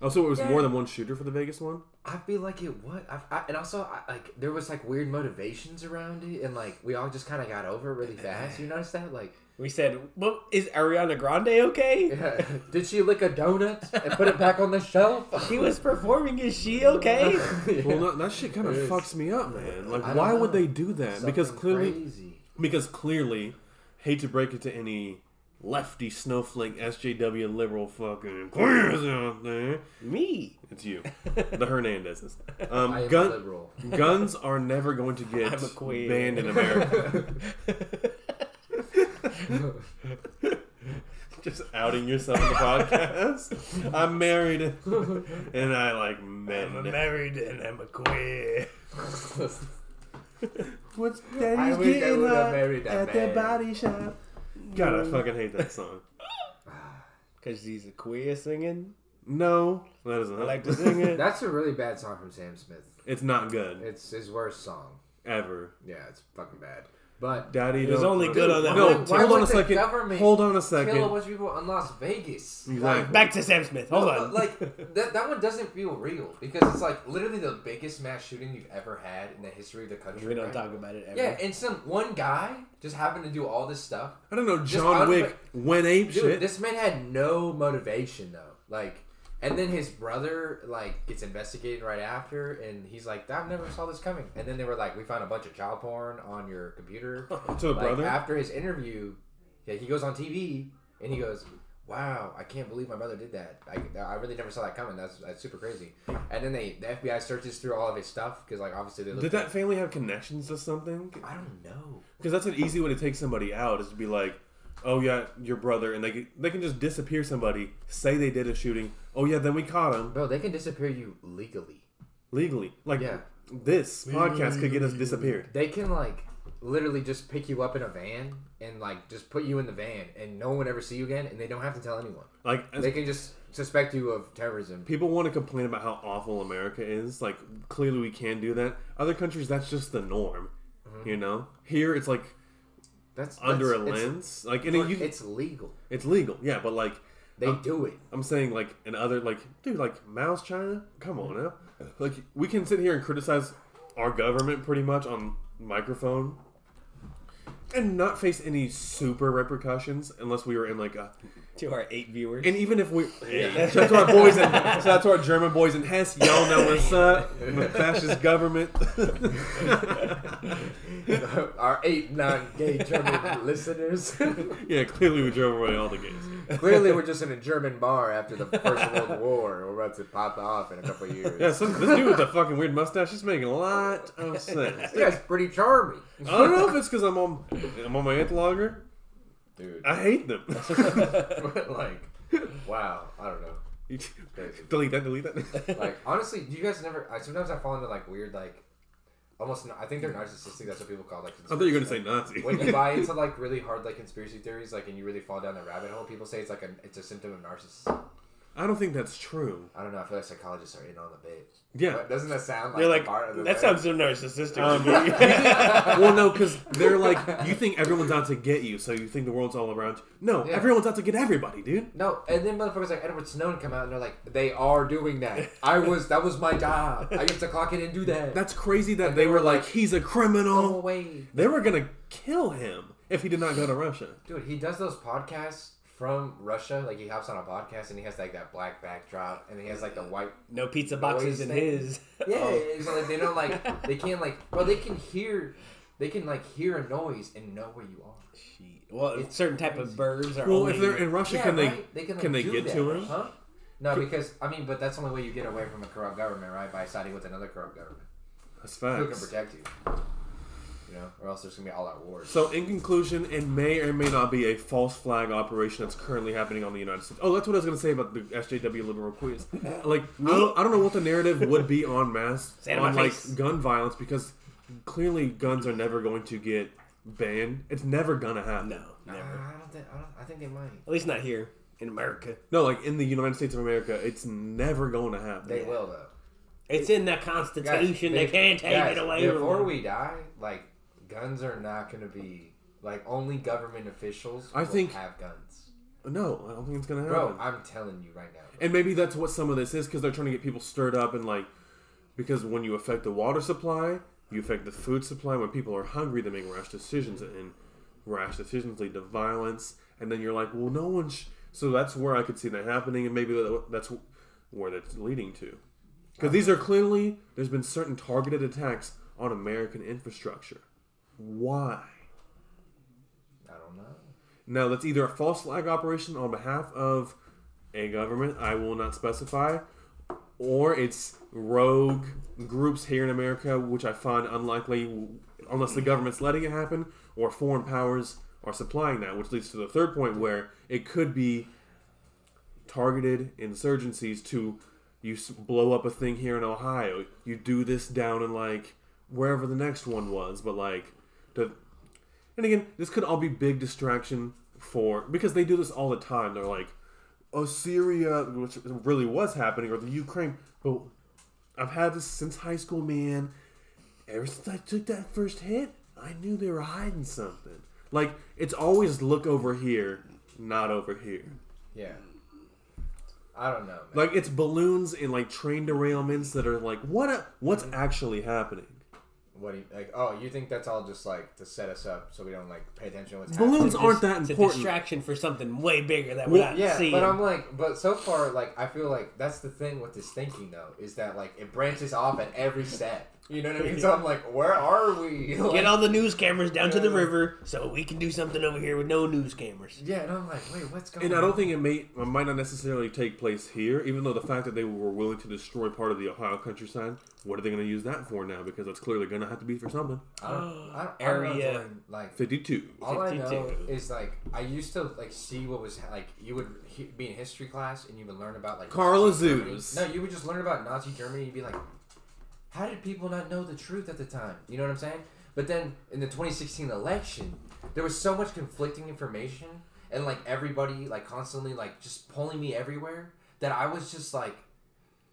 Oh, so it was Yeah. more than one shooter for the Vegas one. I feel like it was, I've, I, and also I, like there was like weird motivations around it, and like we all just kind of got over it really fast. You notice that? Like, We said, "Well, is Ariana Grande okay? yeah. did she lick a donut and put it back on the shelf? She was performing. Is she okay?" Yeah. Well, no, that shit kind of It is. fucks me up, man. Like, I don't why would know. they do that? because Something clearly, crazy. because clearly, hate to break it to any lefty snowflake SJW liberal fucking queers out there. Me. It's you, the Hernandezes. I Um, am gun, liberal. guns are never going to get I'm a queer. banned in America. Just outing yourself in the podcast. I'm married, and I like men. married and I'm a queer. What's I daddy's wish I getting would've up married that at the man. body shop? God, I fucking hate that song. Cause she's a queer singing. No, that isn't. I like to sing it. That's a really bad song from Sam Smith. It's not good It's his worst song. ever. Yeah, it's fucking bad. But Daddy, It was don't- only good on that No, one why hold would on a the second. government Hold on a kill a second. bunch of people in Las Vegas. Exactly. Back to Sam Smith. Hold But, on. Uh, Like that, that one doesn't feel real because it's like literally the biggest mass shooting you've ever had in the history of the country. we don't right? talk about it ever. Yeah, and some one guy just happened to do all this stuff. I don't know. out John of Wick went ape Dude, shit. this man had no motivation though. Like, and then his brother like gets investigated right after, and he's like, "I never saw this coming." And then they were like, "We found a bunch of child porn on your computer." to the like, brother. after his interview, yeah, he goes on TV and he goes, "Wow, I can't believe my brother did that. I, I really never saw that coming. That's that's super crazy." And then they the FBI searches through all of his stuff because like obviously they Did looked that at- family have connections to something? I don't know. Because that's an easy way to take somebody out is to be like, "Oh yeah, your brother," and they can, they can just disappear somebody, say they did a shooting. Oh yeah, then we caught him Bro, they can disappear you legally. legally. Like Yeah. this podcast could get us disappeared. They can like literally just pick you up in a van and like just put you in the van and no one ever see you again and they don't have to tell anyone. Like as They can just suspect you of terrorism. people want to complain about how awful America is. Like clearly we can do that. Other countries that's just the norm. Mm-hmm. You know, here it's like That's, that's under a it's- lens. Like and you, Uh, it's It's legal. it's legal. Yeah, but like They do it. I'm saying like in other like dude like Mao's China. Come on now, like we can sit here and criticize our government pretty much on microphone and not face any super repercussions unless we were in like a to our eight viewers. and even if we shout out to our boys and shout out to our German boys in Hess y'all know what's up the fascist government Our eight non-gay German listeners. yeah clearly we drove away all the gays Clearly, we're just in a German bar after the First World War. We're about to pop off in a couple of years. yeah so this dude with the fucking weird mustache is making a lot of sense This guy's pretty charming, I don't know if it's because I'm on I'm on my eighth logger dude. I hate them. like, wow. I don't know. delete that. Delete that. like honestly, do you guys never? I sometimes I fall into like weird like. Almost, I think they're narcissistic. That's what people call like. I thought you were gonna say Nazi. When you buy into like really hard like conspiracy theories, like and you really fall down the rabbit hole, people say it's like a it's a symptom of narcissism. I don't think that's true. I don't know. I feel like psychologists are in on the bit. Yeah. But doesn't that sound like They're a like, part of the that sounds so narcissistic. to Um, me." well, no, because they're like you think everyone's out to get you, so you think the world's all around you. No, Yeah. everyone's out to get everybody, dude. No, and then motherfuckers like Edward Snowden come out and they're like, they are doing that. I was that was my job. I used to clock in and do that. That's crazy that And they, were like, he's a no criminal. way, They were gonna kill him if he did not go to Russia. dude. He does those podcasts from Russia. Like he hops on a podcast and he has like that black backdrop and he has like the white no pizza boxes in Noise thing. his. Yeah, Oh. it's like they don't like they can't like well they can hear they can like hear a noise and know where you are. She- Well, It's certain type of birds are Well, only. if they're in Russia, can they Oh, right? can, like, they do get that, to him? Huh? No, because I mean, but that's the only way you get away from a corrupt government, right? By siding with another corrupt government That's who can facts. protect you. You know, or else there's gonna be all out wars. So, in conclusion, it may or may not be a false flag operation that's currently happening on the United States. Oh, that's what I was going to say about the SJW liberal quiz. Like, I don't, I don't know what the narrative would be on mass Say it in on my like face. gun violence because clearly guns are never going to get banned. It's never gonna happen. No, Nah, never. I don't think I, don't, I think they might. At least not here in America. No, like in the United States of America, it's never going to happen. They will though. It's in the Guys, Constitution. be- they can't take guys, it away. Before from we die, like guns are not gonna be like only government officials. I will think- have guns, No, I don't think it's gonna happen. bro. I'm telling you right now. bro. And maybe that's what some of this is because they're trying to get people stirred up and like because when you affect the water supply, you affect the food supply. When people are hungry, they make rash decisions, and rash decisions lead to violence. And then you're like, well, no one. Sh-. So that's where I could see that happening, and maybe that- that's where that's leading to. Because these are clearly there's been certain targeted attacks on American infrastructure. Why? I don't know. Now, that's either a false flag operation on behalf of a government, I will not specify, or it's rogue groups here in America, which I find unlikely unless the government's letting it happen, or foreign powers are supplying that, which leads to the third point where it could be targeted insurgencies to you s- blow up a thing here in Ohio, you do this down in like wherever the next one was, but like to and again, this could all be big distraction for because they do this all the time. They're like, "Oh, Syria," which really was happening, or the Ukraine. But I've had this since high school, man. Ever since I took that first hit, I knew they were hiding something. Like it's always look over here, not over here. Yeah. I don't know. Man. Like it's balloons and like train derailments that are like what a, what's actually happening? What do you like? Oh, you think that's all just like to set us up so we don't like pay attention to what's Balloons happening? aren't that It's a important. distraction for something way bigger that we're Well, not Yeah, seeing. but I'm like, but so far, like, I feel like that's the thing with this thinking though is that like it branches off at every step. You know what I mean? So I'm like, where are we? Like, Get all the news cameras down to the river so we can do something over here with no news cameras. yeah, and I'm like, wait, what's going? and I on? don't think it may it might not necessarily take place here, even though the fact that they were willing to destroy part of the Ohio countryside, what are they going to use that for now? Because that's clearly going to have to be for something. I don't, I don't, I don't know, Area. Jordan, like Fifty-two. All I know 52. is like I used to like see what was like you would he, be in history class and you would learn about like Carla Nazi Germany. Zeus. No, you would just learn about Nazi Germany. You'd be like, how did people not know the truth at the time? You know what I'm saying? But then in the 2016 election, there was so much conflicting information and like everybody like constantly like just pulling me everywhere that I was just like.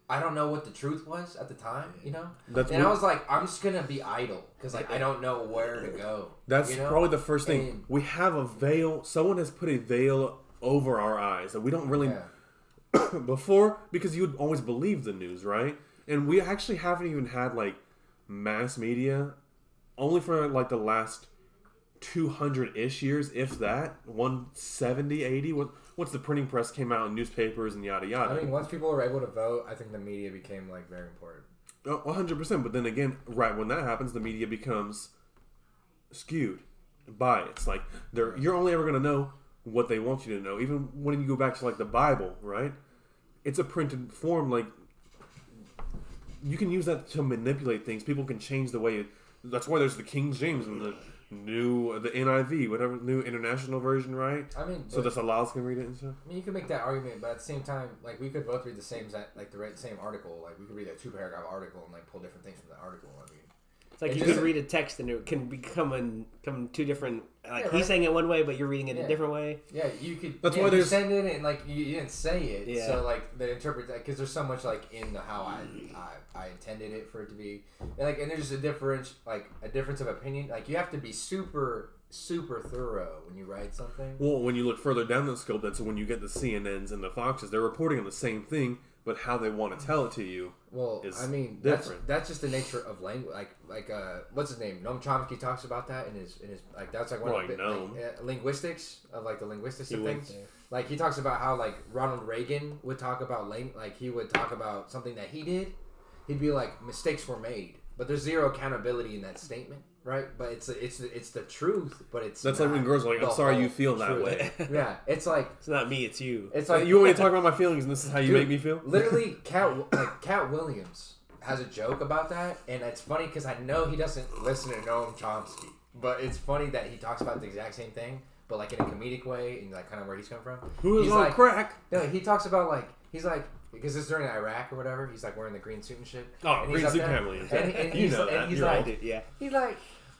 I don't know what the truth was at the time, you know. That's and I what- was like, I'm just gonna be idle because like I don't know where to go. That's you know? probably the first thing. And- we have a veil. Someone has put a veil over our eyes that we don't really yeah. before because you would always believe the news, right? And we actually haven't even had like mass media only for like the last 200-ish years if that 170 80 what- once the printing press came out and newspapers and yada yada I mean, once people were able to vote, I think the media became like very important. Oh, 100% but then again right when that happens the media becomes skewed by it. it's like they're you're only ever going to know what they want you to know even when you go back to like the bible right it's a printed form like you can use that to manipulate things people can change the way that's why there's the king james and the new the niv whatever new international version right I mean, so but- the salads can read it and stuff I mean, you could make that argument, but at the same time, like we could both read the same za- like the right- same article. Like we could read a two paragraph article and like pull different things from the article. I mean, It's like It you just- can read a text and it can become an, come two different. Like Yeah, he's right. saying it one way, but you're reading it Yeah. a different way. yeah, you could. That's yeah, why you there's- send it and like you, you didn't say it. Yeah. So like the interpret that because there's so much like in the how I, I I intended it for it to be and, like and there's a difference like a difference of opinion. Like you have to be super super thorough when you write something. Well, when you look further down the scope, that's when you get the CNNs and the Foxes. They're reporting on the same thing, but how they want Mm. to tell it to you. Well, is I mean, different. that's that's just the nature of language. Like, like uh, what's his name? Noam Chomsky talks about that in his in his like that's like one Well, of the like Noam. like, uh, linguistics of like the linguistics of went things. Like he talks about how like Ronald Reagan would talk about lang- like he would talk about something that he did. He'd be like mistakes were made, but there's zero accountability in that statement, right? But it's it's it's the truth, but it's That's like not when girls are like, the "I'm sorry you whole feel that truth." way." yeah, it's like It's not me, it's you. it's Like, like you want me to talk about my feelings, and this is how you Dude, make me feel. Literally, Cat like Cat Williams has a joke about that, and it's funny because I know he doesn't listen to Noam Chomsky, but it's funny that he talks about the exact same thing, but like in a comedic way and like kind of where he's come from. Who is he's on like, crack? No, he talks about like he's like because it's during Iraq or whatever. He's like wearing the green suit and shit. Oh, and green he's up suit there, family. And, and You he's, know that. And he's You're like, right, yeah. He's like.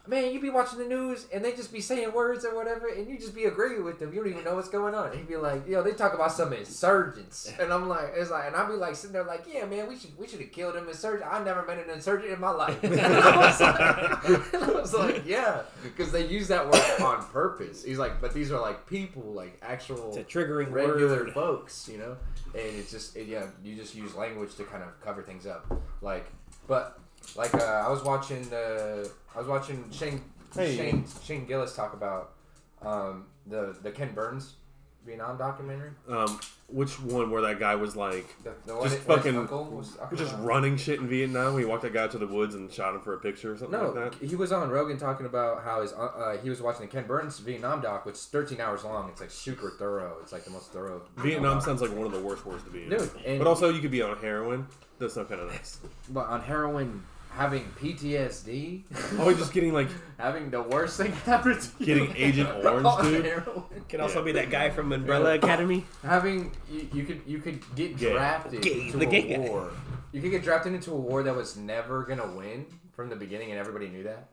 Man, you be watching the news and they just be saying words or whatever, and you just be agreeing with them. You don't even know what's going on. He'd be like, "Yo, they talk about some insurgents," and I'm like, "It's like," and I'd be like sitting there like, "Yeah, man, we should we should have killed them insurgent. I never met an insurgent in my life." And I was like, and I was like, "Yeah," because they use that word on purpose. He's like, "But these are like people, like actual." It's a triggering regular word. folks, you know. And it's just it, yeah, you just use language to kind of cover things up, like. But like uh, I was watching uh, I was watching Shane Hey. Shane Shane Gillis talk about um, the the Ken Burns Vietnam documentary. Um, which one where that guy was like The, the one just that- where his fucking uncle was talking just about? running shit in Vietnam? He walked that guy out to the woods and shot him for a picture or something No, like that. he was on Rogan talking about how his uh, uh, he was watching the Ken Burns Vietnam doc, which is 13 hours long. It's like super thorough. It's like the most thorough. Vietnam doc. sounds like one of the worst wars to be in. Dude, and- but also you could be on heroin. That's not kind of nice. but on heroin, having PTSD. Oh, just getting like having the worst thing happen to you. Getting Agent Orange, On dude. heroin. Can also be that guy from Umbrella Academy. Having you, you could you could get Gay. drafted Gay, to the a gay guy. war. You could get drafted into a war that was never gonna win from the beginning, and everybody knew that.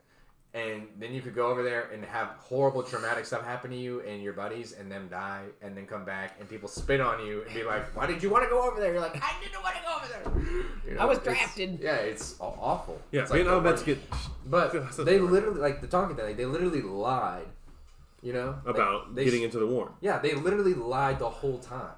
And then you could go over there and have horrible traumatic stuff happen to you and your buddies, and them die, and then come back, and people spit on you and be like, "Why did you want to go over there?" You're like, "I didn't want to go over there. You know, I was it's- drafted." Yeah, it's aw- awful. yeah, It's like the Vietnam vets worst. get But That's a- they literally like the talking thing. Like, they literally lied. You know Like, about they getting sh- into the war. Yeah, they literally lied the whole time.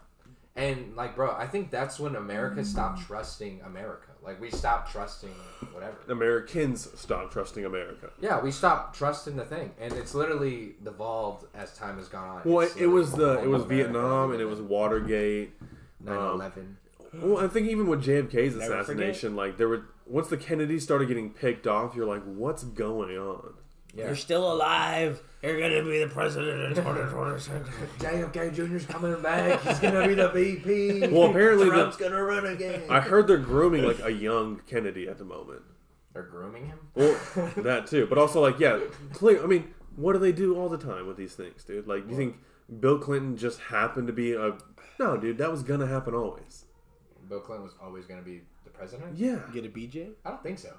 And like, bro, I think that's when America stopped trusting America. Like, we stopped trusting whatever. Americans stop trusting America. Yeah, we stopped trusting the thing, and it's literally devolved as time has gone on. Well, It's it, it was the literally it was all America, Vietnam and it was um, Watergate. 9/11. Well, I think even with JFK's Never forget. assassination, like there were once the Kennedys started getting picked off, you're like, what's going on? yeah. You're still alive. You're gonna be the president of 2026. JFK Jr.'s coming back. He's gonna be the VP. Well, apparently the- Trump's gonna run again. I heard they're grooming like a young Kennedy at the moment. They're grooming him. Well, that too, but also like yeah, clear. I mean, what do they do all the time with these things, dude? Like, do you think Bill Clinton just happened to be a no, dude? That was gonna happen always. Bill Clinton was always gonna be the president. Yeah, Get a BJ? I don't think so.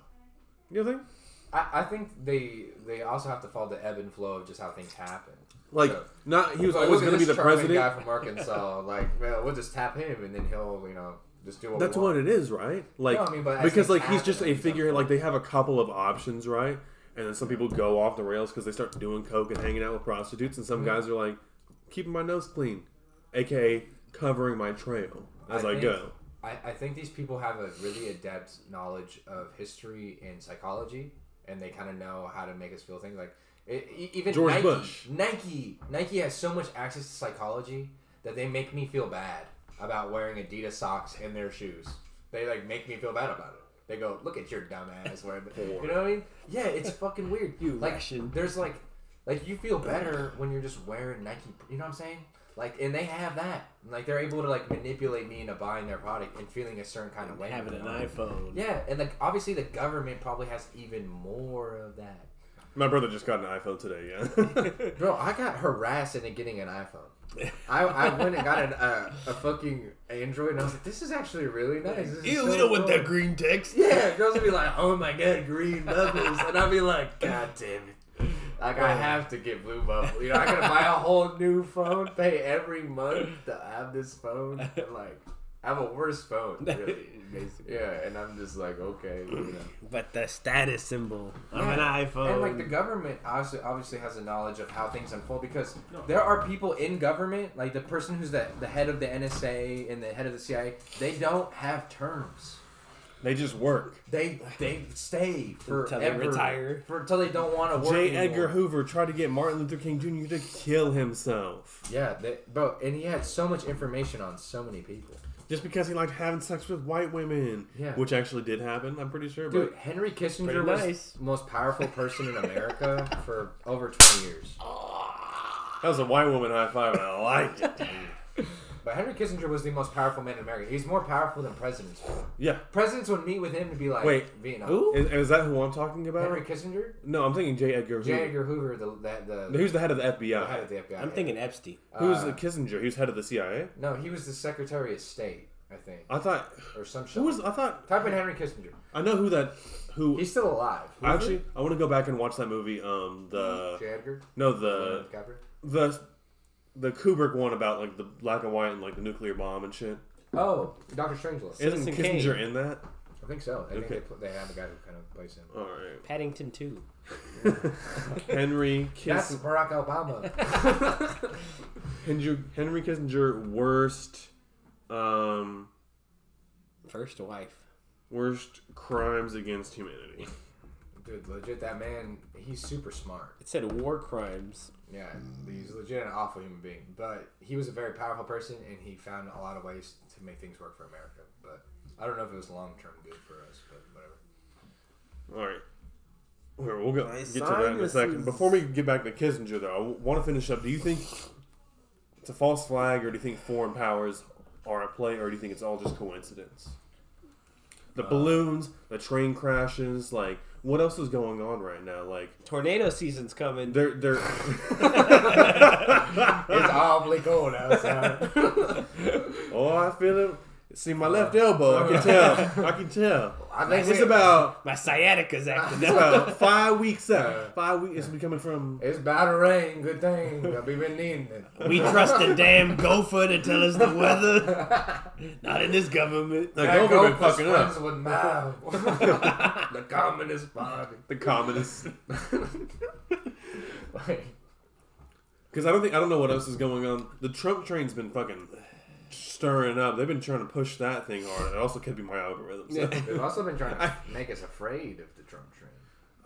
you know what I think? I, I think they they also have to follow the ebb and flow of just how things happen. Like, So- not he was Like, always look at gonna be this the charming president. Guy from Arkansas, like well, we'll just tap him and then he'll you know just do what That's we want. what it is, right? Like No, I mean, but as because things like he's happen, just a things figure. happen. Like they have a couple of options, right? And then some people go off the rails because they start doing coke and hanging out with prostitutes, and some Mm-hmm. guys are like keeping my nose clean, aka covering my trail as I, think- go. I, I think these people have a really adept knowledge of history and psychology, and they kind of know how to make us feel things. Like it, e- even George Nike, Bush. Nike, Nike has so much access to psychology that they make me feel bad about wearing Adidas socks and their shoes. They like make me feel bad about it. They go, look at your dumb ass wearing. the-" You know what I mean? Yeah, it's fucking weird. You like Russian. there's like like you feel better when you're just wearing Nike. You know what I'm saying? Like, and they have that. Like, they're able to like manipulate me into buying their product and feeling a certain kind of way. Having an iPhone. Yeah, and like obviously the government probably has even more of that. My brother just got an iPhone today. Yeah, Bro, I got harassed into getting an iPhone. I, I went and got an, uh, a fucking Android, and I was like, this is actually really nice. This is so cool." green text. Yeah, girls would be like, "Oh my god, green bubbles," and I'd be like, "God damn it!" Like I have to get blue bubble. You know, I gotta buy a whole new phone, pay every month to have this phone, and like, I have a worse phone, really. Basically. Yeah, and I'm just like, okay, you know. But the status symbol of Yeah. an iPhone. And like the government obviously obviously has a knowledge of how things unfold because there are people in government, like the person who's the, the head of the NSA and the head of the CIA, they don't have terms. they just work. They they stay for Until they retire. for until they don't want to work. J. anymore. Edgar Hoover tried to get Martin Luther King Jr. to kill himself Yeah, they, bro, and he had so much information on so many people. just because he liked having sex with white women, Yeah. which actually did happen. I'm pretty sure, Dude, but Henry Pretty Kissinger was nice. the most powerful person in America for over twenty years. that was a white woman high five, and I liked it. But Henry Kissinger was the most powerful man in America. He's more powerful than presidents. were. Yeah. Presidents would meet with him to be like, Wait, Vietnam. Who? Is, is that who I'm talking about? Henry Kissinger, No, I'm thinking J. Edgar. J. Hoover. Edgar Hoover, the that the, Who's the head of the FBI? the head of the FBI. I'm thinking Epstein. Who was uh, the Kissinger? He was head of the CIA. no, he was the Secretary of State, I think, I thought. or some shit. Uh, Who was? I thought. Type in Henry Kissinger. I know who that. Who He's still alive. Who is actually? I want to go back and watch that movie. Um, it? J. the Edgar. no the DiCaprio? the the Kubrick one about like the black and white and like the nuclear bomb and shit. Oh, Doctor Strangelove. Isn't Citizen Kissinger in that? I think so. I think Okay. they, pl- they have a guy who kind of plays him. All right. Paddington 2. Henry That's Kiss Barack Obama. Henry, Henry Kissinger worst um First wife. worst crimes against humanity. Dude, legit, that man, he's super smart. It said war crimes. Yeah, he's legit an awful human being. But he was a very powerful person, and he found a lot of ways to make things work for America. But I don't know if it was long term good for us, but whatever. All right. Here, we'll go My get to that in a sinuses. second. Before we get back to Kissinger, though, I want to finish up. Do you think it's a false flag, or do you think foreign powers are at play, or do you think it's all just coincidence? The Uh, balloons, the train crashes, like what else is going on right now? Like Tornado season's coming. they're they're It's awfully cold outside. oh, I feel it. See my left elbow. I can tell. I can tell. Uh, I Like, think it's we- about My sciatica's acting it's up. about five weeks Uh. out. Five weeks. It's been coming from. It's about to rain. Good thing that we've been needing it. We trust the damn gopher to tell us the weather. Not in this government. Like, I Gopher go been for fucking up. friends with Mao. the Communist Party. The communists. Like, Because I don't think I don't know what else is going on. The Trump train's been fucking stirring up. They've been trying to push that thing hard. It also could be my algorithm. so- they've also been trying to make us afraid of the Trump train.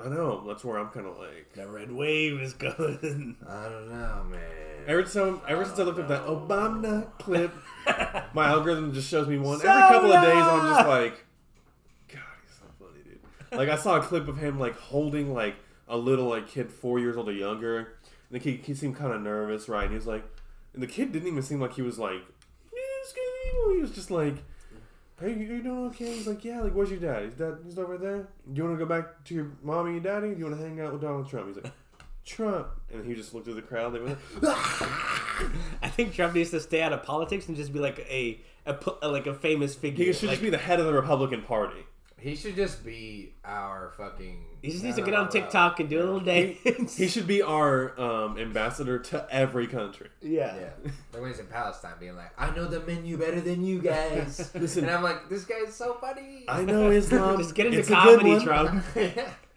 I know. That's where I'm kind of like. The red wave is coming. I don't know, man. Every time, ever since I looked up that Obama clip, my algorithm just shows me one every couple of days. I'm just like, God, he's so funny, dude. Like I saw a clip of him like holding like a little like kid four years old or younger, and the kid he seemed kind of nervous, right? And he was like, and the kid didn't even seem like he was like, "Yes, good." he was just like. Hey, you you doing okay? He's like, yeah. Like, where's your dad? His dad, he's over there. Do you want to go back to your mommy and daddy? Do you want to hang out with Donald Trump? He's like, Trump. And he just looked at the crowd. They were like, I think Trump needs to stay out of politics and just be like a, a pu- like a famous figure. He should Like, just be the head of the Republican Party. He should just be our fucking. he just needs to get on TikTok and do a little dance. He should be our um, ambassador to every country. yeah. Yeah, like when he's in Palestine, being like, "I know the menu better than you guys," Listen. and I'm like, "This guy's so funny." I know Islam. Just get into It's a good comedy, one. Trump.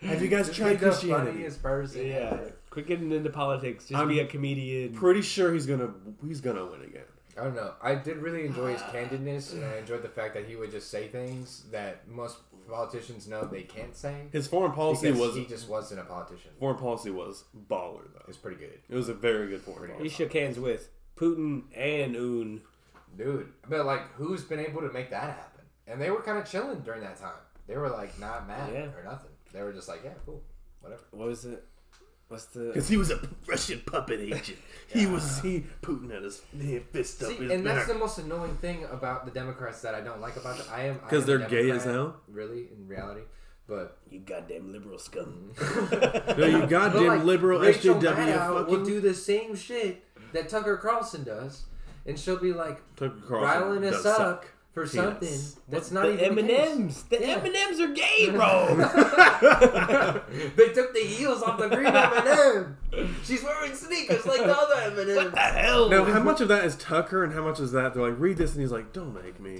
Have you guys This tried is the Christianity? funniest person. Yeah. Quit getting into politics. Just I'm be a comedian. Pretty sure he's gonna he's gonna win again. I don't know. I did really enjoy his Ah. candidness, and I enjoyed the fact that he would just say things that most politicians know they can't say. His foreign policy because was he just wasn't a politician. foreign policy was baller though. It's pretty good, It was a very good foreign he policy. shook hands with Putin and Un. dude. But like, who's been able to make that happen? And they were kind of chilling during that time. They were like not mad Yeah. or nothing. They were just like, yeah, cool, whatever. What was it? What's the? Because he was a Russian puppet agent. He was he Putin had his fist up See, his and that's back. the most annoying thing about the Democrats that I don't like about them. I am I 'Cause am a they're gay as Democrat, hell? Really, in reality, but You goddamn liberal scum. No, you goddamn Mm-hmm. But, like, liberal Rachel SJW Maddow fucking will do the same shit that Tucker Carlson does, and she'll be like Tucker Carlson riling us does up suck. for Penis. something that's not the even M and M's. The Yeah. M and M's are gay, bro. they took the heels off the green M&M. She's wearing sneakers like the other M&M. the hell. Now, how much of that is Tucker and how much is that? They're like, read this, and he's like, don't make me.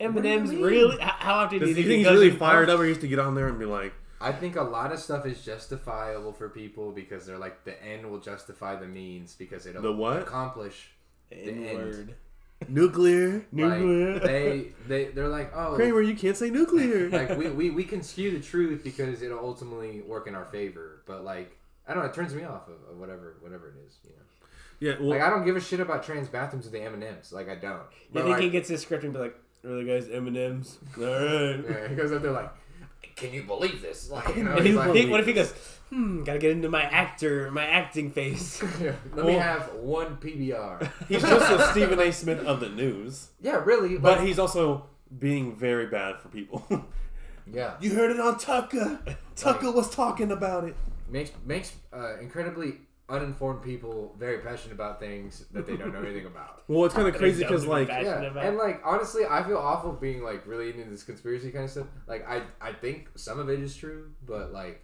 M and M's mean? really? How how often do Does he you think, think he he's goes really and- fired up? Or he used to get on there and be like, I think a lot of stuff is justifiable for people because they're like the end will justify the means because it'll The what? accomplish the end. N-word. nuclear, Like, nuclear. they they they're like oh Kramer, you can't say nuclear. like we, we, we can skew the truth because it'll ultimately work in our favor. But like I don't know, it turns me off of, of whatever whatever it is. You know, yeah, well, like I don't give a shit about trans bathrooms with the M and M's. Like I don't. You But, think he like, gets his script and be like, "Really, guys, M and M's? All right." yeah, he goes up there like, can you believe this? Like you know, And he's he- like, he- what if he goes, hmm, gotta get into my actor, my acting face. let me have one PBR. he's just a Stephen A. Smith of the news, yeah, really, but but he's also being very bad for people. yeah, you heard it on Tucker. Tucker was talking about it. makes makes uh, incredibly uninformed people very passionate about things that they don't know anything about. Well, it's kind of crazy dumb because to like be Yeah, passionate about. and like honestly, I feel awful being like really into this conspiracy kind of stuff. Like I, I think some of it is true, but like,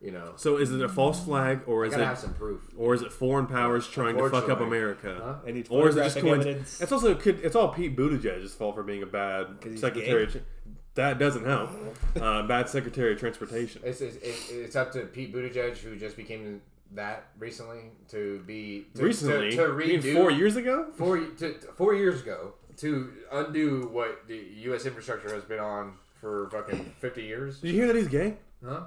you know, So is it a false flag or is gotta it have some proof. or is it foreign powers trying to fuck up Unfortunately. America? Huh? I need Or is it just photographic coincidence? evidence. It's also could it's all Pete Buttigieg's fault for being a bad he's secretary. Of, that doesn't help. Uh, bad secretary of transportation. It's, it's it's it's up to Pete Buttigieg, who just became that recently, to be to, Recently, to, to you mean redo four years ago. four y- to, to- four years ago to undo what the U.S. infrastructure has been on for fucking fifty years. Did you hear that he's gay? Huh?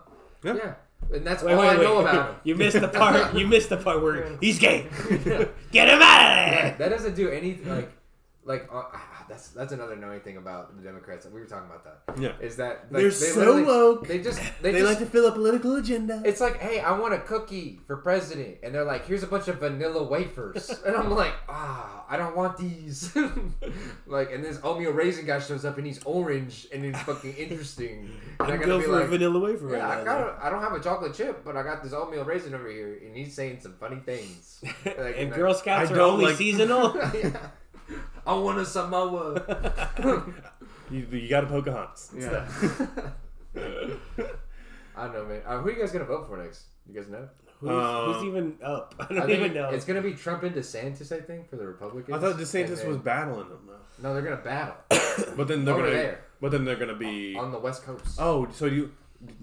Yeah. Yeah, and that's Wait, all wait, I know wait. about him. You missed the part. You missed the part where he's gay. Get him out of there. that doesn't do anything like like uh, ah, that's that's another annoying thing about the Democrats. We were talking about that. Yeah. is that like, They're so literally- woke. They just they, just fill a political agenda. it's like hey, I want a cookie for president, and they're like, here's a bunch of vanilla wafers, and I'm like, ah, I don't want these. like, and this oatmeal raisin guy shows up, and he's orange, and he's fucking interesting. And I'm I'm gonna going be for a like. vanilla wafer right Yeah, I, now. though. got a, I don't have a chocolate chip, but I got this oatmeal raisin over here, and he's saying some funny things. Like, and I- Girl Scouts I are don't only like- seasonal. Yeah. I want a Samoa. You, you got a Pocahontas. Yeah. I don't know, man. Uh, who are you guys gonna vote for next? You guys know? Who's, who's Um, even up? I don't I even think know. it's gonna be Trump and DeSantis. I think for the Republicans. I thought And DeSantis then- was battling them though. No, they're gonna battle But then they're Over gonna. there. But then they're gonna be. on the West Coast. Oh, so you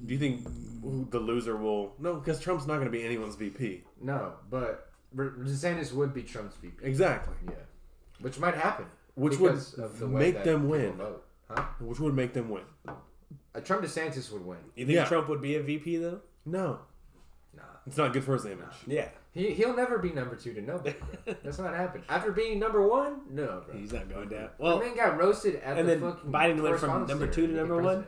do you think who- the loser will? No, because Trump's not gonna be anyone's VP. No, but R- DeSantis would be Trump's VP. Exactly. Yeah, which might happen. Which would because of the way make that them people win. Vote. Huh? Which would make them win. Uh, Trump DeSantis would win. you think yeah. Trump would be a VP though? No, Nah, it's not good for his image. Yeah, he he'll never be number two to nobody. bro. That's not happening. After being number one, no, bro. he's not going down. Well, the man got roasted at and the then fucking Biden went from correspondence number dinner two to be number one? president.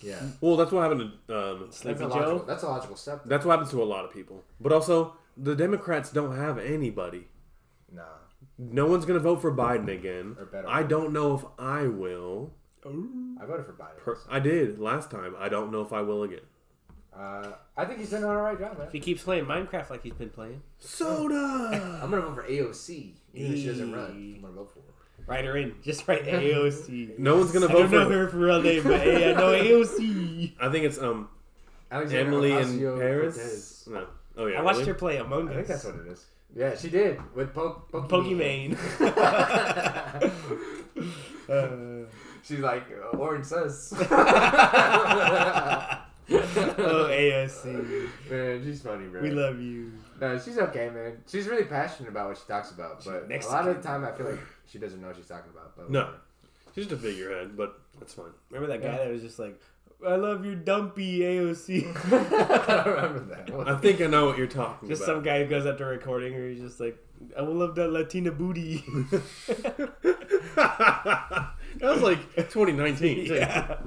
Yeah, Well, that's what happened to. Um, that's Sleepy a logical. Joe. That's a logical step. that's what happens to a lot of people. But also, the Democrats don't have anybody. Nah, No one's gonna vote for Biden again. Or better. I don't know if I will. I voted for Biden. Per- I did last time. I don't know if I will again. uh, I think he's done an alright job, man. If he keeps playing Minecraft like he's been playing, Soda. I'm gonna vote for AOC. Even if she doesn't run, I'm gonna vote for her. write her in. Just write AOC. No one's gonna I vote don't for. know her for real name, but hey, I know AOC. I think it's um Alexander Emily in Ocasio- Paris. Cortez. No. Oh yeah. I watched really? her play Among I think Us. that's what it is. Yeah, she did with po- Pokemon. Pokimane. uh, She's like uh, orange sus. oh AOC, man, she's funny, bro. we love you. no, she's okay, man. She's really passionate about what she talks about, but a lot of the time I feel like she doesn't know what she's talking about. But No. She's just a figurehead, but that's fine. Remember that guy that was just like, "I love you, dumpy AOC." I don't remember that. I One. think I know what you're talking Just some about. guy who goes up to recording or he's just like, I will love that Latina booty. that was like 2019. too. yeah.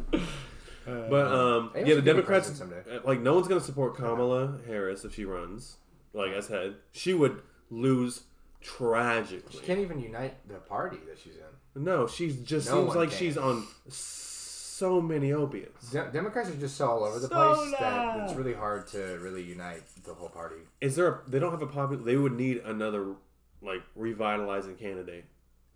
Uh, But um, Maybe yeah, she'll the be Democrats uh, president like no one's gonna support Kamala Harris if she runs like as head. She would lose tragically. She can't even unite the party that she's in. No, she's just No seems one like can. she's on so many opiates. De- Democrats are just so all over the So place that loud. it's really hard to really unite the whole party. Is there? A, they don't have a popular. They would need another like revitalizing candidate.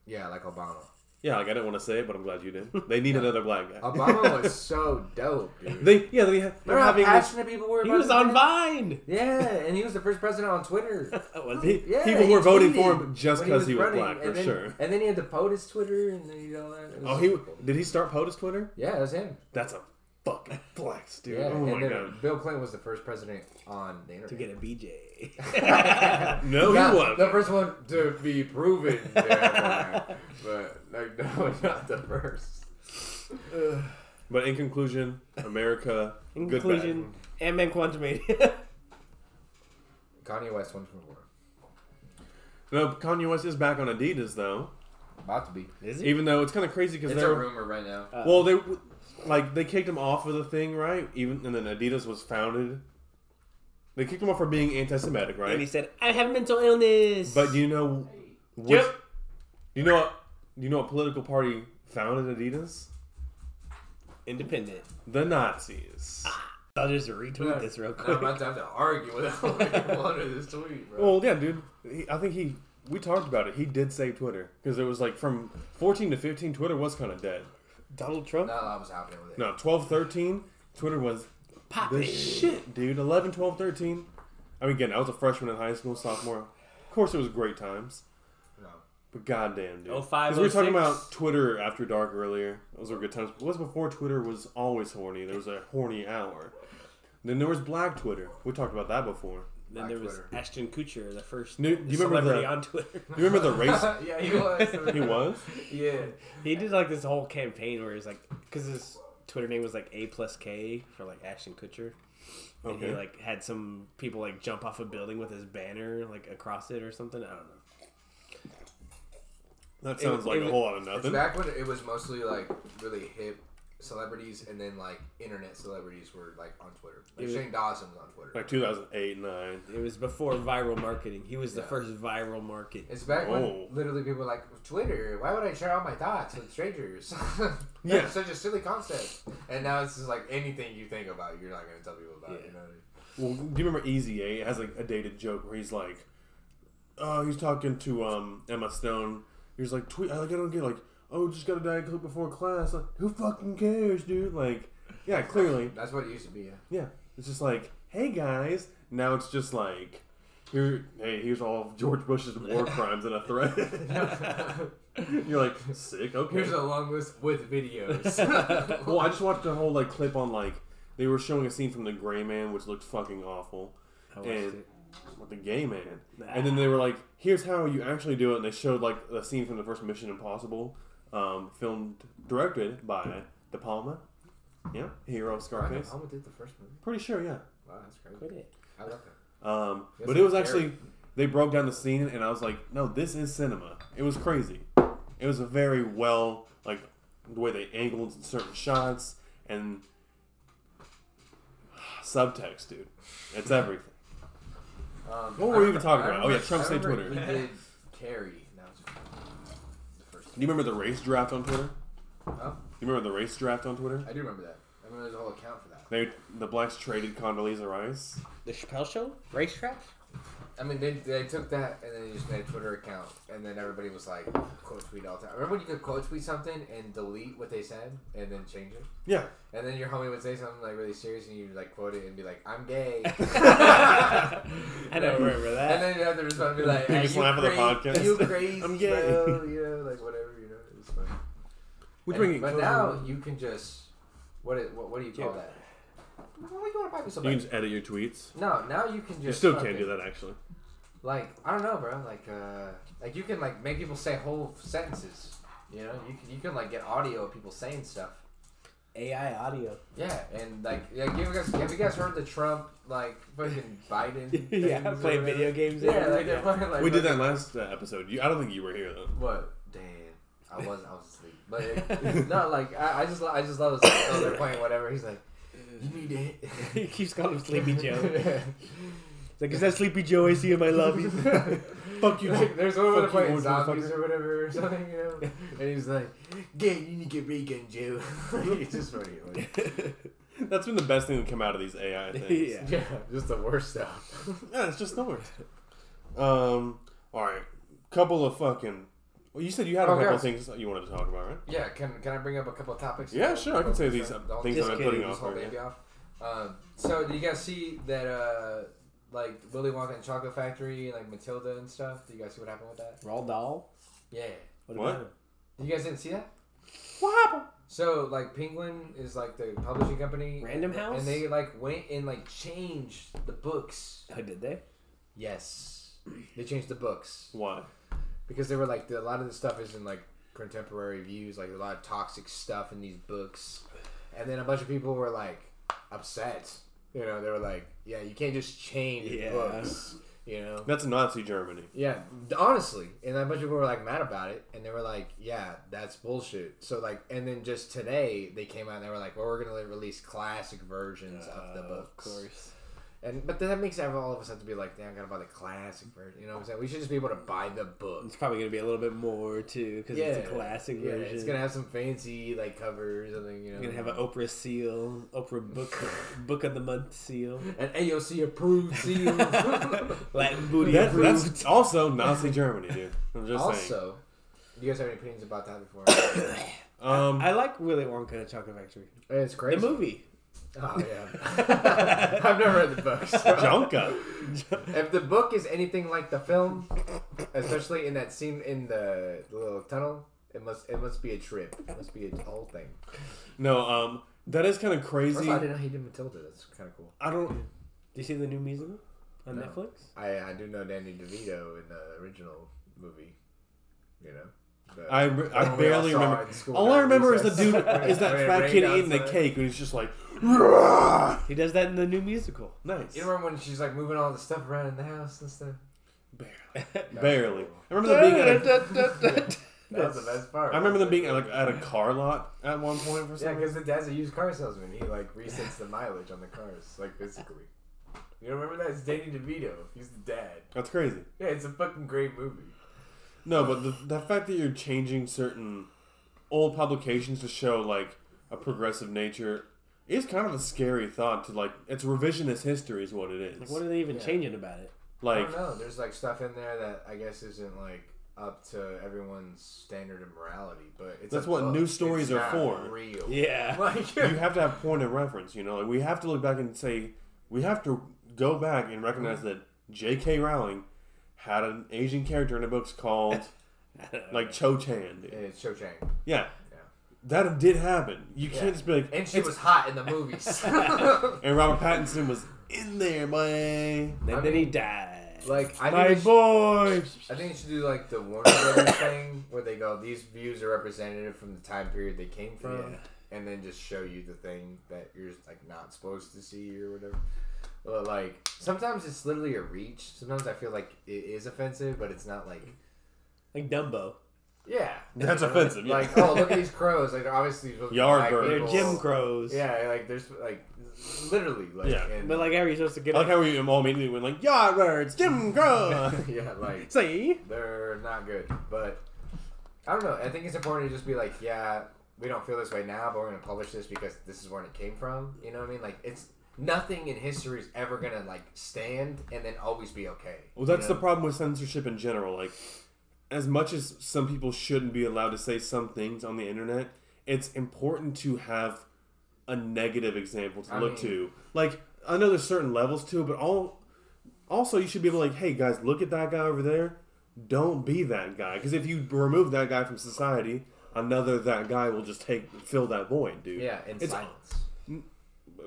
Yeah, like Obama. Yeah, like I didn't want to say it, but I'm glad you did. They need another black guy. Obama was so dope, dude. They yeah they ha- they're Remember how having this, passionate people were He about was the on man? Vine. Yeah, and he was the first president on Twitter. was uh, he- Yeah, people he were voting for tweeted him just when because he, was running, black for and then, sure. And then he had the POTUS Twitter, and then he did all that. It was Oh, he cool. did he start POTUS Twitter? Yeah, that was him. That's a fucking flex, dude. Yeah, oh and my then god. Bill Clinton was the first president on the internet. To get a BJ. No, Not he was. the first one to be proven, there, but like no, not the first. But in conclusion, America. In good conclusion, Ant Man Quantumania. Kanye West won from war. bad. No, Kanye West is back on Adidas though. About to be. Is he? Even though it's kind of crazy because It's a they're rumor right now. well, they like they kicked him off of the thing, right? Even and then Adidas was founded. They kicked him off for being anti-Semitic, And he right? said, I have mental illness. But you know, which, Yep. you know, what, you know what political party founded Adidas? Independent. The Nazis. I'll just retweet this real I'm quick. about to have to argue with one of this tweet, bro. Well, yeah, dude. He, I think he. We talked about it. He did save Twitter because it was like from 14 to 15, Twitter was kind of dead. Donald Trump? Not a lot was happening with it. No, 12, 13, Twitter was the shit, dude. 11, 12, 13. I mean, again, I was a freshman in high school, sophomore. Of course, it was great times. No. But goddamn, dude. Oh, five, we were oh, talking six. about Twitter after dark earlier. Those were good times. It was before Twitter was always horny. There was a horny hour. Then there was Black Twitter. We talked about that before. Then there was Twitter. Ashton Kutcher, the first No, do you remember celebrity the- on Twitter. You remember the race? yeah, he was. he was. Yeah. He did like this whole campaign where he's like, because his Twitter name was like A plus K for like Ashton Kutcher, and Okay. he like had some people like jump off a building with his banner like across it or something. I don't know. That sounds like it a was- whole lot of It's nothing. back when it was mostly like really hip celebrities, and then like internet celebrities were like on Twitter. Like Shane Dawson was on Twitter. Like 2008, 9. It was before viral marketing. He was the Yeah. first viral market. it's back when Whoa. literally people were like Twitter. Why would I share all my thoughts with strangers? Yeah. That's such a silly concept. And now it's just like anything you think about, you're not gonna tell people about. You know? what I mean? Well, do you remember Easy A? It has like a dated joke where he's like, "Oh, he's talking to um Emma Stone, He was like, tweet. I like, I don't get like, oh, just got a diet coke before class. Like, who fucking cares, dude? Like, yeah, clearly, That's what it used to be. Yeah. yeah. It's just like, hey guys. Now it's just like, here, hey, here's all of George Bush's war crimes in a threat. You're like, sick. Okay. Here's a long list with videos. Well, I just watched a whole like clip on like they were showing a scene from The Gray Man, which looked fucking awful, I watched and it. with the Gay Man, and then they were like, "Here's how you actually do it," and they showed like a scene from the first Mission Impossible, um, filmed directed by De Palma, yeah, hero of Brian De Scarface. Palma did the first movie. Pretty sure, yeah. Wow, that's crazy. Quit it. I love that. Um, Yes, but it was I'm actually they broke down the scene, and I was like, "No, this is cinema." It was crazy. It was a very well like the way they angled certain shots and subtext, dude. It's everything. Um, What were we I- even talking I about? Oh, yeah, remember- Trump I said remember Twitter. He did Carrie. That was the first. Do you remember the race draft on Twitter? Oh, You remember the race draft on Twitter? I do remember that. I remember there's a whole account for that. They the blacks traded Condoleezza Rice. The Chappelle Show? Racetrack? I mean, they, they took that and then they just made a Twitter account, and then everybody was like, quote tweet all the time. Remember when you could quote tweet something and delete what they said and then change it? Yeah, And then your homie would say something like really serious, and you'd like quote it and be like, "I'm gay." I don't remember that. And then you have to respond and be like, You "Hey, just you laugh at the crazy- podcast. You crazy? I'm gay." Bro, you know, like whatever. You know, it's funny. which And- but now you can just what, it, what? What do you call Yeah. that? What do you want to buy me you something? can just edit your tweets. no, now you can just. You still fucking- can't do that actually. Like I don't know, bro. Like uh, like you can like make people say whole sentences. You know, you can you can like get audio of people saying stuff. AI audio. Yeah, and like, yeah, have you guys have you guys heard the Trump like fucking Biden? yeah, things or playing whatever? video games. Yeah, everywhere. like they're fucking like We did that last uh, episode. You, I don't think you were here though. What? Damn, I was I was asleep, but it, no, like I, I just lo- I just love this. Oh, they're playing whatever. He's like, you need it. he keeps calling him Sleepy Joe. It's like, is that Sleepy Joe I see in my lobby? Fuck you. Like, there's one where Fuck they're you, playing old zombies motherfucker. or whatever or something, you know. And he's like, "Gay, you need to get Regan, Joe." it's just funny. Like, That's been the best thing to come out of these AI things. Yeah. yeah, just the worst stuff. Yeah, it's just numbers. Um, all right, couple of fucking. Well, you said you had a Oh, couple of guys. things you wanted to talk about, right? Yeah, can, can I bring up a couple of topics? Yeah, sure, I can say these, The uh, whole- things this that I'm kid, putting this off whole right baby off. Um, so did you guys see that? Uh, like Willy Wonka and Chocolate Factory, like Matilda and stuff. Do you guys see what happened with that? Roald Dahl? Yeah. What? about him? You guys didn't see that? What happened? So like Penguin is like the publishing company, Random House? and they like went and like changed the books. Oh, did they? Yes, they changed the books Why? because they were like the, a lot of the stuff is in like contemporary views, like a lot of toxic stuff in these books, and then a bunch of people were like upset. You know, they were like, "Yeah, you can't just change Yeah. books." You know, That's Nazi Germany. yeah, d- honestly, and a bunch of people were like mad about it, and they were like, "Yeah, that's bullshit." So like, and then just today they came out and they were like, "Well, we're gonna like, release classic versions of the Uh, books." Of course. And but then that makes every- all of us have to be like, "Damn, I gotta buy the classic version." You know what I'm saying? We should just be able to buy the book. It's probably going to be a little bit more, too, because it's a classic yeah, version. It's gonna have some fancy like cover or something. You know, We're gonna have an Oprah seal, Oprah book book of the month seal, an AOC approved seal. Latin booty That, approved. that's also Nazi Germany, dude. I'm just saying. also, do you guys have any opinions about that before? Um, I like Willy Wonka and the Chocolate Factory. it's The crazy. movie. Oh yeah, I've never read the books. Jonka. If the book is anything like the film, especially in that scene in the little tunnel, it must it must be a trip. It must be a whole thing. No, um, that is kind of First crazy. of all, I didn't know he did Matilda. That's kind of cool. I don't. Do you see the new musical on No. Netflix? I I do know Danny DeVito in the original movie. You know. The- I, re- I we all barely saw remember. it in school All I during remember is the recess. dude is When it- when that it fat rained kid eating the outside. cake, and he's just like, nice. He does that in the new musical. You remember when she's like moving all the stuff around in the house and stuff? Barely. That's Barely. cool. I remember them being at a, That was the best part. I remember them being at, like at a car lot at one point for Yeah, some reason. because the dad's a used car salesman. He like resets the mileage on the cars, like basically. You don't remember that? It's Danny DeVito. He's the dad. That's crazy. Yeah, it's a fucking great movie. No, but the, the fact that you're changing certain old publications to show like a progressive nature is kind of a scary thought. To like, it's revisionist history, is what it is. Oh, Like, what are they even Yeah. changing about it? I Like, don't know. There's like stuff in there that I guess isn't like up to everyone's standard of morality, but it's That's a what book. news stories It's are not for. Real. Yeah. Like you have to have point of reference, you know. Like we have to look back and say we have to go back and recognize that J.K. Rowling had an Asian character in the books called like Cho Chan. dude. it's Cho Chang. Yeah, that did happen. You can't just be like And she it's- was hot in the movies. and Robert Pattinson was in there, my And then he died. like I my think, we should, boy. I think you should do like the Warner Brothers thing where they go, these views are representative from the time period they came from, Yeah. and then just show you the thing that you're like not supposed to see or whatever. But like sometimes it's literally a reach. Sometimes I feel like it is offensive, but it's not like Like Dumbo. yeah. That's offensive. Yeah. Like, oh, look at these crows. Like, they're obviously supposed to be Yard black birds. They're people. Jim Crows. Yeah, like there's like literally like Yeah. and- But like, how are you supposed to get I like it? how we all immediately went like yard words, Jim Crow. yeah, like See? they're not good. But I don't know. I think it's important to just be like, yeah, we don't feel this way now, but we're gonna publish this because this is where it came from. You know what I mean? Like it's nothing in history is ever gonna like stand and then always be okay. Well, that's you know? the problem with censorship in general. Like, as much as some people shouldn't be allowed to say some things on the internet, it's important to have a negative example to I look mean- to. Like, I know there's certain levels to it, but all also you should be able to like, hey guys, look at that guy over there. Don't be that guy, because if you remove that guy from society, another that guy will just take fill that void, dude. yeah, in It's- silence.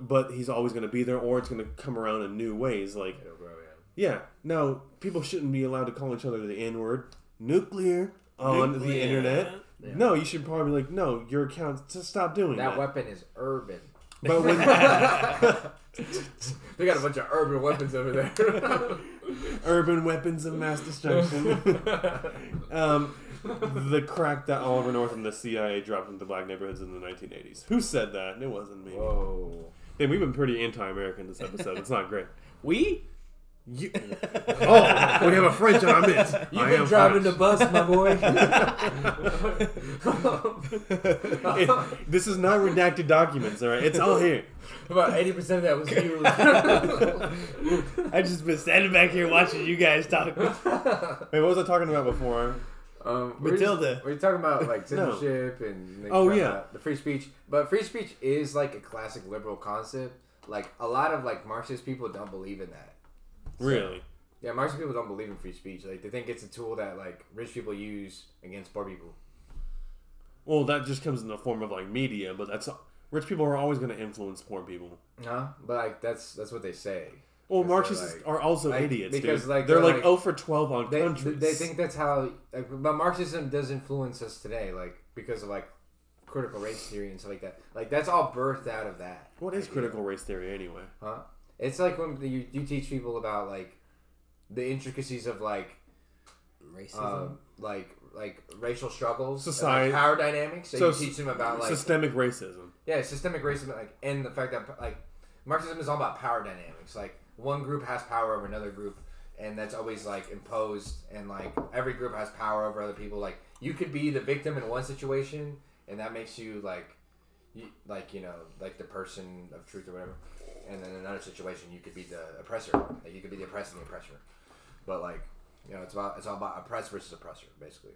But he's always going to be there, or it's going to come around in new ways. Like, It'll grow, yeah. yeah. Now, people shouldn't be allowed to call each other the N word, nuclear, on the Nuclear. internet. No, you should probably be like, no, your account, just stop doing that. That weapon is urban. but when They got a bunch of urban weapons over there. urban weapons of mass destruction, um, the crack that Oliver North and the CIA dropped into black neighborhoods in the 1980s. Who said that? It wasn't me. Whoa. Hey, we've been pretty anti-American this episode. It's not great. We? You, oh, we have a French on it. You've I been am driving French. the bus, my boy. It- this is not redacted documents, all right? It's all here. About eighty percent of that was you. I just been standing back here watching you guys talk. Wait, what was I talking about before? um, we're Matilda. Just, we're talking about like censorship and things Oh, like yeah. that, the free speech. But free speech is like a classic liberal concept. Like a lot of like Marxist people don't believe in that. Really? Yeah, Marxist people don't believe in free speech. Like they think it's a tool that like rich people use against poor people. Well, that just comes in the form of like media, but that's rich people are always going to influence poor people. Huh? But like that's that's what they say. Well, Because they're Marxists like- are also like, idiots because, dude. like, they're, they're like, like- 0 for 12 on they, countries. they think that's how like, but marxism does influence us today like because of like critical race theory and stuff like that like that's all birthed out of that what is critical race theory anyway? huh it's like when you, you teach people about like the intricacies of like Racism. um, like like racial struggles and, like, Society- power dynamics so, So you teach them about like Systemic racism. yeah systemic racism like and the fact that like marxism is all about power dynamics like one group has power over another group and that's always like imposed and like every group has power over other people like you could be the victim in one situation and that makes you like you, like you know like the person of truth or whatever and then in another situation you could be the oppressor like you could be the oppressed and the oppressor but like you know it's about it's all about oppressed versus oppressor basically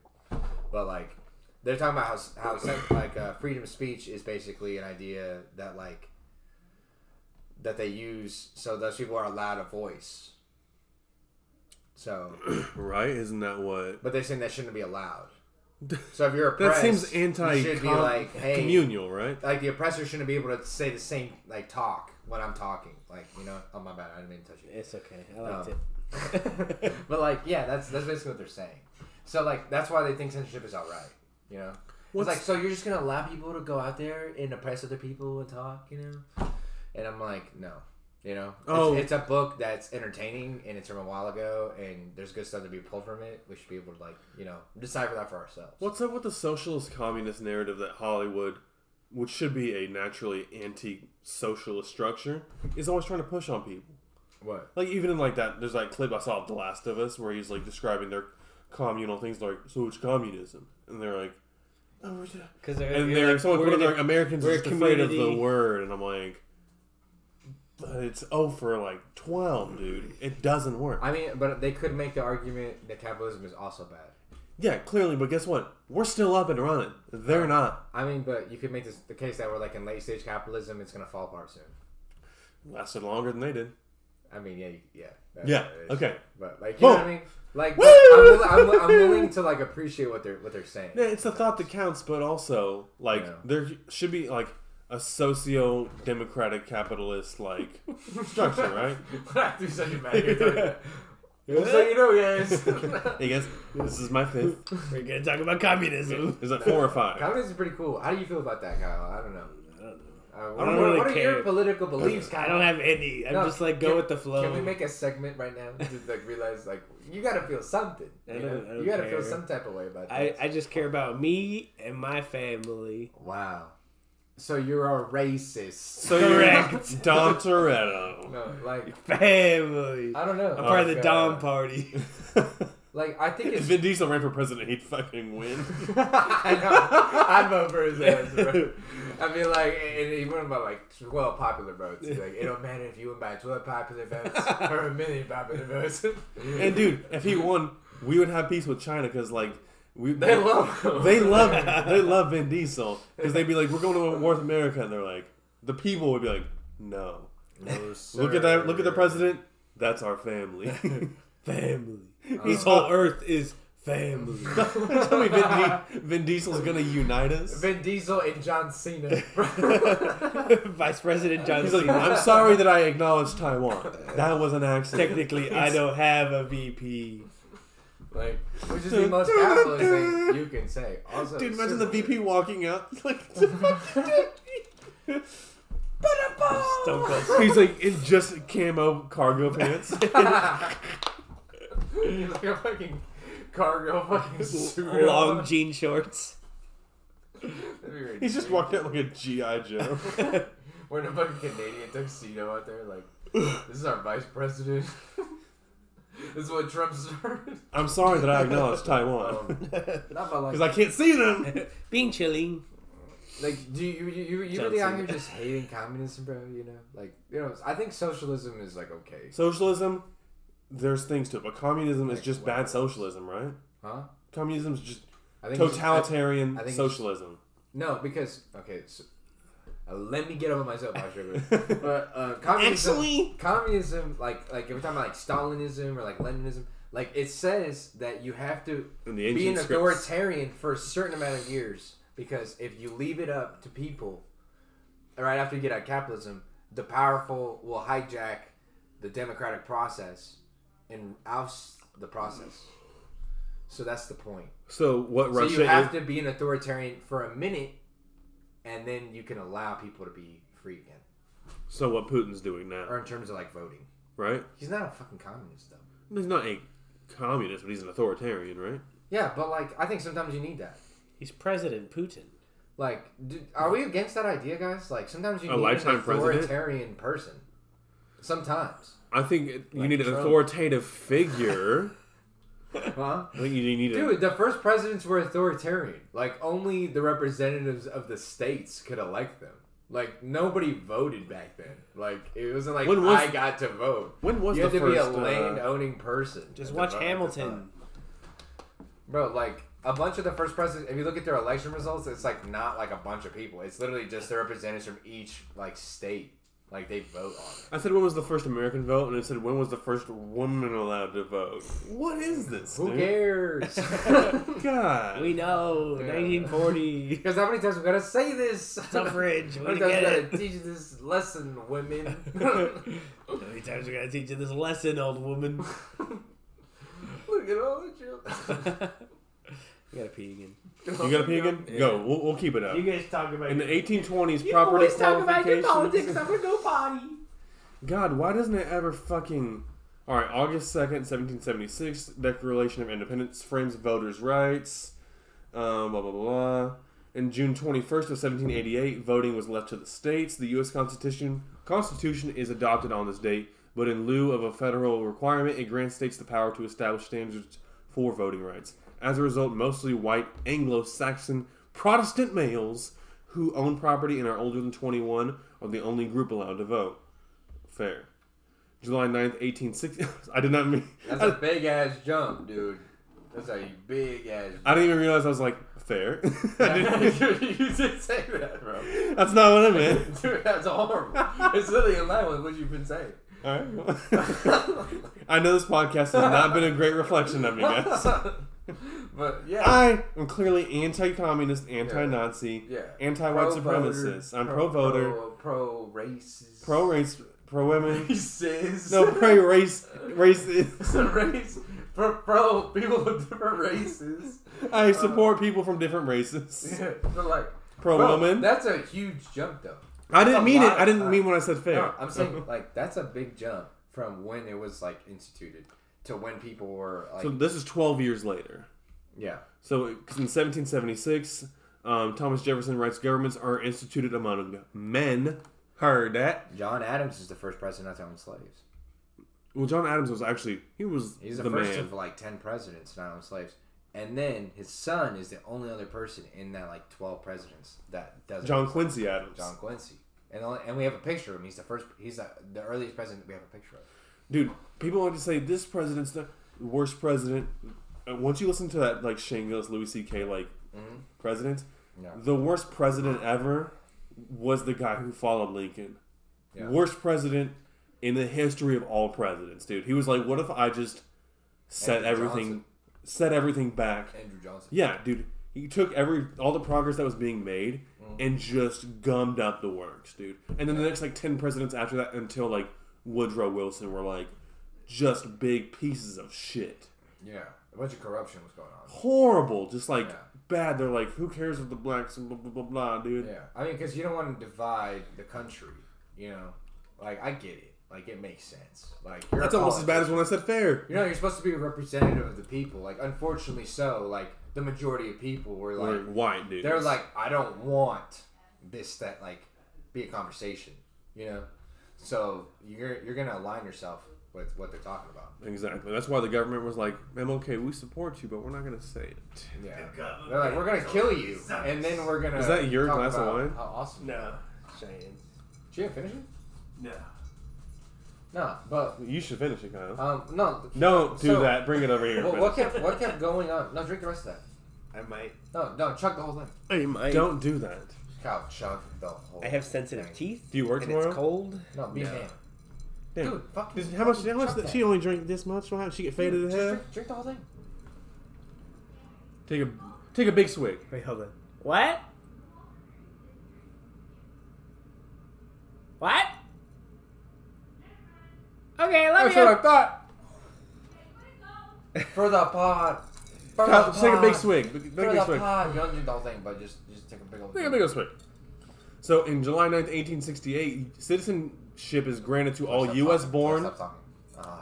but like they're talking about how how sen- like uh, freedom of speech is basically an idea that like that they use so those people are allowed a voice. So, Right? Isn't that what? but they're saying that shouldn't be allowed. So if you're That oppressed, seems you should be like, hey, anti-communal, right? like the oppressor shouldn't be able to say the same like talk when I'm talking. Like you know, oh my bad, I didn't mean to touch you. it's okay. I liked Um, but like, yeah, that's that's basically what they're saying. So like, that's why they think censorship is alright. You know, What's- it's like so you're just gonna allow people to go out there and oppress other people and talk, you know? And I'm like, no, you know, It's- Oh. it's, a book that's entertaining and it's from a while ago, and there's good stuff to be pulled from it. We should be able to like, you know, decipher that for ourselves. What's up with the socialist communist narrative that Hollywood, which should be a naturally anti-socialist structure, is always trying to push on people? What? Like even in like that, there's that clip I saw of The Last of Us where he's like describing their communal things. Like, so it's communism, and they're like, oh, we're just-" Because they're, and they're they're like, someone we're put it gonna- like Americans we're are a just afraid of the community." word, and I'm like, but it's oh for like twelve, dude. It doesn't work. I mean, but they could make the argument that capitalism is also bad. Yeah, clearly, but guess what? We're still up and running. They're not. I mean, but you could make this, the case that we're like in late stage capitalism, it's gonna fall apart soon. Lasted longer than they did. I mean, yeah, you- yeah, that's Yeah, what it is. okay. But like, you know what I Boom. mean? Like, Woo! I'm, willi- I'm, wi- I'm willing to like appreciate what they're what they're saying. Yeah, it's the thought that counts, but also like Yeah. there should be like a socio-democratic capitalist like structure, right? I do such a bad here doing that. Just so you know, guys. Hey guys, this is my fifth. We're gonna talk about communism. Is that four or five? Communism is pretty cool. How do you feel about that, Kyle? I don't know. I don't know. Uh, what, I don't what- really what are your care. political beliefs, Kyle? I don't have any. I'm No, just like go can- with the flow. Can we make a segment right now to like realize like you gotta feel something? I You, don't- know? I don't you gotta feel care. some type of way about that. I, I just care about me and my family. Wow. So you're a racist. So you're Correct. Dom Toretto. no, like Family. I don't know. I'm part of the Like, Dom uh, party. Like I think if it's. Vin Diesel ran for president, he'd fucking win. I know. I'd vote for his ass, bro. I mean, like, and he won by like twelve popular votes. Like, it don't matter if you win by twelve popular votes or a million popular votes. And dude, if he won, we would have peace with China because like we They love him. they love they love Vin Diesel because they'd be like we're going to North America and they're like the people would be like no look at that look at the president that's our family. family. He's This whole earth is family. Tell me Vin, Di- Vin Diesel's gonna unite us. Vin Diesel and John Cena. Vice President John He's like, Cena. I'm sorry that I acknowledged Taiwan. That was an accident. Technically, I don't have a VP. like, which is the most capitalist thing you can say. Also, Dude, imagine the super- VP walking out like, "The fuck you did?" Stone Cold. He's like in just camo cargo pants. He's like a fucking cargo fucking suit. on. Long jean shorts. That'd be He's just ridiculous. walked out like a GI Joe. Wearing a fucking Canadian tuxedo out there, like this is our vice president. this is what Trump started. I'm sorry that I acknowledged Taiwan Um, not by like, because I can't see them. Being chilling. like do you you, you, you John really out here Cena. just hating communism, bro? You know, like you know, I think socialism is like okay, Socialism, there's things to it, but communism is just bad socialism, right? huh? Communism is just I think it's- totalitarian I think it's- socialism. No, because okay, so, uh, let me get over myself, I'll sugar. but uh, communism, Actually- communism, like like if we're talking about like Stalinism or like Leninism, like it says that you have to In the be an ancient scripts. authoritarian for a certain amount of years because if you leave it up to people, right after you get out of capitalism, the powerful will hijack the democratic process and oust the process. So that's the point. So what So Russia you have is? to be an authoritarian for a minute, and then you can allow people to be free again. so what Putin's doing now, Or in terms of like voting, right? he's not a fucking communist though. He's not a communist, but he's an authoritarian, right? Yeah, but like I think sometimes you need that. He's President Putin. Like, do, are we against that idea, guys? Like sometimes you A need an lifetime president? authoritarian person. Sometimes, I think it, you need an Trump. authoritative figure. huh? I think you need a Dude, the first presidents were authoritarian. Like only the representatives of the states could elect them. Like nobody voted back then. Like it wasn't like When was- I got to vote. When was you the have to first, be uh, a land owning person? Just to watch vote at the Hamilton. time. bro. Like a bunch of the first presidents. If you look at their election results, it's like not like a bunch of people. It's literally just the representatives from each like state. Like they vote on it. I said when was the first American vote, and it said when was the first woman allowed to vote. What is this? Who dude? cares? God. We know. 1940. Because how many times we gotta say this? Suffrage. How We many times we get gotta it. teach this lesson, women? How many times we gotta teach you this lesson, old woman? Look at all the children. you gotta pee again. you gotta pee again? Go. We'll, we'll keep it up. You guys talk about In the your- 1820s, property qualifications. I'm gonna go potty. God, why doesn't it ever fucking? All right, August 2nd, 1776, Declaration of Independence frames voters' rights. Um, blah blah blah. And June 21st of 1788, voting was left to the states. The U.S. Constitution Constitution is adopted on this date, but in lieu of a federal requirement, it grants states the power to establish standards for voting rights. As a result, mostly white Anglo-Saxon Protestant males who own property and are older than 21 are the only group allowed to vote. Fair. July 9th, 1860. I did not mean. That's a big ass jump, dude. That's how you big ass. I didn't even realize I was like fair. you did say that, bro. That's not what I meant. Dude, that's horrible. It's literally in line with what you've been saying. All right. I know this podcast has not been a great reflection of me, guys. but yeah, I am clearly anti-communist, anti-Nazi, yeah, anti-white Pro-voter, supremacist. I'm pro-voter, pro racist, pro-race, pro-women. racist. No, pro-race, It's racist. a race for pro people of different races. Uh, I support people from different races. Yeah, but like Pro bro, woman. That's a huge jump, though. I didn't a mean it. lot I didn't of mean time. when I said fair. No, I'm Uh-huh. saying like that's a big jump from when it was like instituted to when people were like so this is 12 years later. yeah. So in 1776, um, Thomas Jefferson writes, "Governments are instituted among men." Heard that? John Adams is the first president not to own slaves. Well, John Adams was actually he was He's the, the first man. of like ten presidents not to own slaves. And then his son is the only other person in that like twelve presidents that doesn't John own slaves. Quincy Adams. John Quincy. And, the only- and we have a picture of him. He's the first. He's the, the earliest president we have a picture of. Dude, people like to say this president's the worst president. Uh, Once you listen to that, like Shane Gillis, Louis C.K. like president, Mm-hmm. Yeah. the worst president ever was the guy who followed Lincoln. Yeah. Worst president in the history of all presidents, dude. He was like, what if I just set Andrew everything, Johnson. set everything back? Andrew Johnson. Yeah, dude. He took every all the progress that was being made Mm-hmm. and just gummed up the works, dude. And then the next like ten presidents after that until like Woodrow Wilson were like just big pieces of shit. Yeah, a bunch of corruption was going on. Horrible, just like Yeah. bad. They're like, who cares if the blacks and blah blah blah blah, dude. Yeah, I mean, because you don't want to divide the country, you know. Like I get it. Like it makes sense. Like you're That's a almost as bad as politician. when I said fair. You know, you're supposed to be a representative of the people. Like unfortunately, so like the majority of people were Like like white dude. they're like I don't want this that like be a conversation, you know. So you're you're gonna align yourself with what they're talking about. Exactly. That's why the government was like, MLK, we support you, but we're not gonna say it. Yeah, they're like we're gonna kill you, and then we're gonna. Is that your talk glass of about wine? How awesome! No, Cheyenne. Did you finish it? No. No, but You should finish it, Kyle. um, no, Don't do so- that. Bring it over here. Well, man. what kept what kept going on? No, drink the rest of that. I might. No, no, chug the whole thing. I might. Don't do that. Cow, chug the whole. I have sensitive teeth. Do you work and tomorrow? It's cold. No, be No. a man. Damn. Dude, fuck. Just- How much? How much? Chuck That. that. She only drank this much. Why she get faded Just as hell? drink, drink the whole thing. Take a take a big swig. Wait, hold on. What? What? Okay, let That's me. what I thought. For the pod. For the take a big pod. swig. Big, big, For big the swig. pod. You don't drink the whole thing, but just just take a big old. Take a big swig. So, in July 9th, 1868, citizenship is granted to all Stop U.S. talking. born. Stop talking. Ah.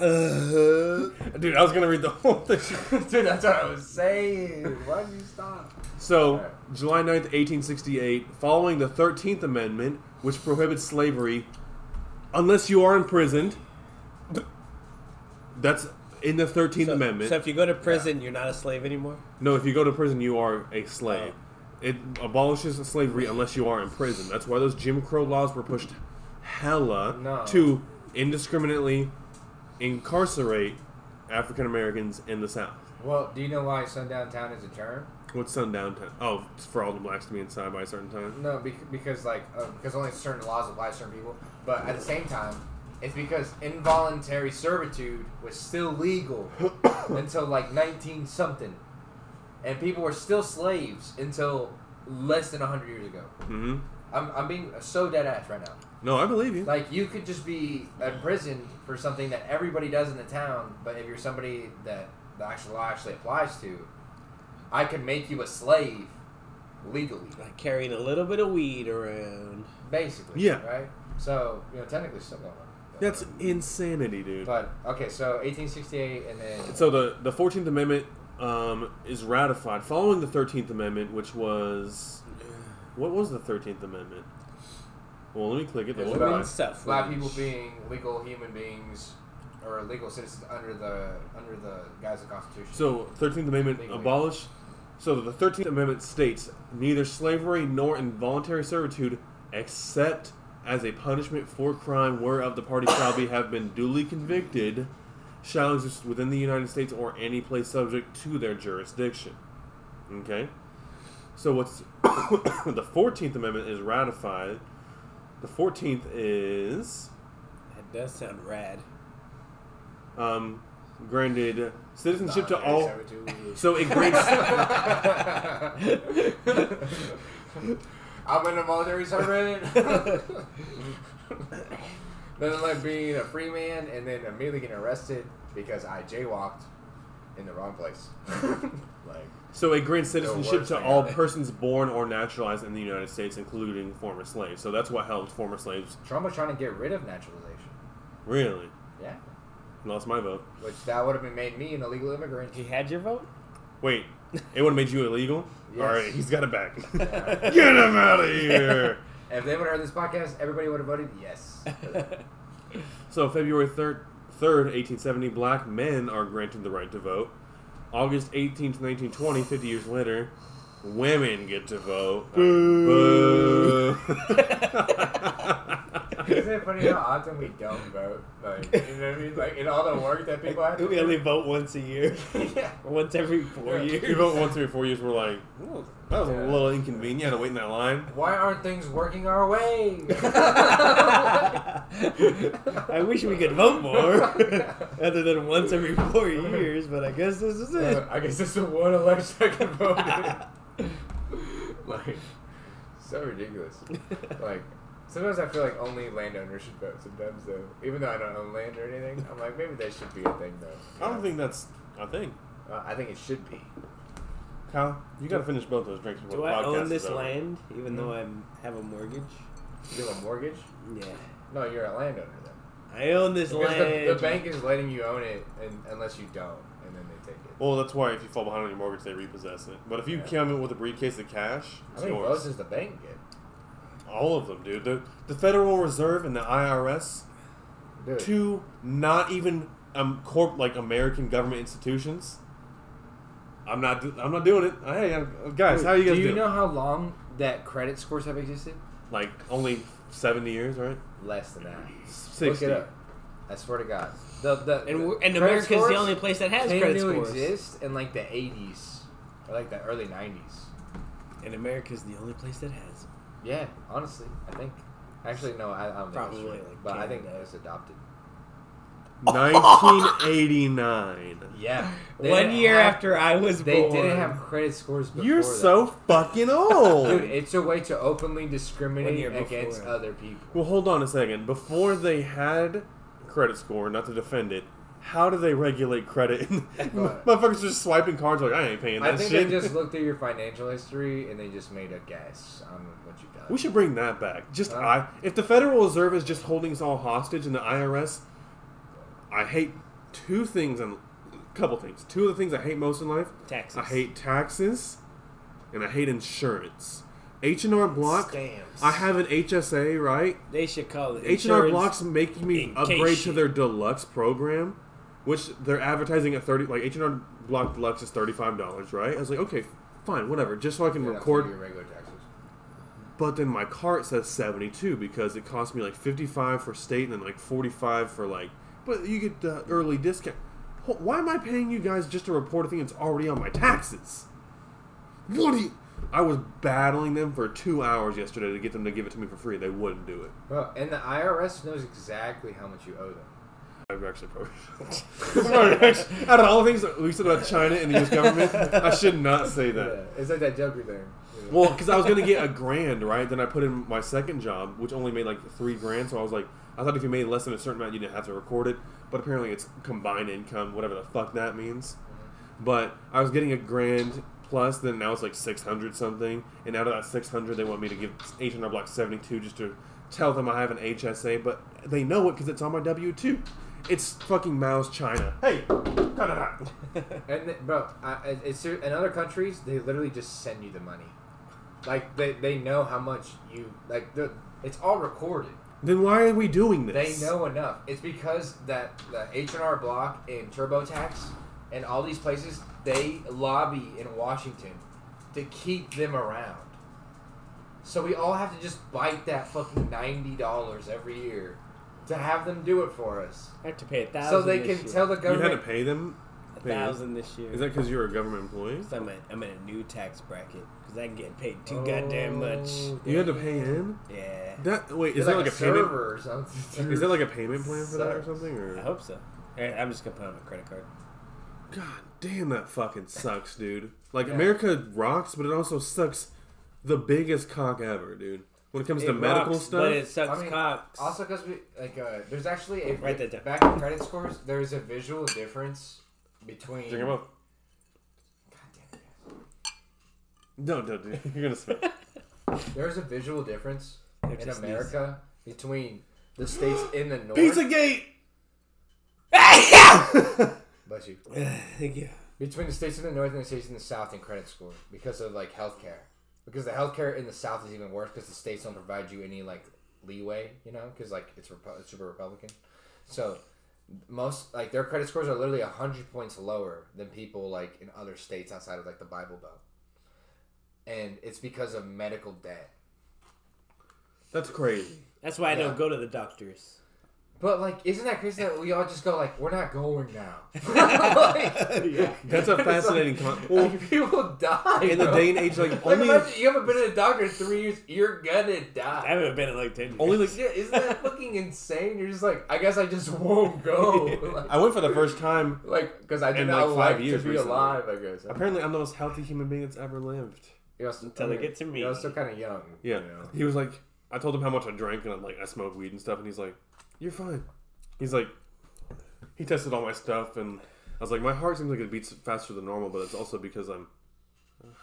Oh. Dude, I was gonna read the whole thing. Dude, that's what I was saying. Why'd you stop? So, Alright. July 9th, 1868, following the 13th Amendment, which prohibits slavery unless you are imprisoned. That's in the 13th Amendment. So if you go to prison, you're not a slave anymore. No, if you go to prison, you are a slave. Oh. It abolishes slavery unless you are in prison. That's why those Jim Crow laws were pushed hella No. to indiscriminately incarcerate African Americans in the South. Well, do you know why sundown town is a term? What's sundown time? Oh, it's for all the blacks to be inside by a certain time. No, bec- because like uh, because only certain laws apply to certain people. But at the same time, it's because involuntary servitude was still legal until like nineteen something, and people were still slaves until less than hundred years ago. hmm I'm I'm being so dead ass right now. No, I believe you. Like you could just be imprisoned for something that everybody does in the town, but if you're somebody that the actual law actually applies to, I could make you a slave legally. Like carrying a little bit of weed around. Basically. Yeah. Right? So, you know, technically still going on. That's insanity, dude. But, okay, so 1868 and then. So the the Fourteenth Amendment um, is ratified following the Thirteenth Amendment, which was what was the Thirteenth Amendment? Well, let me click it. It's Let me- about- Women's suffrage. Black people being legal human beings or legal citizens under the under the guise of the Constitution. So, Thirteenth Amendment Legally. abolish. So the Thirteenth Amendment states neither slavery nor involuntary servitude, except as a punishment for crime whereof the party shall be have been duly convicted, shall exist within the United States or any place subject to their jurisdiction. Okay? So what's the 14th Amendment is ratified. The 14th is That does sound rad. um, granted citizenship to Nah, all. that's how we do. So it grants. I'm in the military servant. Nothing like being a free man and then immediately getting arrested because I jaywalked in the wrong place. like, So it grants citizenship worst to thing all ever. persons born or naturalized in the United States, including former slaves. So that's what helped former slaves. Trump was trying to get rid of naturalization. Really, Yeah. lost my vote. Which that would have been made me an illegal immigrant. You had your vote? Wait, it would have made you illegal. Yes. All right, he's got it back. Yeah. Get him out of here. If they would have heard this podcast, everybody would have voted yes. so February third, third, eighteen seventy, black men are granted the right to vote. August eighteenth, nineteen twenty, fifty years later, women get to vote. Boo. Isn't it funny how often we don't vote? Like, you know what I mean? Like, in all the work that people have to we only vote once a year. do. yeah. Or once every four Yeah. years. You vote once every four years. We're like, "Whoa, that was a Yeah. little inconvenient. I had to wait in that line. Why aren't things working our way? I wish we could vote more, other than once every four years. But I guess this is it. I guess this is the one election I can vote in. like, so ridiculous. Like, sometimes I feel like only landowners should vote. Sometimes, though, even though I don't own land or anything, I'm like, maybe that should be a thing, though. I don't think that's a thing. Uh, I think it should be. Kyle, you gotta finish both those drinks before Do the I podcast own this is over. land, even Hmm? though I have a mortgage? You have a mortgage? Yeah, No, you're a landowner then. I own this Because land. the, the bank is letting you own it, and unless you don't, and then they take it. Well, that's why if you fall behind on your mortgage, they repossess it. But if you Yeah. come in with a briefcase of cash, How it's many yours. votes does the bank get? All of them, dude. The, the Federal Reserve and the IRS, Dude, two not even um corp like American government institutions. I'm not. do- I'm not doing it. Hey, I'm- guys, Dude, how you guys do you doing? know how long that credit scores have existed? Like only seventy years, right? Less than that. Sixty. Look it up. I swear to God. The, the, and we're, the and credit America's scores the only place that has came credit to scores. exist in like the 80s or like the early 90s. And America's the only place that has. them. Yeah, honestly, I think. Actually, no, I, I don't think it's Probably, true, like, but I think Canada. it's adopted. 1989. Yeah. They One didn't year have- after I was They born, didn't have credit scores before. You're that. so fucking old. Dude, it's a way to One openly year discriminate before. against other people. Well, hold on a second. Before they had credit score, not to defend it, how do they regulate credit? Motherfuckers just swiping cards like I ain't paying that I think shit. they just looked at your financial history and they just made a guess on what you've done. we should bring that back. Just Huh? I, if the Federal Reserve is just holding us all hostage and the IRS, I hate two things and a couple things. Two of the things I hate most in life: taxes. I hate taxes, and I hate insurance. H and R Block. Scams. I have an HSA, right? They should call it H and R insurance. Block's making me in case upgrade to shit. their deluxe program, which they're advertising at thirty. Like H and R Block Deluxe is thirty five dollars, right? I was like, okay, fine, whatever, just so I can Yeah, that's your record. regular taxes. But then my cart says seventy two because it cost me like fifty five for state and then like forty five for like. But you get the early discount. Wh- Why am I paying you guys just to report a thing that's already on my taxes? What do you? I was battling them for two hours yesterday to get them to give it to me for free. They wouldn't do it. Well, and the IRS knows exactly how much you owe them. I've actually probably. Out of all the things that we said about China and the U.S. government, I should not say that. It's like that Joker thing. Well, because I was gonna get a grand, right? Then I put in my second job, which only made like three grand. So I was like, I thought if you made less than a certain amount, you didn't have to record it. But apparently, it's combined income, whatever the fuck that means. But I was getting a grand plus. Then now it's like six hundred something, and out of that six hundred, they want me to give H and R Block seventy two just to tell them I have an HSA. But they know it because it's on my W two. It's fucking Mao's China. Hey, Canada. And th- bro, I, I- it's ser- in other countries they literally just send you the money. Like they, they know how much you like. The, it's all recorded. Then why are we doing They this? know enough. It's because that the H and R Block and TurboTax and all these places they lobby in Washington to keep them around. So we all have to just bite that fucking ninety dollars every year to have them do it for us, I have to pay a thousand. so they this can year. tell the You had to government. pay them. a Pay them? thousand this year. Is that because you're a government employee? 'Cause I'm, at, I'm in a new tax bracket because I get paid too goddamn much. You had to pay him. Yeah, That wait, is Is that like, like a a, payment? server or something? Is that like a payment plan for that or Sucks. something? I Or hope so. All right, I'm just gonna put on a credit card. God damn, that fucking sucks, dude. Like America rocks, but it also sucks. The biggest cock ever, dude. When it comes to It medical rocks, stuff, but it sucks Oh, I mean, cocks. Also, because we like, uh, there's actually a Write that down. back in credit scores. There's a visual difference between. drink them up. God damn No, no, dude, you're gonna smell. it. There's a visual difference They're in just these- America between the states in the north. Gate. Bless you. Thank you. Between the states in the north and the states in the south in credit score because of like healthcare. Because the healthcare in the south is even worse because the states don't provide you any like leeway, you know, because like it's, Repu- it's super Republican. So most like their credit scores are literally hundred points lower than people like in other states outside of like the Bible Belt, and it's because of medical debt. That's crazy. That's why I Yeah. don't go to the doctors. But like, isn't that crazy that we all just go like, we're not going now? Like, That's a fascinating. Con- well, like, people die in the bro. day and age, like Like, only imagine you haven't been to a doctor in three years, you're gonna I die. haven't been in like ten years. only like Yeah, isn't that fucking insane? You're just like, I guess I just won't go. I went for the first time. like, because I did In, not like, like five years to be recently. alive. I guess. Apparently, I'm the most healthy human being that's ever lived. You're also, Until they get to me. You're also kind of young. Yeah. You know? He was like, I told him how much I drank and I'm like, I smoked weed and stuff, and he's like, You're fine. He's like, he tested all my stuff, and I was like, My heart seems like it beats faster than normal, but it's also because I'm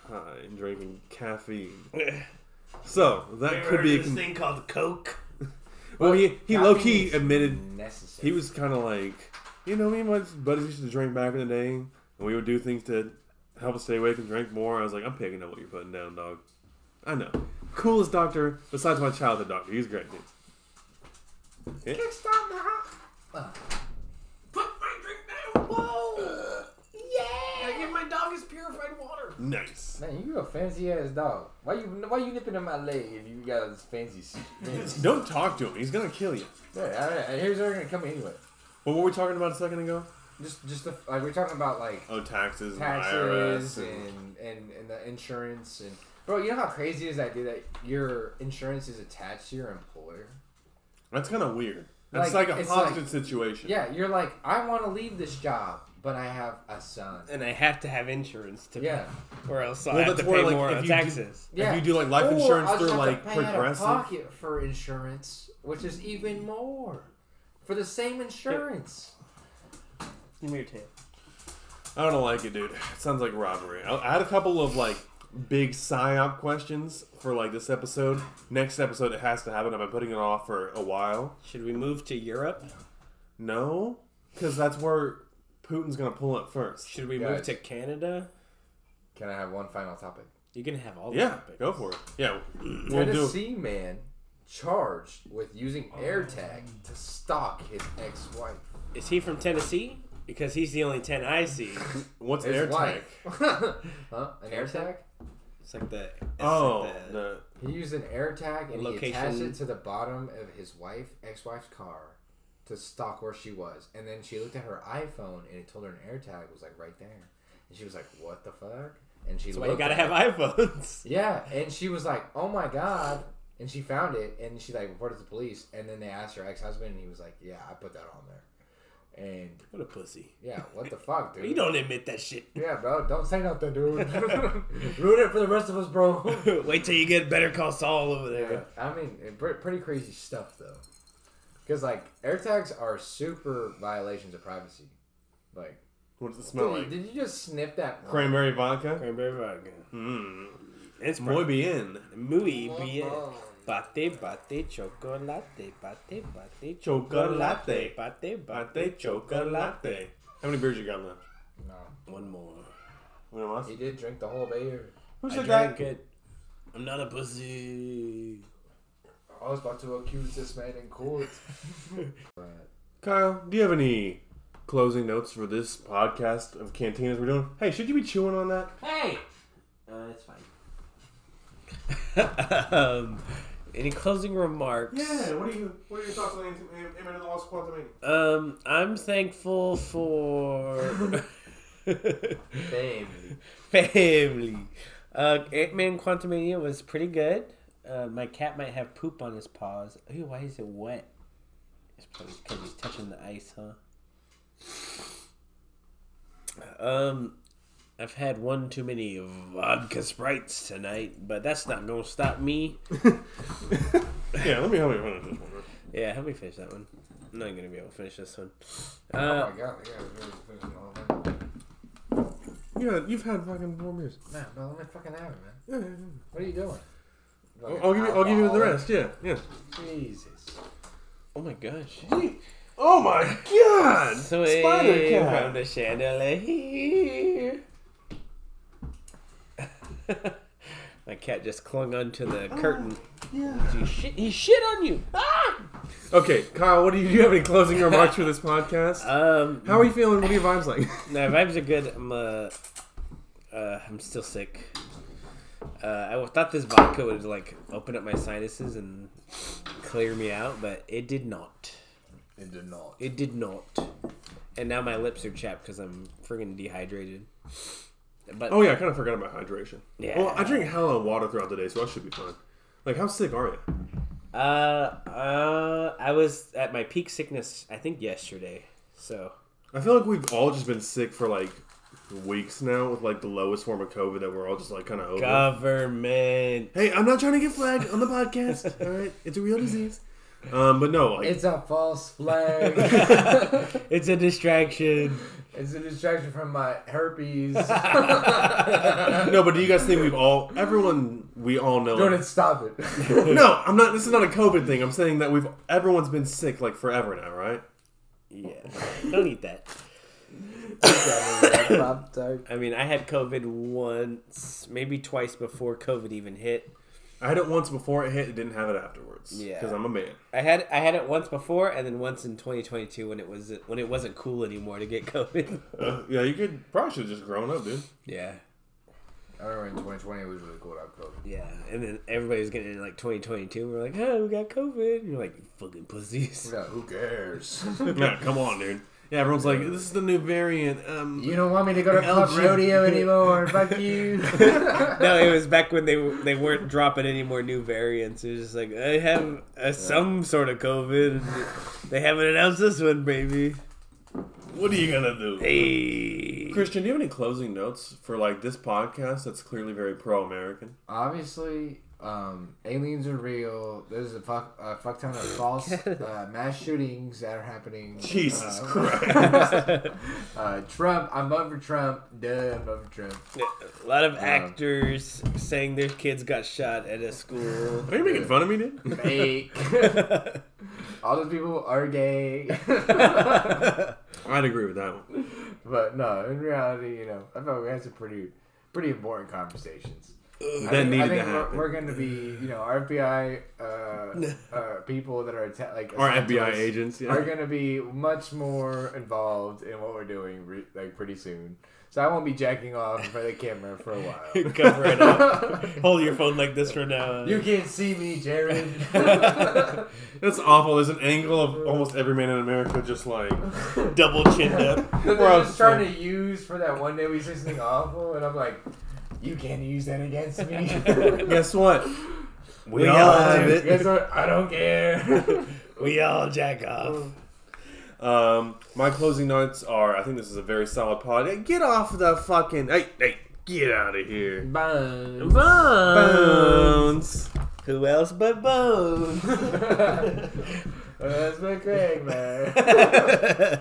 high and drinking caffeine. So that could be a. Con- thing called Coke. well, he he Caffeine low key is admitted necessary. he was kind of like, you know, me and my buddies used to drink back in the day, and we would do things to help us stay awake and drink more. I was like, I'm picking up what you're putting down, dog. I know. Coolest doctor besides my childhood doctor. He's great, dude. Can't stop now. Ah. Put my drink down. Whoa. Yeah. I give my dog his purified water. Nice. Man, you a fancy ass dog. Why you why you nipping at my leg if you got this fancy shit? Don't talk to him. He's gonna kill you. yeah, I, I, here's where they're gonna come anyway. What were we talking about a second ago? Just just the, like we're talking about like Oh, taxes, taxes and IRS, and, and, and, and the insurance and bro, you know how crazy is that idea that your insurance is attached to your employer? that's kind of weird. That's like, Like, a it's hostage like- situation. Yeah, you're like, I want to leave this job, but I have a son. And I have to have insurance to Yeah, or else I'll Well, have that's to where, pay like, more if on you taxes. yeah. you do, like, life insurance I'll just through, have to like, pay out of Progressive. pocket for insurance, which is even more for the same insurance. Give me your tip. I don't like it, dude. It sounds like robbery. I I had a couple of like big psyop questions for like this episode. Next episode, it has to happen. I've been putting it off for a while. Should we move to Europe? No, because that's where Putin's gonna pull it first. Should we move Guys. to Canada? Can I have one final topic? You can have all the Yeah, topics. go for it. Yeah, we'll do. Tennessee man charged with using AirTag to stalk his ex-wife. Is he from Tennessee? Because he's the only 10 I see. What's His air tank? wife. huh? An AirTag? It's like the. It's Oh, like the, the, He used an AirTag and he attached Location. it to the bottom of his wife, ex-wife's car, to stalk where she was. And then she looked at her iPhone and it told her an AirTag was like right there. And she was like, "What the fuck?" And she that's why looked. you gotta at have it. iPhones. Yeah, and she was like, "Oh my god!" And she found it, and she like reported to the police. And then they asked her ex-husband, and he was like, "Yeah, I put that on there." And What a pussy. yeah, what the fuck, dude? You don't admit that shit. Yeah, bro, don't say nothing, dude. Ruin it for the rest of us, bro. Wait till you get Better Call Saul over there. Yeah, I mean, it- pre- pretty crazy stuff though. Because like AirTags are super violations of privacy. Like, what's it dude, smell like? did you just sniff that? Cranberry vodka. Cranberry vodka. Mm. It's Muy muy bien. muy bien. Bate, bate, chocolate, bate, bate, chocolate, bate, bate, Latte chocolate. chocolate. How many beers you got left? No, One more. One of us? he did drink the whole beer. Who I said drank that? it. I'm not a pussy. I was about to accuse this man in court. but Kyle, do you have any closing notes for this podcast of cantinas we're doing? Hey, should you be chewing on that? Hey! Uh, it's fine. um, Any closing remarks? Yeah. What are you? What are your thoughts on Ant- Ant-Man and the Lost Quantumania? Um, I'm thankful for Fame. family. Uh, Ant Man Quantumania was pretty good. Uh, my cat might have poop on his paws. Ooh, why is it wet? It's probably because he's touching the ice, huh? Um, I've had one too many vodka sprites tonight, but that's not gonna stop me. Yeah. Let me help you with this one. man. Yeah, help me finish that one. I'm not gonna be able to finish this one. Oh Uh, my god, the guy was really finishing all of them. Yeah, you've had fucking four beers. Nah, no, let me fucking have it, man. Yeah, yeah, yeah. What are you doing? I'll, I'll give you. I'll give you the rest. Yeah. Yeah. Jesus. oh my gosh. Oh my god! Swing Spider from cat. the chandelier. My cat just clung onto the curtain. Yeah. He shit, he shit on you. Ah! Okay, Kyle. What do you, do you have any closing remarks for this podcast? Um, How are you feeling? What are your vibes like? no, vibes are good. I'm uh, uh I'm still sick. Uh, I thought this vodka would like open up my sinuses and clear me out, but it did not. It did not. It did not. And now my lips are chapped because I'm friggin' dehydrated. But oh yeah, I kind of forgot about hydration. Yeah. Well, I drink hella water throughout the day, so I should be fine. Like, how sick are you? Uh, uh, I was at my peak sickness, I think yesterday. So I feel like we've all just been sick for like weeks now with like the lowest form of COVID that we're all just like kind of over. government. Hey, I'm not trying to get flagged on the podcast. all right, it's a real disease. Um, but no, like, It's a false flag. It's a distraction. it's a distraction from my herpes. no. But do you guys think we've all, everyone, we all know? Jordan, stop it. no, I'm not. This is not a COVID thing. I'm saying that we've everyone's been sick like forever now, right? Yeah. Don't eat that. Pop-Tart. I mean, I had COVID once, maybe twice before COVID even hit. I had it once before it hit. and didn't have it afterwards. Yeah. because I'm a man. I had I had it once before, and then once in 2022 when it was when it wasn't cool anymore to get COVID. Uh, yeah, you could probably should have just grown up, dude. Yeah. I remember in 2020 it was really cool to have COVID. Yeah, and then everybody was getting it in like 2022. We're like, oh, we got COVID. And you're like, you fucking pussies. Yeah, who cares? yeah, come on, dude. Yeah, everyone's like, this is the new variant. Um, you don't want me to go to El Club Jim. Rodeo anymore. Fuck you. no, it was back when they they weren't dropping any more new variants. It was just like I have uh, some sort of COVID. They haven't announced this one, baby. what are you gonna do? Hey, Christian, do you have any closing notes for like this podcast that's clearly very pro-American? Obviously, um, aliens are real. There's a fuck, a fuck ton of false uh, mass shootings that are happening. Jesus Uh, Christ! Uh, Trump, I'm over Trump. Duh, I'm over Trump. a lot of actors saying their kids got shot at a school. Are you making fun of me, dude? Fake. All those people are gay. I'd agree with that one. but no, in reality, you know, I thought we had some pretty, pretty important conversations. I That think- I needed to think we're- happen. We're, going to be, you know, our FBI uh, uh, people that are atta- like Our assigned to FBI us agents, yeah. are going to be much more involved in what we're doing, re- like pretty soon. So I won't be jacking off in front of the camera for a while. Cover it up. Hold your phone like this for now. you can't see me, Jared. That's awful. There's an angle of almost every man in America just like double chin up. They're Bro, just trying to use for that one day we say something awful, and I'm like, you can't use that against me. Guess what? We, all have it. Guess what? I don't care. We all jack off. Um, my closing notes are: I think this is a very solid pod. Hey, Get off the fucking hey, hey, get out of here, Bye. Bones. Who else but Bones? That's my Craig, man.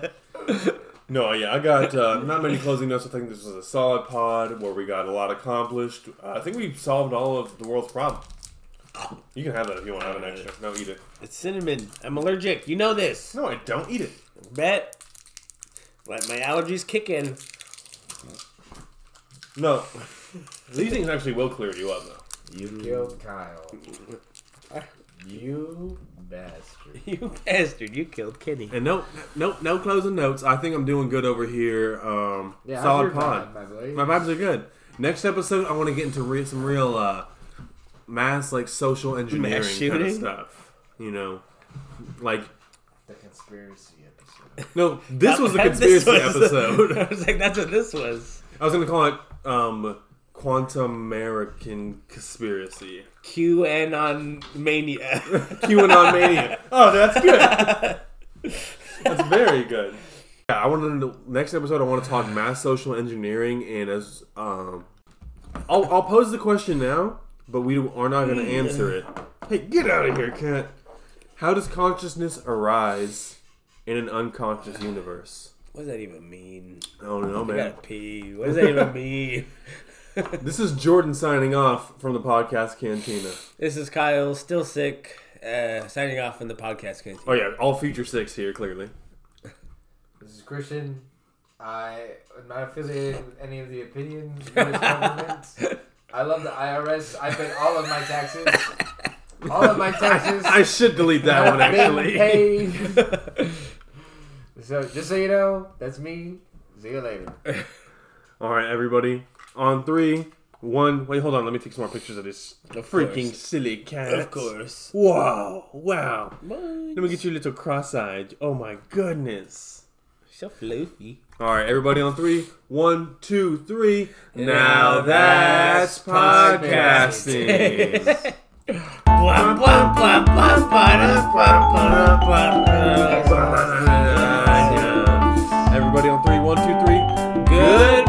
No, yeah, I got uh, not many closing notes. I think this was a solid pod where we got a lot accomplished. Uh, I think we solved all of the world's problems. You can have that if you want to have an extra. No, eat it. it's cinnamon. I'm allergic. You know this. No, I don't eat it. Bet. Let my allergies kick in. No, these things actually will clear you up though. You killed Kyle. You bastard. You bastard, you killed Kenny. And no, no, no closing notes. I think I'm doing good over here. Um, how's solid your pod. vibe, my boy? My vibes are good. Next episode, I want to get into real, some real uh, mass like social engineering kind of shooting? stuff. You know, like The conspiracy episode. no, this was a That- conspiracy this was- episode. I was like, that's what this was. I was gonna call it um, Quantum American Conspiracy. QAnon mania. QAnon Mania. Oh, that's good. That's very good. Yeah, I want to. Next episode, I want to talk mass social engineering, and as um, I'll, I'll pose the question now, but we are not going to answer it. Hey, get out of here, cat. How does consciousness arise in an unconscious universe? What does that even mean? I don't know, I man. gotta pee. What does that even mean? This is Jordan signing off from the podcast Cantina. this is Kyle, still sick, uh, signing off from the podcast. Continue. Oh yeah, all future six here clearly. This is Christian. I am not affiliated with any of the opinions, U.S. governments. I love the IRS. I paid all of my taxes. All of my taxes. I should delete that one have been actually. paid. So just so you know, that's me. See you later. All right, everybody. On three, one. Wait, hold on. Let me take some more pictures of this Of freaking course. silly cat. Of course. Wow. Wow. What? Let me get you a little cross-eyed. Oh my goodness. So floofy. All right, everybody. On three, one, two, three. Now that's podcasting. Blah, blah, blah, blah, blah, blah, blah, blah, blah. Everybody on three, one, two, three. Good